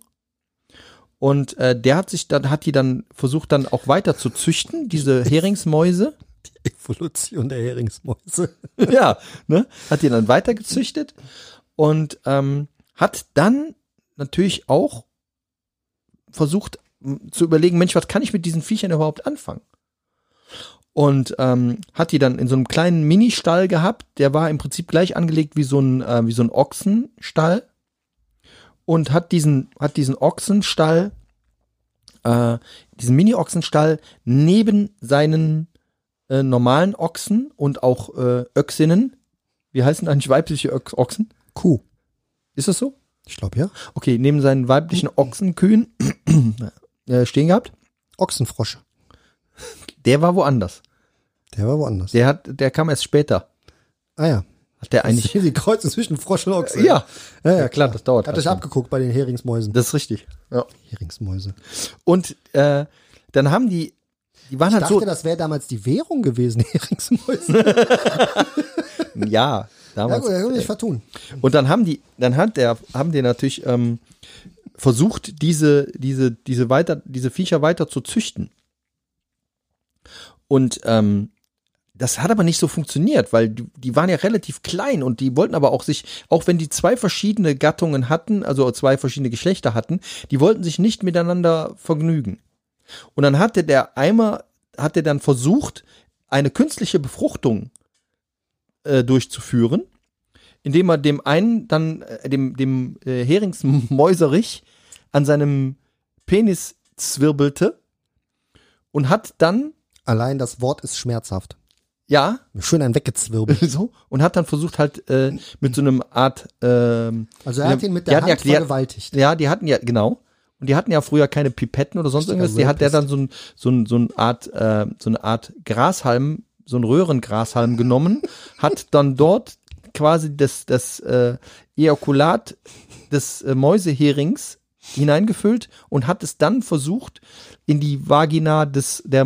S3: Und äh, der hat sich dann, hat die dann versucht, dann auch weiter zu züchten, diese Heringsmäuse.
S4: Evolution der Heringsmäuse.
S3: (laughs) ja, ne? Hat die dann weiter gezüchtet und ähm, hat dann natürlich auch versucht m, zu überlegen, Mensch, was kann ich mit diesen Viechern überhaupt anfangen? Und ähm, hat die dann in so einem kleinen Mini-Stall gehabt, der war im Prinzip gleich angelegt wie so ein, äh, wie so ein Ochsenstall. Und hat diesen, hat diesen Ochsenstall, äh, diesen Mini-Ochsenstall neben seinen äh, normalen Ochsen und auch äh, Öchsinnen. Wie heißen eigentlich weibliche Öch- Ochsen?
S4: Kuh.
S3: Ist das so?
S4: Ich glaube, ja.
S3: Okay, neben seinen weiblichen
S4: Mhm.
S3: Ochsenkühen (clears throat) äh, stehen gehabt.
S4: Ochsenfrosch.
S3: Der war woanders.
S4: Der war woanders.
S3: Der hat, der kam erst später.
S4: ah ja.
S3: Hat der
S4: Ich
S3: eigentlich.
S4: sehe die Kreuze zwischen Frosch und Ochse.
S3: Ja.
S4: Ja,
S3: Ja, klar, das dauert
S4: Hat
S3: halt
S4: euch
S3: schon.
S4: abgeguckt bei den Heringsmäusen.
S3: Das ist richtig. Ja.
S4: Heringsmäuse.
S3: Und äh, dann haben die, die waren
S4: Ich
S3: halt
S4: dachte,
S3: so.
S4: das wäre damals die Währung gewesen, (laughs) Heringsmäuse.
S3: Ja,
S4: ja,
S3: damals.
S4: gut, ja, gut, nicht vertun.
S3: Und dann haben die, dann hat der, haben die natürlich ähm, versucht, diese, diese, diese weiter, diese Viecher weiter zu züchten. Und ähm, das hat aber nicht so funktioniert, weil die, die waren ja relativ klein und die wollten aber auch sich, auch wenn die zwei verschiedene Gattungen hatten, also zwei verschiedene Geschlechter hatten, die wollten sich nicht miteinander vergnügen. Und dann hatte der Eimer, hatte dann versucht, eine künstliche Befruchtung äh, durchzuführen indem er dem einen dann, äh, dem, dem äh, Heringsmäuserich an seinem Penis zwirbelte und hat dann,
S4: Allein das Wort ist schmerzhaft.
S3: ja, (laughs)
S4: Schön einen weggezwirbelt.
S3: so, und hat dann versucht halt äh, mit so einem Art, ähm,
S4: Also er hat ihn mit
S3: die
S4: der
S3: hatten ja-
S4: Hand
S3: die hat-
S4: vergewaltigt.
S3: ja, die hatten ja, genau, und die hatten ja früher keine Pipetten oder sonst
S4: Richtiger
S3: irgendwas, die hat der dann
S4: Rapist.
S3: so ein, so ein, so ein Art, äh, so eine Art Grashalm, so ein Röhrengrashalm
S4: (laughs)
S3: genommen, hat dann dort quasi das, das äh, Ejakulat des äh, Mäuseherings hineingefüllt und hat es dann versucht, in die Vagina des, der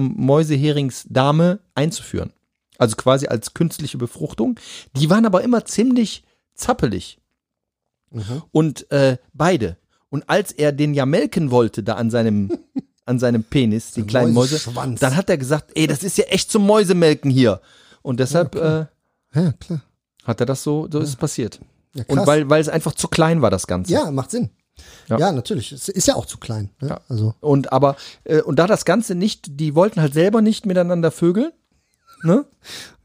S3: Mäuseheringsdame einzuführen. Also quasi als künstliche Befruchtung. Die waren aber immer ziemlich zappelig.
S4: Mhm.
S3: Und äh, beide. Und als er den ja melken wollte, da an seinem,
S4: (laughs)
S3: an seinem Penis, den
S4: ein
S3: kleinen Mäuse,
S4: Mäuseschwanz.
S3: dann hat er gesagt, ey, das ist ja echt zum Mäusemelken hier. Und deshalb äh,
S4: Ja, klar.
S3: hat er das so, so ist es passiert.
S4: Ja, krass.
S3: Und weil, weil es einfach zu klein war, das Ganze.
S4: ja, macht Sinn.
S3: Ja.
S4: Ja, natürlich. Es ist ja auch zu klein. Ne?
S3: Ja.
S4: Also
S3: Und aber, äh, und da das Ganze nicht, die wollten halt selber nicht miteinander vögeln, ne?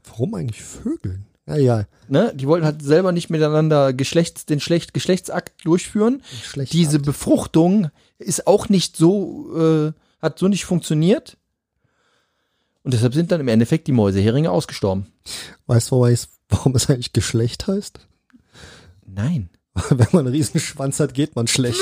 S4: warum eigentlich Vögeln? Ja, ja.
S3: ne? Die wollten halt selber nicht miteinander Geschlechts, den Schlecht, Geschlechtsakt durchführen.
S4: Geschlechtsakt.
S3: Diese Befruchtung ist auch nicht so, äh, hat so nicht funktioniert. Und deshalb sind dann im Endeffekt die Mäuseheringe ausgestorben.
S4: Weißt du, warum es- warum es eigentlich Geschlecht heißt? (laughs)
S3: Nein.
S4: Wenn man einen riesen Schwanz hat, geht
S3: (laughs)
S4: man schlecht.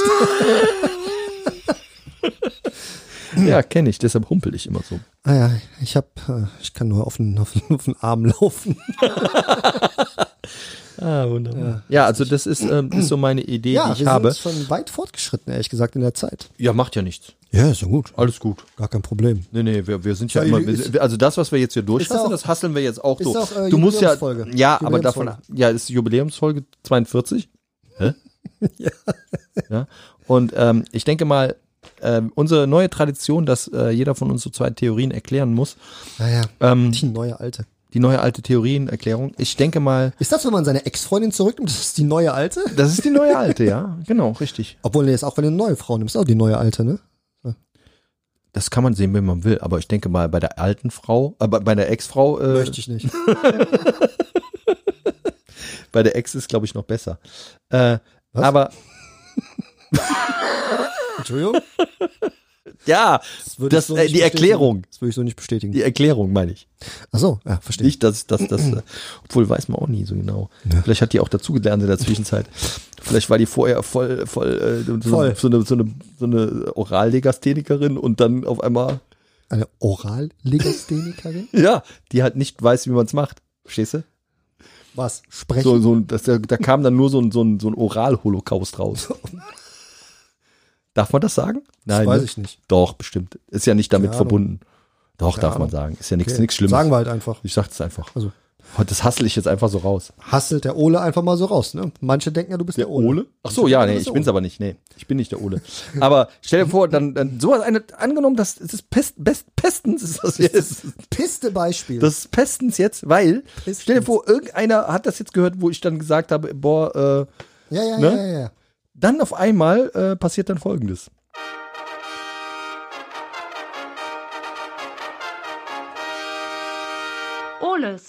S3: Ja, kenne ich, deshalb humpel ich immer so.
S4: Ah ja, ich hab, äh, ich kann nur auf den, auf den, auf den Arm laufen.
S3: (laughs) Ah, wunderbar. Ja, also das ist, ähm, ist so meine Idee,
S4: Ja,
S3: die
S4: wir
S3: ich habe.
S4: sind schon weit fortgeschritten, ehrlich gesagt, in der Zeit.
S3: Ja, macht ja nichts.
S4: Ja, ist ja gut.
S3: Alles gut.
S4: Gar kein Problem.
S3: Nee, nee, wir, wir sind ja
S4: Ja,
S3: immer,
S4: ist-
S3: wir, sind- also das, was wir jetzt hier durchhasseln,
S4: auch-
S3: das hasseln wir jetzt auch
S4: ist
S3: durch.
S4: auch, äh,
S3: du musst ja,
S4: Jubiläumsfolge.
S3: ja, aber davon,
S4: Jubiläumsfolge.
S3: ja, das ist die Jubiläumsfolge 42.
S4: (laughs)
S3: Hä? ja. Und ähm, ich denke mal, ähm, unsere neue Tradition, dass äh, jeder von uns so zwei Theorien erklären muss,
S4: Naja,
S3: ähm,
S4: Ah die neue alte.
S3: die neue alte Theorienerklärung, ich denke mal,
S4: Ist das, wenn man seine Ex-Freundin zurücknimmt, das ist die neue alte?
S3: das ist die neue alte,
S4: (laughs)
S3: ja, genau, richtig.
S4: Obwohl, nee, ist auch wenn du eine neue Frau nimmst, auch die neue alte, ne?
S3: Das kann man sehen, wenn man will, aber ich denke mal, bei der alten Frau, äh, bei- bei der Ex-Frau, äh,
S4: Möchte ich (laughs) nicht.
S3: Bei der Ex ist, glaube ich, noch besser. Äh, aber
S4: Entschuldigung?
S3: Ja,
S4: Das würde ich
S3: das,
S4: so
S3: äh,
S4: nicht
S3: die
S4: bestätigen.
S3: Erklärung.
S4: Das würde ich so nicht bestätigen.
S3: Die Erklärung meine ich.
S4: Ach so, ja, verstehe.
S3: Nicht, dass das, das, äh, obwohl weiß man auch nie so genau. Vielleicht hat die auch dazugelernt in der Zwischenzeit. Vielleicht war die vorher voll, voll, äh, so,
S4: Voll.
S3: So, eine, so, eine, so eine Oraldegasthenikerin und dann auf einmal,
S4: Eine Orallegasthenikerin?
S3: ja, die halt nicht weiß, wie man es macht. Verstehst du?
S4: Was? Sprechen?
S3: So, so, ein- das, äh, da, da kam dann nur so ein, so ein, so ein Oral-Holocaust
S4: (laughs)
S3: raus. Darf man das sagen? Nein.
S4: weiß
S3: ne?
S4: ich nicht.
S3: Doch, bestimmt. Ist ja nicht damit
S4: Keine Ahnung.
S3: verbunden. Doch, darf
S4: Ahnung.
S3: man sagen. Ist ja nichts
S4: Okay.
S3: nichts Schlimmes.
S4: Sagen wir halt einfach.
S3: Ich sag's einfach.
S4: Also.
S3: Das hassel ich jetzt einfach so raus.
S4: Hasselt der Ole einfach mal so raus, ne? Manche denken ja, du bist der, Ole.
S3: Ach so, ja, nee,
S4: Das ist
S3: ich
S4: der
S3: bin's
S4: Ole.
S3: aber nicht. Nee, ich bin nicht der Ole. Aber stell dir vor, dann, dann sowas eine, angenommen, das, das ist Pest, best, bestens ist das jetzt.
S4: Piste Beispiel.
S3: Das ist bestens jetzt, weil, stell dir vor, irgendeiner hat das jetzt gehört, wo ich dann gesagt habe, boah, äh,
S4: ja, ja,
S3: ne?
S4: ja, ja, ja.
S3: dann auf einmal äh, passiert dann folgendes.
S7: Oles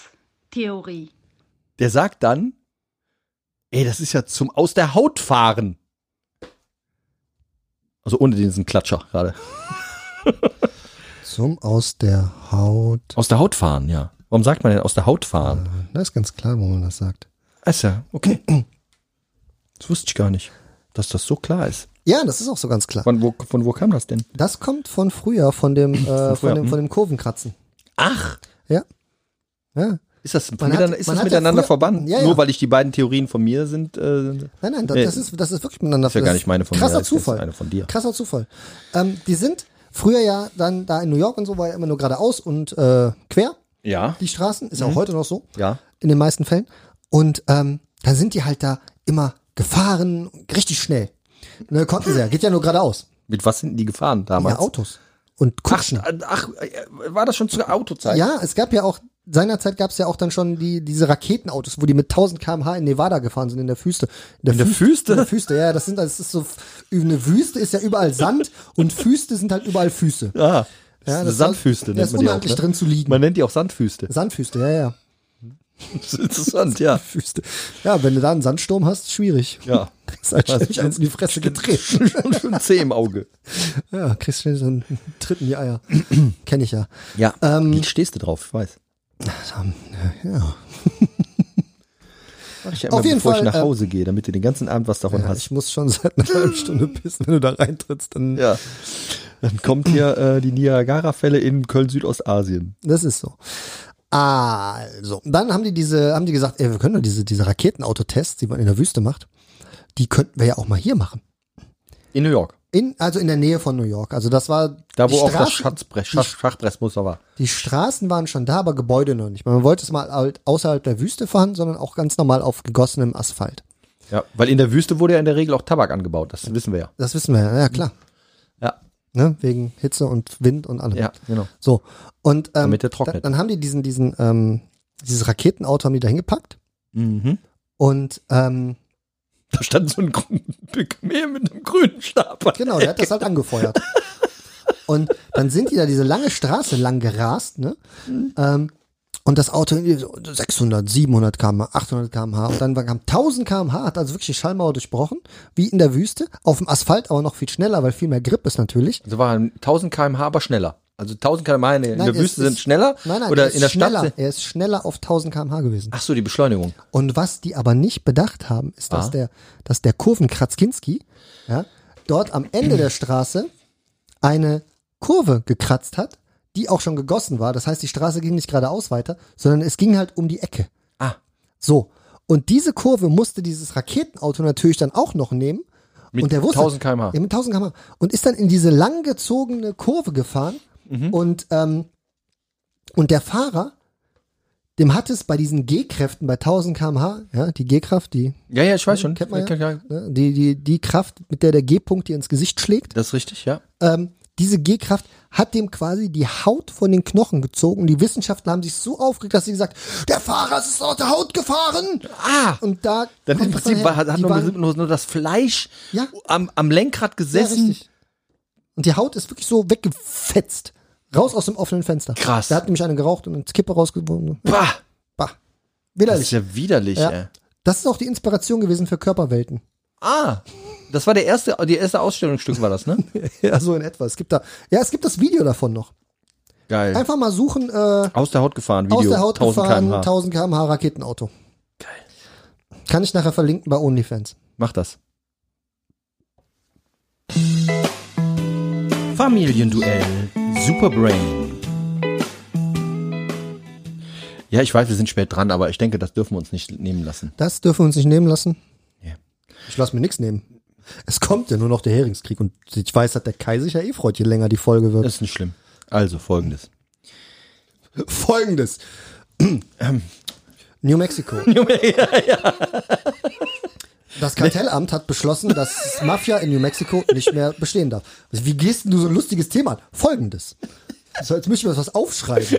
S7: Theorie.
S3: Der sagt dann, ey, das ist ja zum Aus der Haut fahren. Also ohne diesen Klatscher gerade.
S4: Zum aus der Haut.
S3: Aus der Haut fahren, ja. Warum sagt man denn aus der Haut fahren?
S4: Das ist ganz klar, wo man das sagt.
S3: Ist ja, okay. Das wusste ich gar nicht, dass das so klar ist.
S4: Ja, das ist auch so ganz klar.
S3: Von wo, von wo kam das denn?
S4: Das kommt von früher, von dem, äh, von,
S3: früher,
S4: dem,
S3: hm.
S4: von dem Kurvenkratzen.
S3: Ach,
S4: Ja. Ja.
S3: ist das,
S4: Man hat-
S3: miteinander, ist
S4: man
S3: das
S4: hat ja
S3: miteinander
S4: früher-
S3: verbunden?
S4: Ja, ja.
S3: Nur weil ich die beiden Theorien von mir sind. Äh,
S4: Nein, nein, das,
S3: Nee.
S4: das, ist, das ist wirklich miteinander
S3: Ist ja gar nicht meine von mir,
S4: Krasser
S3: das ist
S4: Zufall.
S3: eine von dir.
S4: Krasser Zufall. Ähm, die sind früher ja dann da in New York und so war ja immer nur geradeaus und äh, quer,
S3: ja. Mhm.
S4: die Straßen. Ist ja auch heute noch so.
S3: Ja.
S4: In den meisten Fällen. Und ähm, dann sind die halt da immer gefahren, richtig schnell. Ne, konnten sie ja. Geht ja nur geradeaus.
S3: Mit was sind die gefahren
S4: Ja,
S3: damals?
S4: Autos. Und Kutschen.
S3: ach, äh, war das schon zu der Autozeit?
S4: Ja, es gab ja auch, seinerzeit gab es ja auch dann schon die, diese Raketenautos, wo die mit 1000 km/h in Nevada gefahren sind, in der Wüste. In
S3: der Wüste?
S4: In der Wüste, ja, das sind, das ist so, eine Wüste ist ja überall Sand
S3: (laughs)
S4: und Wüste sind halt überall Füße. Ja,
S3: Ah, das ist eine
S4: das
S3: Sandfüste
S4: war-
S3: nennt
S4: das
S3: man die auch.
S4: unhandlich
S3: Ne?
S4: drin zu liegen.
S3: Man nennt die auch Sandfüste.
S4: Sandfüße, ja, ja.
S3: Das ist interessant, (laughs) ja.
S4: Füße. Ja, wenn du da einen Sandsturm hast, ist schwierig.
S3: Ah,
S4: (laughs)
S3: Ja.
S4: Kriegst halt
S3: Was?
S4: ständig eins in die Fresse getreten.
S3: Und schon zäh im Auge.
S4: Ja, kriegst schnell so einen Tritt in die
S3: (clears throat)
S4: Eier. Kenn ich ja.
S3: Ja,
S4: Ähm,
S3: wie stehst du drauf? Ich weiß.
S4: Ja.
S3: (laughs) Mach ich ja
S4: Auf jeden
S3: bevor ich
S4: Fall,
S3: nach
S4: äh,
S3: Hause gehe, damit du den ganzen Abend was davon
S4: ja.
S3: hast.
S4: Ich muss schon seit einer halben Stunde pissen, wenn du da reintrittst, dann
S3: Ja. Dann kommt hier äh, die Niagara-Fälle in Köln-Südostasien.
S4: Das ist so. Also, dann haben die diese, haben die gesagt, ey, wir können doch diese, diese Raketenautotests, die man in der Wüste macht, die könnten wir ja auch mal hier machen.
S3: In New York.
S4: In, also in der Nähe von New York. Also das war
S3: Da,
S4: die
S3: wo auch das
S4: Straßen-
S3: Schatzbrett,
S4: die,
S3: Schach, Schachbressmuster war.
S4: die Straßen waren schon da, aber Gebäude noch nicht. Man wollte es mal halt außerhalb der Wüste fahren, sondern auch ganz normal auf gegossenem Asphalt.
S3: Ja, weil in der Wüste wurde ja in der Regel auch Tabak angebaut. Das wissen wir ja.
S4: Das wissen wir ja, ja klar.
S3: Ja,
S4: Ne? Wegen Hitze und Wind und allem.
S3: ja genau.
S4: So. Und ähm,
S3: Damit der
S4: dann,
S3: trocknet.
S4: dann haben die diesen, diesen, ähm, dieses Raketenauto haben die da hingepackt
S3: Mhm.
S4: und ähm,
S3: Da stand so ein Kamel mit einem grünen Stab. an
S4: Genau,
S3: der
S4: der hat das halt angefeuert. Und dann sind die da diese lange Straße lang gerast, ne? Ähm, und das Auto irgendwie so 600, 700 km/h, 800 km/h und dann kam 1000 km/h, hat also wirklich die Schallmauer durchbrochen, wie in der Wüste, auf dem Asphalt aber noch viel schneller, weil viel mehr Grip ist natürlich.
S3: Also waren 1000 km/h aber schneller. Also 1000 km/h in der, in
S4: Nein,
S3: der
S4: es
S3: Wüste
S4: ist-
S3: sind schneller
S4: Nein, nein, er
S3: oder
S4: ist
S3: in der
S4: schneller,
S3: Stadt. sind-
S4: Er ist schneller auf 1000 km/h gewesen.
S3: Ach so, die Beschleunigung.
S4: Und was die aber nicht bedacht haben, ist, dass
S3: Ah.
S4: der, dass der Kurvenkratzkinski ja, dort am Ende der Straße eine Kurve gekratzt hat, die auch schon gegossen war. Das heißt, die Straße ging nicht geradeaus weiter, sondern es ging halt um die Ecke.
S3: Ah.
S4: So. Und diese Kurve musste dieses Raketenauto natürlich dann auch noch nehmen.
S3: Mit
S4: und der wusste,
S3: 1000 km/h.
S4: Ja, mit 1000 km/h. Und ist dann in diese langgezogene Kurve gefahren.
S3: Mhm.
S4: Und, ähm, und der Fahrer, dem hat es bei diesen G-Kräften bei 1000 km/h, ja, die G-Kraft, die,
S3: Ja, ja, ich weiß schon.
S4: Kennt man ja.
S3: Ja, ja.
S4: ne, die, die, die Kraft, mit der der G-Punkt dir ins Gesicht schlägt,
S3: Das ist richtig, ja.
S4: ähm, diese G-Kraft hat dem quasi die Haut von den Knochen gezogen. Die Wissenschaftler haben sich so aufgeregt, dass sie gesagt, der Fahrer ist aus der Haut gefahren.
S3: Ah!
S4: Und da
S3: Dann im
S4: kommt
S3: Prinzip
S4: daher,
S3: war, hat hat
S4: die
S3: nur,
S4: waren-
S3: nur, nur das Fleisch
S4: Ja.
S3: am, am Lenkrad
S4: Ja,
S3: gesessen.
S4: richtig. Und die Haut ist wirklich so weggefetzt. Raus aus dem offenen Fenster.
S3: Krass.
S4: Da hat nämlich eine geraucht und einen Skipper rausgeworfen.
S3: bah,
S4: Bah.
S3: das ist
S4: Widerlich.
S3: ja widerlich,
S4: Ja.
S3: ey.
S4: Das ist auch die Inspiration gewesen für Körperwelten.
S3: Ah, Das war der erste, die erste Ausstellungsstück war das, ne?
S4: ja, (laughs) so in etwa. Es gibt da, ja, es gibt das Video davon noch.
S3: (laughs) Geil.
S4: Einfach mal suchen, äh, aus
S3: aus der Haut gefahren, Video.
S4: der Haut
S3: 1000
S4: gefahren,
S3: km/h.
S4: 1000 km/h Raketenauto. Geil. Kann ich nachher verlinken bei OnlyFans.
S3: Mach das.
S9: Familienduell.
S3: Superbrain. Ja, ich weiß, wir sind spät dran, aber ich denke, das dürfen wir uns nicht nehmen lassen.
S4: Das dürfen wir uns nicht nehmen lassen.
S3: Ja.
S4: Ich lasse mir nichts nehmen. Es kommt ja nur noch der Heringskrieg und ich weiß, dass der Kai sich ja eh freut, je länger die Folge wird.
S3: Das ist nicht schlimm. Also folgendes.
S4: Folgendes.
S3: Ähm. (laughs)
S4: New Mexico. Das Kartellamt hat beschlossen, dass Mafia in New Mexico nicht mehr bestehen darf. Wie gehst denn du so ein lustiges Thema an? Folgendes. So, jetzt müssen wir das was aufschreiben.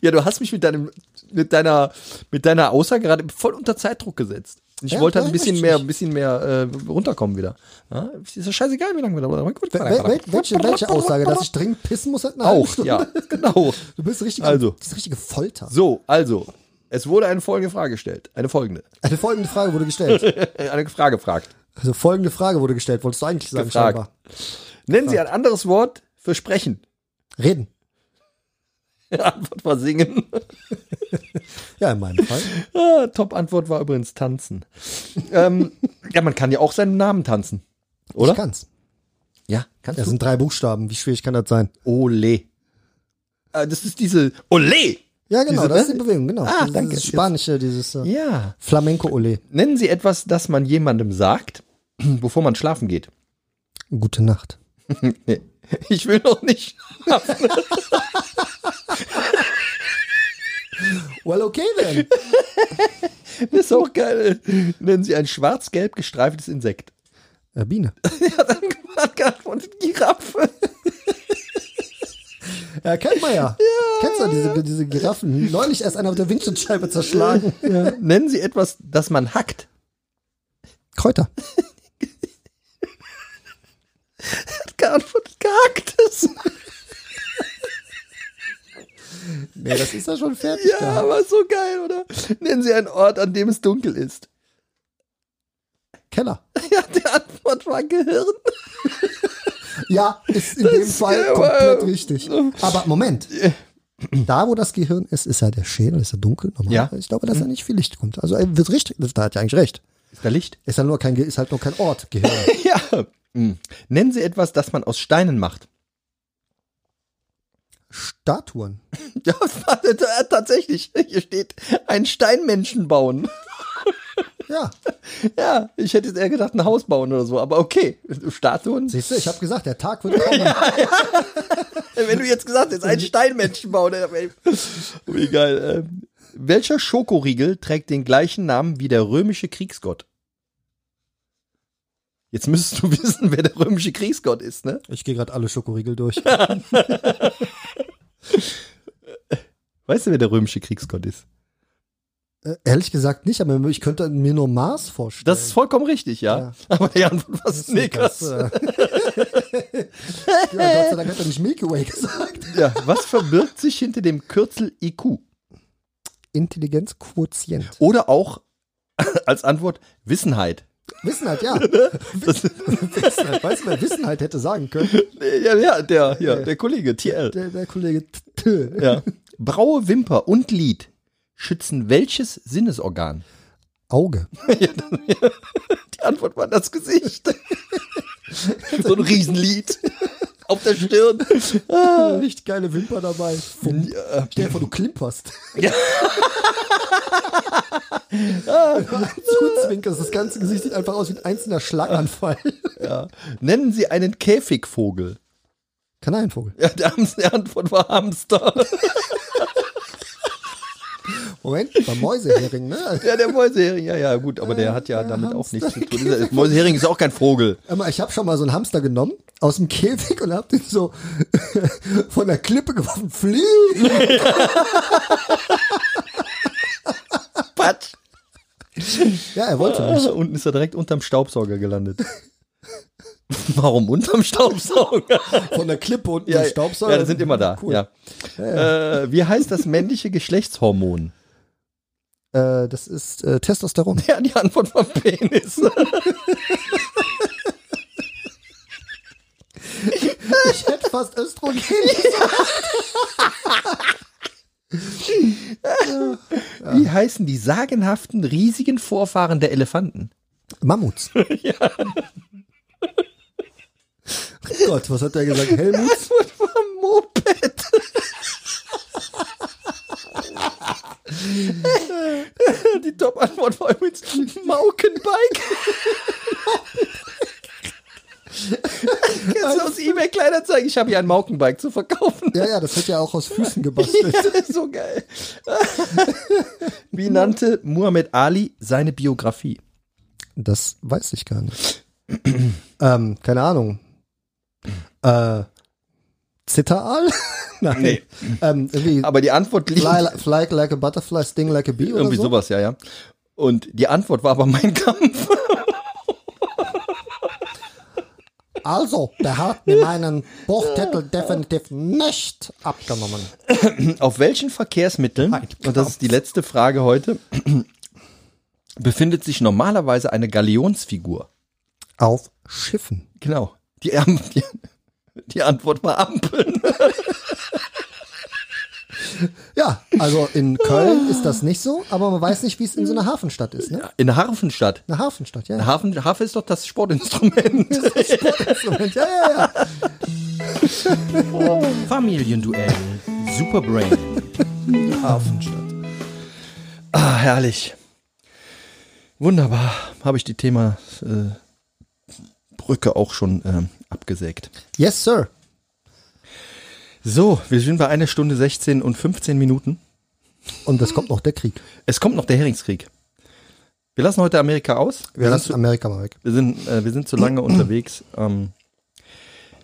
S3: Ja, du hast mich mit deinem, mit deiner, mit deiner Aussage gerade voll unter Zeitdruck gesetzt. Und ich
S4: Ja,
S3: wollte halt ein
S4: nein,
S3: bisschen
S4: ich-
S3: mehr,
S4: ich-
S3: ein bisschen mehr äh, runterkommen wieder. Ja? Ist ja scheißegal, wie lange wir da
S4: Wel wel welche, welche Aussage? Dass ich dringend pissen muss? Halt eine halbe
S3: Auch,
S4: Stunde? (laughs)
S3: ja, genau.
S4: Du bist richtig,
S3: Also.
S4: das ist richtige Folter.
S3: So, also, es wurde eine folgende Frage gestellt. Eine folgende.
S4: Eine Also folgende Frage wurde
S3: (laughs)
S4: gestellt.
S3: Äh, Eine Frage gefragt.
S4: Also folgende Frage wurde gestellt, wolltest du eigentlich sagen,
S3: Gefragt.
S4: scheinbar.
S3: Nennen Sie ein anderes Wort für sprechen. (laughs)
S4: Reden.
S3: Antwort war singen. (laughs)
S4: Ja, in meinem Fall.
S3: Ah, Top-Antwort war übrigens tanzen. ähm, ja, man kann ja auch seinen Namen tanzen. (laughs) Oder?
S4: Ich kann's.
S3: Ja, kannst
S4: Das sind drei Buchstaben. Wie schwierig kann das sein?
S3: Ole. Äh, das ist diese Ole.
S4: Ja, genau,
S3: Diese,
S4: das ist
S3: ne?
S4: die Bewegung, genau.
S3: Ah,
S4: dieses
S3: danke.
S4: Spanische, dieses äh,
S3: Ja.
S4: Flamenco-Ole.
S3: Nennen Sie etwas, das man jemandem sagt, (clears throat) bevor man schlafen geht.
S4: Gute Nacht.
S3: Nee. Ich will noch nicht.
S4: Well, okay
S3: (laughs)
S4: then.
S3: (laughs) Das ist auch geil. Nennen Sie ein schwarz-gelb gestreiftes Insekt.
S4: äh, Biene.
S3: (laughs) Hat geantwortet Giraffe.
S4: Ja, kennt man ja. Kennst du diese, diese Giraffen? Neulich erst einer mit der Windschutzscheibe
S3: (laughs)
S4: zerschlagen.
S3: Ja. Nennen Sie etwas, das man hackt.
S4: Kräuter.
S3: Hat geantwortet (laughs) gehacktes.
S4: Ja, das ist ja schon fertig.
S3: Ja, aber so geil, oder? Nennen Sie einen Ort, an dem es dunkel ist. (laughs)
S4: Keller.
S3: Ja, die Antwort war Gehirn.
S4: Ja, ist in dem Fall
S3: ja,
S4: komplett
S3: wow.
S4: richtig. Aber Moment. Da, wo das Gehirn ist, ist ja der Schädel, ist ja dunkel. Normal.
S3: Ja. Mhm.
S4: Ich glaube, dass da nicht viel Licht kommt. Also er wird richtig, da hat er eigentlich recht.
S3: Ist da Licht?
S4: Ist halt nur kein, Ge- ist halt nur kein Ort, Gehirn.
S3: (laughs) Ja. Hm. Nennen Sie etwas, das man aus Steinen macht.
S4: Statuen.
S3: Ja, (laughs) äh, tatsächlich. Hier steht, einen Steinmenschen bauen. (laughs)
S4: Ja,
S3: Ja, ich hätte jetzt eher gedacht, ein Haus bauen oder so, aber okay. Statuen.
S4: siehst du, ich habe gesagt, der
S3: (laughs)
S4: Tag wird kommen.
S3: Äh, Wenn du jetzt gesagt hättest, einen Steinmenschen bauen. dann wär ich- Wie geil. ähm. Welcher Schokoriegel trägt den gleichen Namen wie der römische Kriegsgott? Jetzt müsstest du (laughs) wissen, wer der römische Kriegsgott ist, ne?
S4: Ich gehe gerade alle
S3: (laughs)
S4: Schokoriegel durch. Äh,
S3: Weißt du, wer der römische Kriegsgott ist?
S4: Äh, ehrlich gesagt nicht, aber ich könnte mir nur Mars vorstellen.
S3: Das ist vollkommen richtig, ja.
S4: Ja.
S3: (laughs) Aber die Antwort war Snickers.
S4: ja, äh. (laughs) Gott sei Dank hat er nicht Milky Way (laughs) gesagt.
S3: Ja, was verbirgt sich hinter dem Kürzel IQ?
S4: Intelligenzquotient.
S3: Oder auch (laughs) als Antwort Wissenheit.
S4: Wissen halt, ja.
S3: Das,
S4: Wissen halt, weißt du, wer Wissen halt hätte sagen können?
S3: ja, ja, der, ja, der Kollege, TL.
S4: Der, der Kollege T- T.
S3: Ja. Braue Wimper und Lid schützen welches Sinnesorgan?
S4: Auge.
S3: Die Antwort war das Gesicht. (laughs) so ein Riesenlid auf der Stirn.
S4: Ah, richtig geile Wimper dabei. Fumm. Stell dir vor, du klimperst. (laughs)
S3: Ja.
S4: Wenn du einen Zuzwinkerst, Ah. das ganze Gesicht sieht einfach aus wie ein einzelner Schlaganfall.
S3: Nennen Sie einen Käfigvogel.
S4: Kanarienvogel.
S3: Ja, der, Ham- die Antwort war Hamster.
S4: Moment, beim Mäusehering, ne?
S3: Ja, der Mäusehering, ja, ja, gut, aber der hat ja damit auch nichts zu tun. Dieser- Mäusehering Äh, ist auch kein Vogel.
S4: Aber ich habe schon mal so einen Hamster genommen aus dem Käfig und habe den so (laughs) von der Klippe geworfen. Flieh!
S3: Patsch.
S4: Ja, er wollte
S3: Ah,
S4: nicht.
S3: (laughs) Unten ist er direkt unterm Staubsauger gelandet. (laughs) Warum unterm Staubsauger?
S4: Von der Klippe unten
S3: ja,
S4: ja, Staubsauger.
S3: ja, die sind immer da.
S4: Cool.
S3: Ja. Äh, wie heißt das männliche Geschlechtshormon?
S4: Äh, das ist äh, Testosteron.
S3: (laughs) Ja, die Antwort war Penis.
S4: Ich hätte fast Östrogen. gesagt.
S3: Wie heißen die sagenhaften, riesigen Vorfahren der Elefanten? (laughs)
S4: Mammuts. Gott, was hat der gesagt? Helmut?
S3: Antwort war Moped. die Top-Antwort war übrigens Maukenbike. Kennst du Also aus eBay Kleinanzeigen? Ich habe hier ein Maukenbike zu verkaufen.
S4: Ja, ja, das wird ja auch aus Füßen gebastelt.
S3: Ja, so geil. Wie nannte Muhammad Ali seine Biografie?
S4: Das weiß ich gar nicht. ähm, keine Ahnung. Äh, Zitteraal? (laughs) Nein.
S3: Nee.
S4: Ähm, irgendwie
S3: Aber die Antwort liegt
S4: fly, li- fly like a butterfly, sting like a bee oder
S3: irgendwie
S4: so.
S3: sowas, ja, ja. Und die Antwort war aber mein Kampf.
S4: Also, der hat mir meinen Buchtitel definitiv nicht abgenommen.
S3: Auf welchen Verkehrsmitteln, und das ist die letzte Frage heute, (clears throat) befindet sich normalerweise eine Galionsfigur?
S4: Auf Schiffen.
S3: Genau. Die, Am- (laughs) die, die Antwort war Ampeln.
S4: Ja, also in Köln ist das nicht so, aber man weiß nicht, wie es in so einer Hafenstadt ist. Ne?
S3: In Harfenstadt.
S4: Eine Hafenstadt, ja.
S3: Hafen, Harfe ist doch
S9: (laughs)
S3: das Sportinstrument.
S4: Moment, (laughs) ja, ja, ja.
S9: Familienduell.
S3: (laughs)
S9: Superbrain.
S4: Hafenstadt.
S3: Ah, herrlich. Wunderbar. Habe ich die Thema äh, Brücke auch schon ähm, abgesägt.
S4: Yes, sir.
S3: So, wir sind bei einer Stunde 16 und 15 Minuten.
S4: Und es kommt noch der Krieg.
S3: Es kommt noch der Heringskrieg. Wir lassen heute Amerika aus.
S4: Wir lassen Amerika mal weg.
S3: Wir sind, äh, wir sind zu lange unterwegs. Ähm,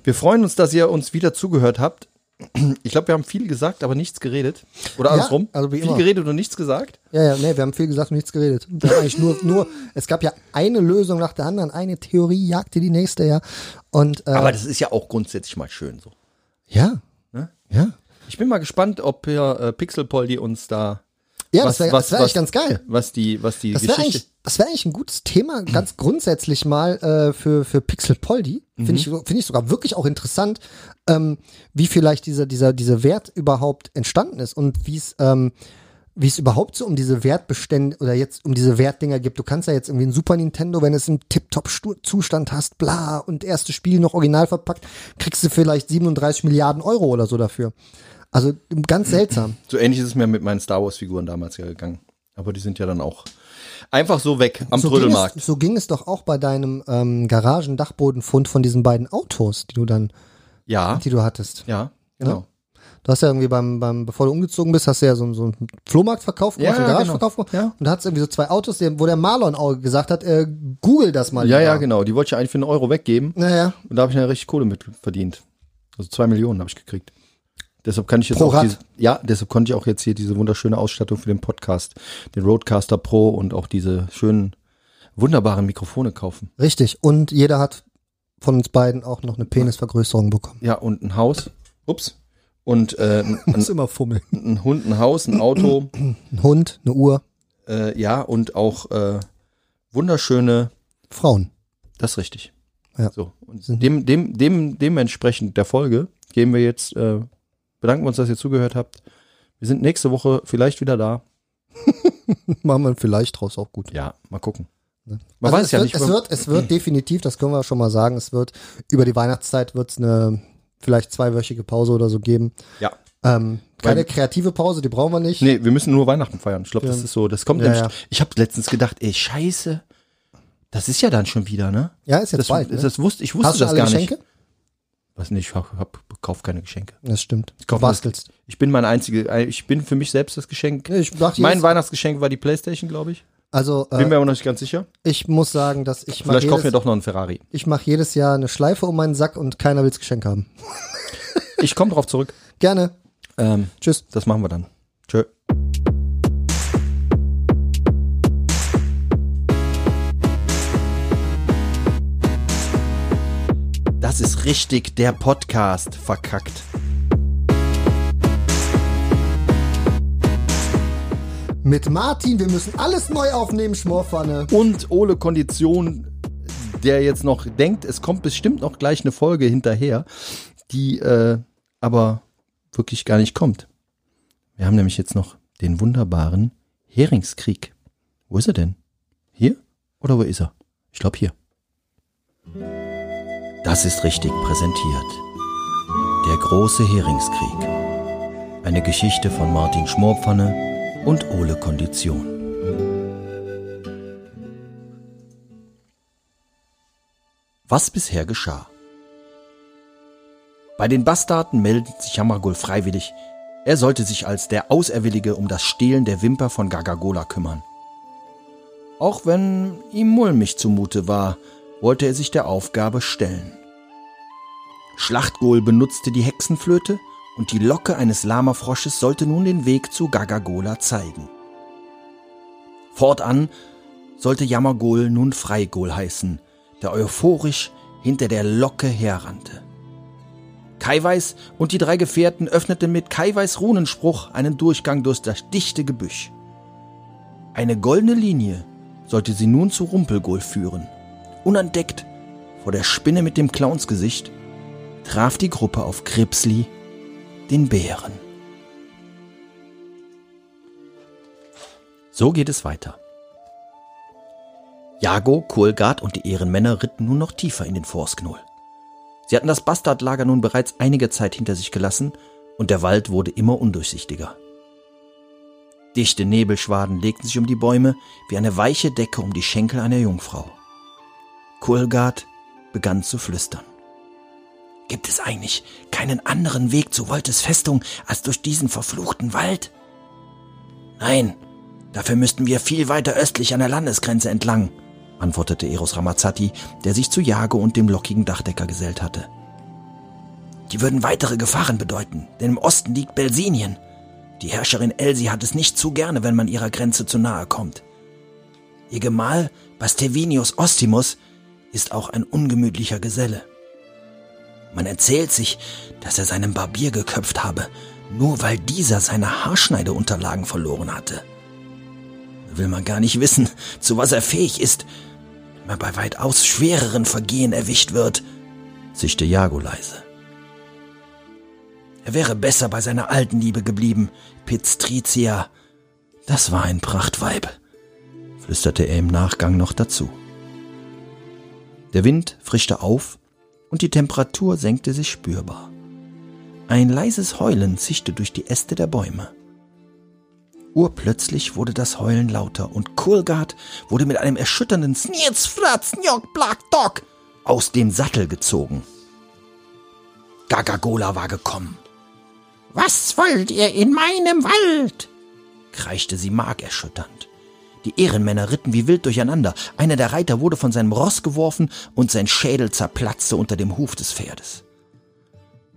S3: wir freuen uns, dass ihr uns wieder zugehört habt. Ich glaube, wir haben viel gesagt, aber nichts geredet. Oder
S4: Ja,
S3: andersrum.
S4: also wie
S3: viel
S4: immer.
S3: geredet und nichts gesagt.
S4: Ja, ja, nee, wir haben viel gesagt und nichts geredet. Wir haben eigentlich nur, nur, es gab ja eine Lösung nach der anderen, eine Theorie jagte die nächste, ja. Und, äh,
S3: Aber das ist ja auch grundsätzlich mal schön so.
S4: ja.
S3: Ne?
S4: Ja.
S3: Ich bin mal gespannt, ob hier, äh, Pixelpoldi uns da
S4: Ja,
S3: was,
S4: das wäre
S3: was,
S4: wär
S3: was,
S4: eigentlich ganz geil.
S3: was die, was die
S4: Das wäre
S3: Geschichte.
S4: eigentlich, das wär eigentlich ein gutes Thema, ganz grundsätzlich mal äh, für, für Pixel Poldi.
S3: Mhm.
S4: Finde ich, finde ich sogar wirklich auch interessant, ähm, wie vielleicht dieser, dieser, dieser Wert überhaupt entstanden ist und wie es ähm, wie es überhaupt so um diese Wertbestände oder jetzt um diese Wertdinger gibt. Du kannst ja jetzt irgendwie ein Super Nintendo, wenn es einen Tip-Top-Zustand hast, bla, und erste Spiel noch original verpackt, kriegst du vielleicht 37 Milliarden Euro oder so dafür. Also ganz seltsam.
S3: So ähnlich ist es mir mit meinen Star Wars-Figuren damals ja gegangen. Aber die sind ja dann auch einfach so weg am Trödelmarkt.
S4: Ging es, so ging es doch auch bei deinem ähm, Garagendachbodenfund von diesen beiden Autos, die du dann,
S3: Ja,
S4: die du hattest.
S3: ja, genau.
S4: Du hast ja irgendwie beim, beim bevor du umgezogen bist, hast du ja so, so einen Flohmarktverkauf gemacht,
S3: Ja,
S4: einen
S3: ja,
S4: Garagenverkauf
S3: genau.
S4: gemacht.
S3: Ja.
S4: Und da hattest du irgendwie so zwei Autos, die- wo der Marlon auch gesagt hat, äh, google das mal.
S3: Ja,
S4: lieber.
S3: ja, genau. Die wollte ich eigentlich für einen Euro weggeben.
S4: Naja,
S3: Und da habe ich ja richtig Kohle mit verdient. Also zwei Millionen habe ich gekriegt. Deshalb kann ich jetzt
S4: Pro
S3: auch
S4: Rad.
S3: diese, ja, deshalb konnte ich auch jetzt hier diese wunderschöne Ausstattung für den Podcast, den Roadcaster Pro und auch diese schönen, wunderbaren Mikrofone kaufen.
S4: richtig. Und jeder hat von uns beiden auch noch eine Penisvergrößerung bekommen.
S3: Ja, und ein Haus. Ups. Und äh, ein, ein,
S4: immer fummeln.
S3: ein Hund, ein Haus, ein Auto.
S4: Ein Hund, eine Uhr,
S3: äh, ja, und auch äh, wunderschöne,
S4: Frauen. (laughs)
S3: das ist richtig.
S4: Ja.
S3: So. Und dem, dem, dem, dementsprechend der Folge geben wir jetzt, äh, bedanken wir uns, dass ihr zugehört habt. Wir sind nächste Woche vielleicht wieder da.
S4: Machen wir vielleicht draus auch gut.
S3: Ja, mal gucken. Man
S4: Also
S3: weiß
S4: es
S3: ja
S4: wird,
S3: nicht.
S4: Es
S3: man-
S4: wird,
S3: (clears throat)
S4: es wird definitiv, das können wir schon mal sagen, es wird über die Weihnachtszeit wird es eine vielleicht zweiwöchige Pause oder so geben.
S3: ja.
S4: Ähm, keine
S3: Weil-
S4: kreative Pause, die brauchen wir nicht.
S3: Nee, wir müssen nur Weihnachten feiern. Ich glaube, das ist so. Das kommt
S4: Ja,
S3: nämlich.
S4: ja.
S3: Ich habe letztens gedacht, ey, scheiße. Das ist ja dann schon wieder, ne?
S4: Ja, ist jetzt
S3: das,
S4: bald. Ne?
S3: das wusste, ich wusste
S4: Hast du
S3: das
S4: alle
S3: gar
S4: Geschenke?
S3: nicht. Was nicht, ich hab, hab, kauf keine Geschenke.
S4: Das stimmt.
S3: Ich kaufe
S4: bastelst.
S3: Das, ich bin mein einzige, äh, ich bin für mich selbst das Geschenk.
S4: Ich mach
S3: mein
S4: jedes-
S3: Weihnachtsgeschenk war die Playstation, glaube ich.
S4: Also
S3: Bin mir
S4: äh,
S3: aber noch nicht ganz sicher.
S4: ich muss sagen, dass ich mache
S3: Vielleicht kaufen wir
S4: jedes,
S3: doch noch einen Ferrari.
S4: ich mach jedes Jahr eine Schleife um meinen Sack und keiner wills Geschenk haben.
S3: Ich komme drauf zurück.
S4: Gerne.
S3: Ähm,
S4: Tschüss.
S3: das machen wir dann. Tschö. Das ist richtig der Podcast verkackt.
S4: mit Martin. Wir müssen alles neu aufnehmen, Schmorpfanne.
S3: Äh, Und Ole Kondition, der jetzt noch denkt, es kommt bestimmt noch gleich eine Folge hinterher, die äh, aber wirklich gar nicht kommt. Wir haben nämlich jetzt noch den wunderbaren Heringskrieg. Wo ist er denn? Hier oder wo ist er? Ich glaube hier.
S5: Das ist richtig präsentiert. Der große Heringskrieg. Eine Geschichte von Martin Schmorpfanne und Ole Kondition. Was bisher geschah? Bei den Bastarden meldet sich Hammergul freiwillig. Er sollte sich als der Auserwillige um das Stehlen der Wimper von Gagagola kümmern. Auch wenn ihm mulmig zumute war, wollte er sich der Aufgabe stellen. Schlachtgol benutzte die Hexenflöte und die Locke eines Lamafrosches sollte nun den Weg zu Gagagola zeigen. Fortan sollte Jammergol nun Freigol heißen, der euphorisch hinter der Locke herrannte. Kaiweis und die drei Gefährten öffneten mit Kaiweis Runenspruch einen Durchgang durch das dichte Gebüsch. Eine goldene Linie sollte sie nun zu Rumpelgol führen. Unentdeckt vor der Spinne mit dem Clownsgesicht traf die Gruppe auf Krebsli, den Bären. So geht es weiter. Jago, Kohlgard und die Ehrenmänner ritten nun noch tiefer in den Forsknoll. Sie hatten das Bastardlager nun bereits einige Zeit hinter sich gelassen und der Wald wurde immer undurchsichtiger. Dichte Nebelschwaden legten sich um die Bäume wie eine weiche Decke um die Schenkel einer Jungfrau. Kulgard begann zu flüstern. Gibt es eigentlich keinen anderen Weg zu Woltes Festung als durch diesen verfluchten Wald? Nein, dafür müssten wir viel weiter östlich an der Landesgrenze entlang, antwortete Eros Ramazzotti, der sich zu Jago und dem lockigen Dachdecker gesellt hatte. Die würden weitere Gefahren bedeuten, denn im Osten liegt Belsinien. Die Herrscherin Elsie hat es nicht zu gerne, wenn man ihrer Grenze zu nahe kommt. Ihr Gemahl, Bastevinius Ostimus, ist auch ein ungemütlicher Geselle. Man erzählt sich, dass er seinen Barbier geköpft habe, nur weil dieser seine Haarschneideunterlagen verloren hatte. Will man gar nicht wissen, zu was er fähig ist, wenn man bei weitaus schwereren Vergehen erwischt wird, zischte Jago leise. Er wäre besser bei seiner alten Liebe geblieben, Pizztricia. Das war ein Prachtweib, flüsterte er im Nachgang noch dazu. Der Wind frischte auf und die Temperatur senkte sich spürbar. Ein leises Heulen zischte durch die Äste der Bäume. Urplötzlich wurde das Heulen lauter und Kulgard wurde mit einem erschütternden Snitz, Fratz, Njok, Black, Dog aus dem Sattel gezogen. Gagagola war gekommen. Was wollt ihr in meinem Wald? kreischte sie markerschütternd. Die Ehrenmänner ritten wie wild durcheinander. Einer der Reiter wurde von seinem Ross geworfen und sein Schädel zerplatzte unter dem Huf des Pferdes.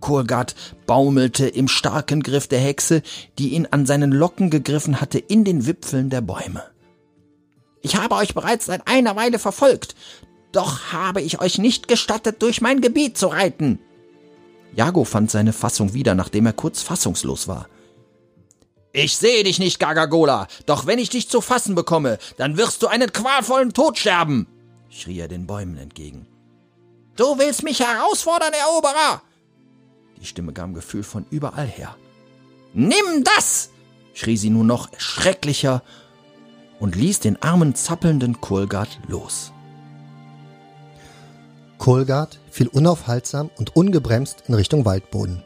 S5: Kurgard baumelte im starken Griff der Hexe, die ihn an seinen Locken gegriffen hatte, in den Wipfeln der Bäume. Ich habe euch bereits seit einer Weile verfolgt, doch habe ich euch nicht gestattet, durch mein Gebiet zu reiten. Jago fand seine Fassung wieder, nachdem er kurz fassungslos war. Ich sehe dich nicht, Gagagola, doch wenn ich dich zu fassen bekomme, dann wirst du einen qualvollen Tod sterben, schrie er den Bäumen entgegen. Du willst mich herausfordern, Eroberer! Die Stimme kam Gefühl von überall her. Nimm das! schrie sie nur noch schrecklicher und ließ den armen, zappelnden Kolgard los.
S4: Kolgard fiel unaufhaltsam und ungebremst in Richtung Waldboden.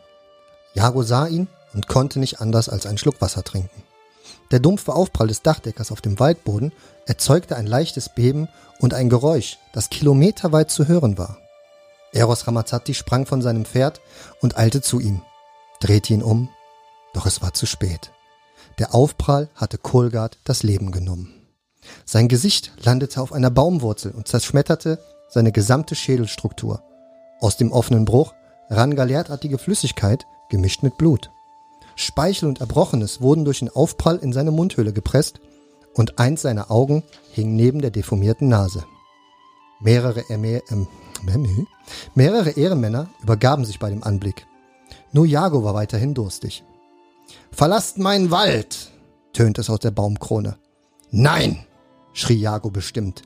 S4: Jago sah ihn und konnte nicht anders als einen Schluck Wasser trinken. Der dumpfe Aufprall des Dachdeckers auf dem Waldboden erzeugte ein leichtes Beben und ein Geräusch, das kilometerweit zu hören war. Eros Ramazzotti sprang von seinem Pferd und eilte zu ihm, drehte ihn um, doch es war zu spät. Der Aufprall hatte Kolgard das Leben genommen. Sein Gesicht landete auf einer Baumwurzel und zerschmetterte seine gesamte Schädelstruktur. Aus dem offenen Bruch rann galertartige Flüssigkeit gemischt mit Blut. Speichel und Erbrochenes wurden durch den Aufprall in seine Mundhöhle gepresst und eins seiner Augen hing neben der deformierten Nase. Mehrere, Erme- ähm, (laughs) Memel? mehrere Ehrenmänner übergaben sich bei dem Anblick. Nur Jago war weiterhin durstig. Verlasst meinen Wald! tönte es aus der Baumkrone. Nein, schrie Jago bestimmt.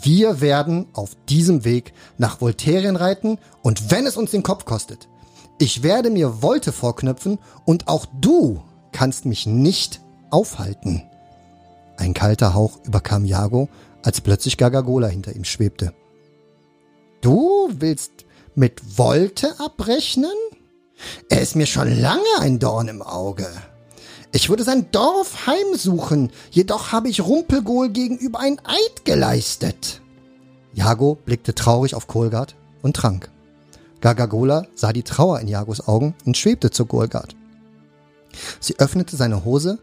S4: Wir werden auf diesem Weg nach Volterien reiten und wenn es uns den Kopf kostet. Ich werde mir Wolte vorknöpfen und auch du kannst mich nicht aufhalten. Ein kalter Hauch überkam Jago, als plötzlich Gagagola hinter ihm schwebte. Du willst mit Wolte abrechnen? Er ist mir schon lange ein Dorn im Auge. Ich würde sein Dorf heimsuchen, jedoch habe ich Rumpelgol gegenüber einen Eid geleistet. Jago blickte traurig auf Kolgard und trank. Gagagola sah die Trauer in Jagos Augen und schwebte zu Kolgard. Sie öffnete seine Hose,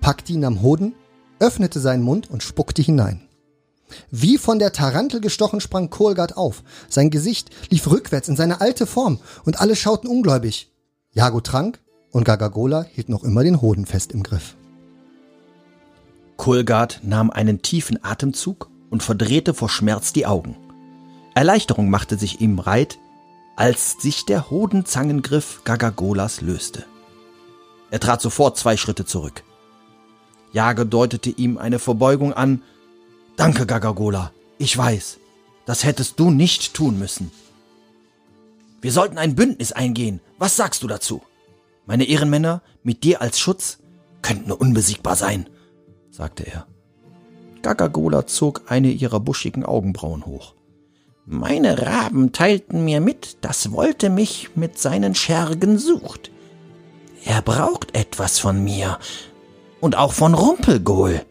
S4: packte ihn am Hoden, öffnete seinen Mund und spuckte hinein. Wie von der Tarantel gestochen sprang Kolgard auf. Sein Gesicht lief rückwärts in seine alte Form und alle schauten ungläubig. Jago trank und Gagagola hielt noch immer den Hoden fest im Griff.
S9: Kulgard nahm einen tiefen Atemzug und verdrehte vor Schmerz die Augen. Erleichterung machte sich ihm breit, als sich der Hodenzangengriff Gagagolas löste. Er trat sofort zwei Schritte zurück. Jage deutete ihm eine Verbeugung an. Danke, Gagagola. Ich weiß, das hättest du nicht tun müssen. Wir sollten ein Bündnis eingehen. Was sagst du dazu? Meine Ehrenmänner, mit dir als Schutz könnten unbesiegbar sein, sagte er. Gagagola zog eine ihrer buschigen Augenbrauen hoch. Meine Raben teilten mir mit, dass Wolte mich mit seinen Schergen sucht. Er braucht etwas von mir und auch von Rumpelgol,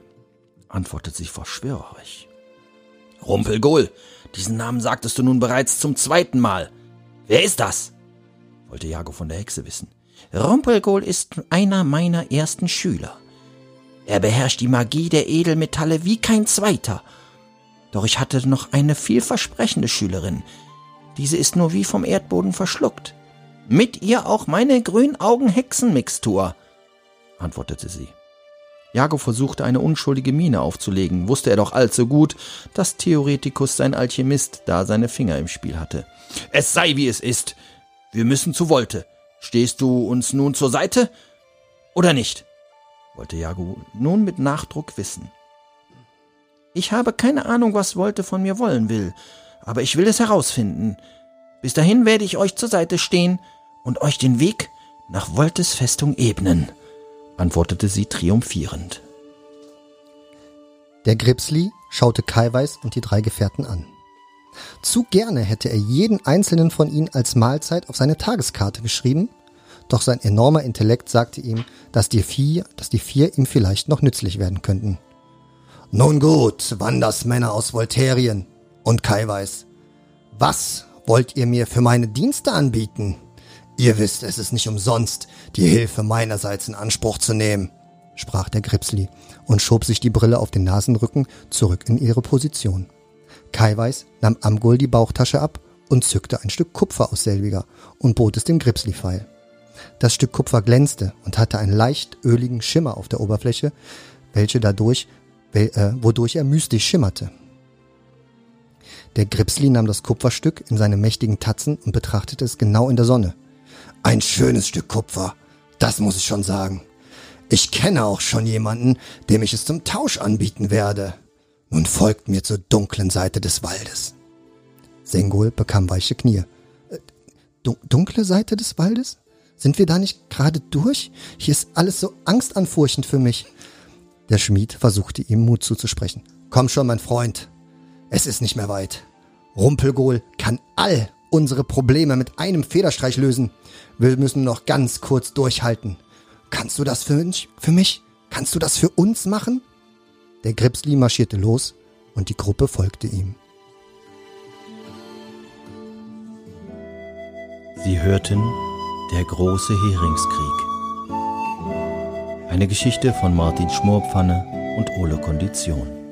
S9: antwortet sie verschwörerisch. Rumpelgol, diesen Namen sagtest du nun bereits zum zweiten Mal. Wer ist das? wollte Jago von der Hexe wissen. Rumpelgol ist einer meiner ersten Schüler. Er beherrscht die Magie der Edelmetalle wie kein zweiter. Doch ich hatte noch eine vielversprechende Schülerin. Diese ist nur wie vom Erdboden verschluckt. Mit ihr auch meine Grünaugen-Hexenmixtur, antwortete sie. Jago versuchte eine unschuldige Miene aufzulegen, wusste er doch allzu gut, dass Theoretikus sein Alchemist da seine Finger im Spiel hatte. Es sei wie es ist. Wir müssen zu Wolte. Stehst du uns nun zur Seite oder nicht? wollte Jago nun mit Nachdruck wissen. Ich habe keine Ahnung, was Wolte von mir wollen will, aber ich will es herausfinden. Bis dahin werde ich euch zur Seite stehen und euch den Weg nach Woltes Festung ebnen, antwortete sie triumphierend.
S4: Der Gripsli schaute Kaiweis und die drei Gefährten an. Zu gerne hätte er jeden einzelnen von ihnen als Mahlzeit auf seine Tageskarte geschrieben, doch sein enormer Intellekt sagte ihm, dass die vier, dass die vier ihm vielleicht noch nützlich werden könnten. Nun gut, Wandersmänner aus Volterien und Kaiweis. Was wollt ihr mir für meine Dienste anbieten? Ihr wisst, es ist nicht umsonst, die Hilfe meinerseits in Anspruch zu nehmen, sprach der Gripsli und schob sich die Brille auf den Nasenrücken zurück in ihre Position. Kaiweis nahm Amgul die Bauchtasche ab und zückte ein Stück Kupfer aus selbiger und bot es dem Gripsli-Pfeil. Das Stück Kupfer glänzte und hatte einen leicht öligen Schimmer auf der Oberfläche, welche dadurch, wel- äh, wodurch er mystisch schimmerte. Der Gripsli nahm das Kupferstück in seine mächtigen Tatzen und betrachtete es genau in der Sonne. Ein schönes Stück Kupfer, das muss ich schon sagen. Ich kenne auch schon jemanden, dem ich es zum Tausch anbieten werde. Nun folgt mir zur dunklen Seite des Waldes. Sengol bekam weiche Knie. Äh, dun- dunkle Seite des Waldes? Sind wir da nicht gerade durch? Hier ist alles so angstanfurchend für mich. Der Schmied versuchte ihm Mut zuzusprechen. Komm schon, mein Freund. Es ist nicht mehr weit. Rumpelgol kann all unsere Probleme mit einem Federstreich lösen. Wir müssen noch ganz kurz durchhalten. Kannst du das für mich? Für mich? Kannst du das für uns machen? Der Gripsli marschierte los und die Gruppe folgte ihm.
S9: Sie hörten Der große Heringskrieg. Eine Geschichte von Martin Schmorpfanne und Ole Kondition.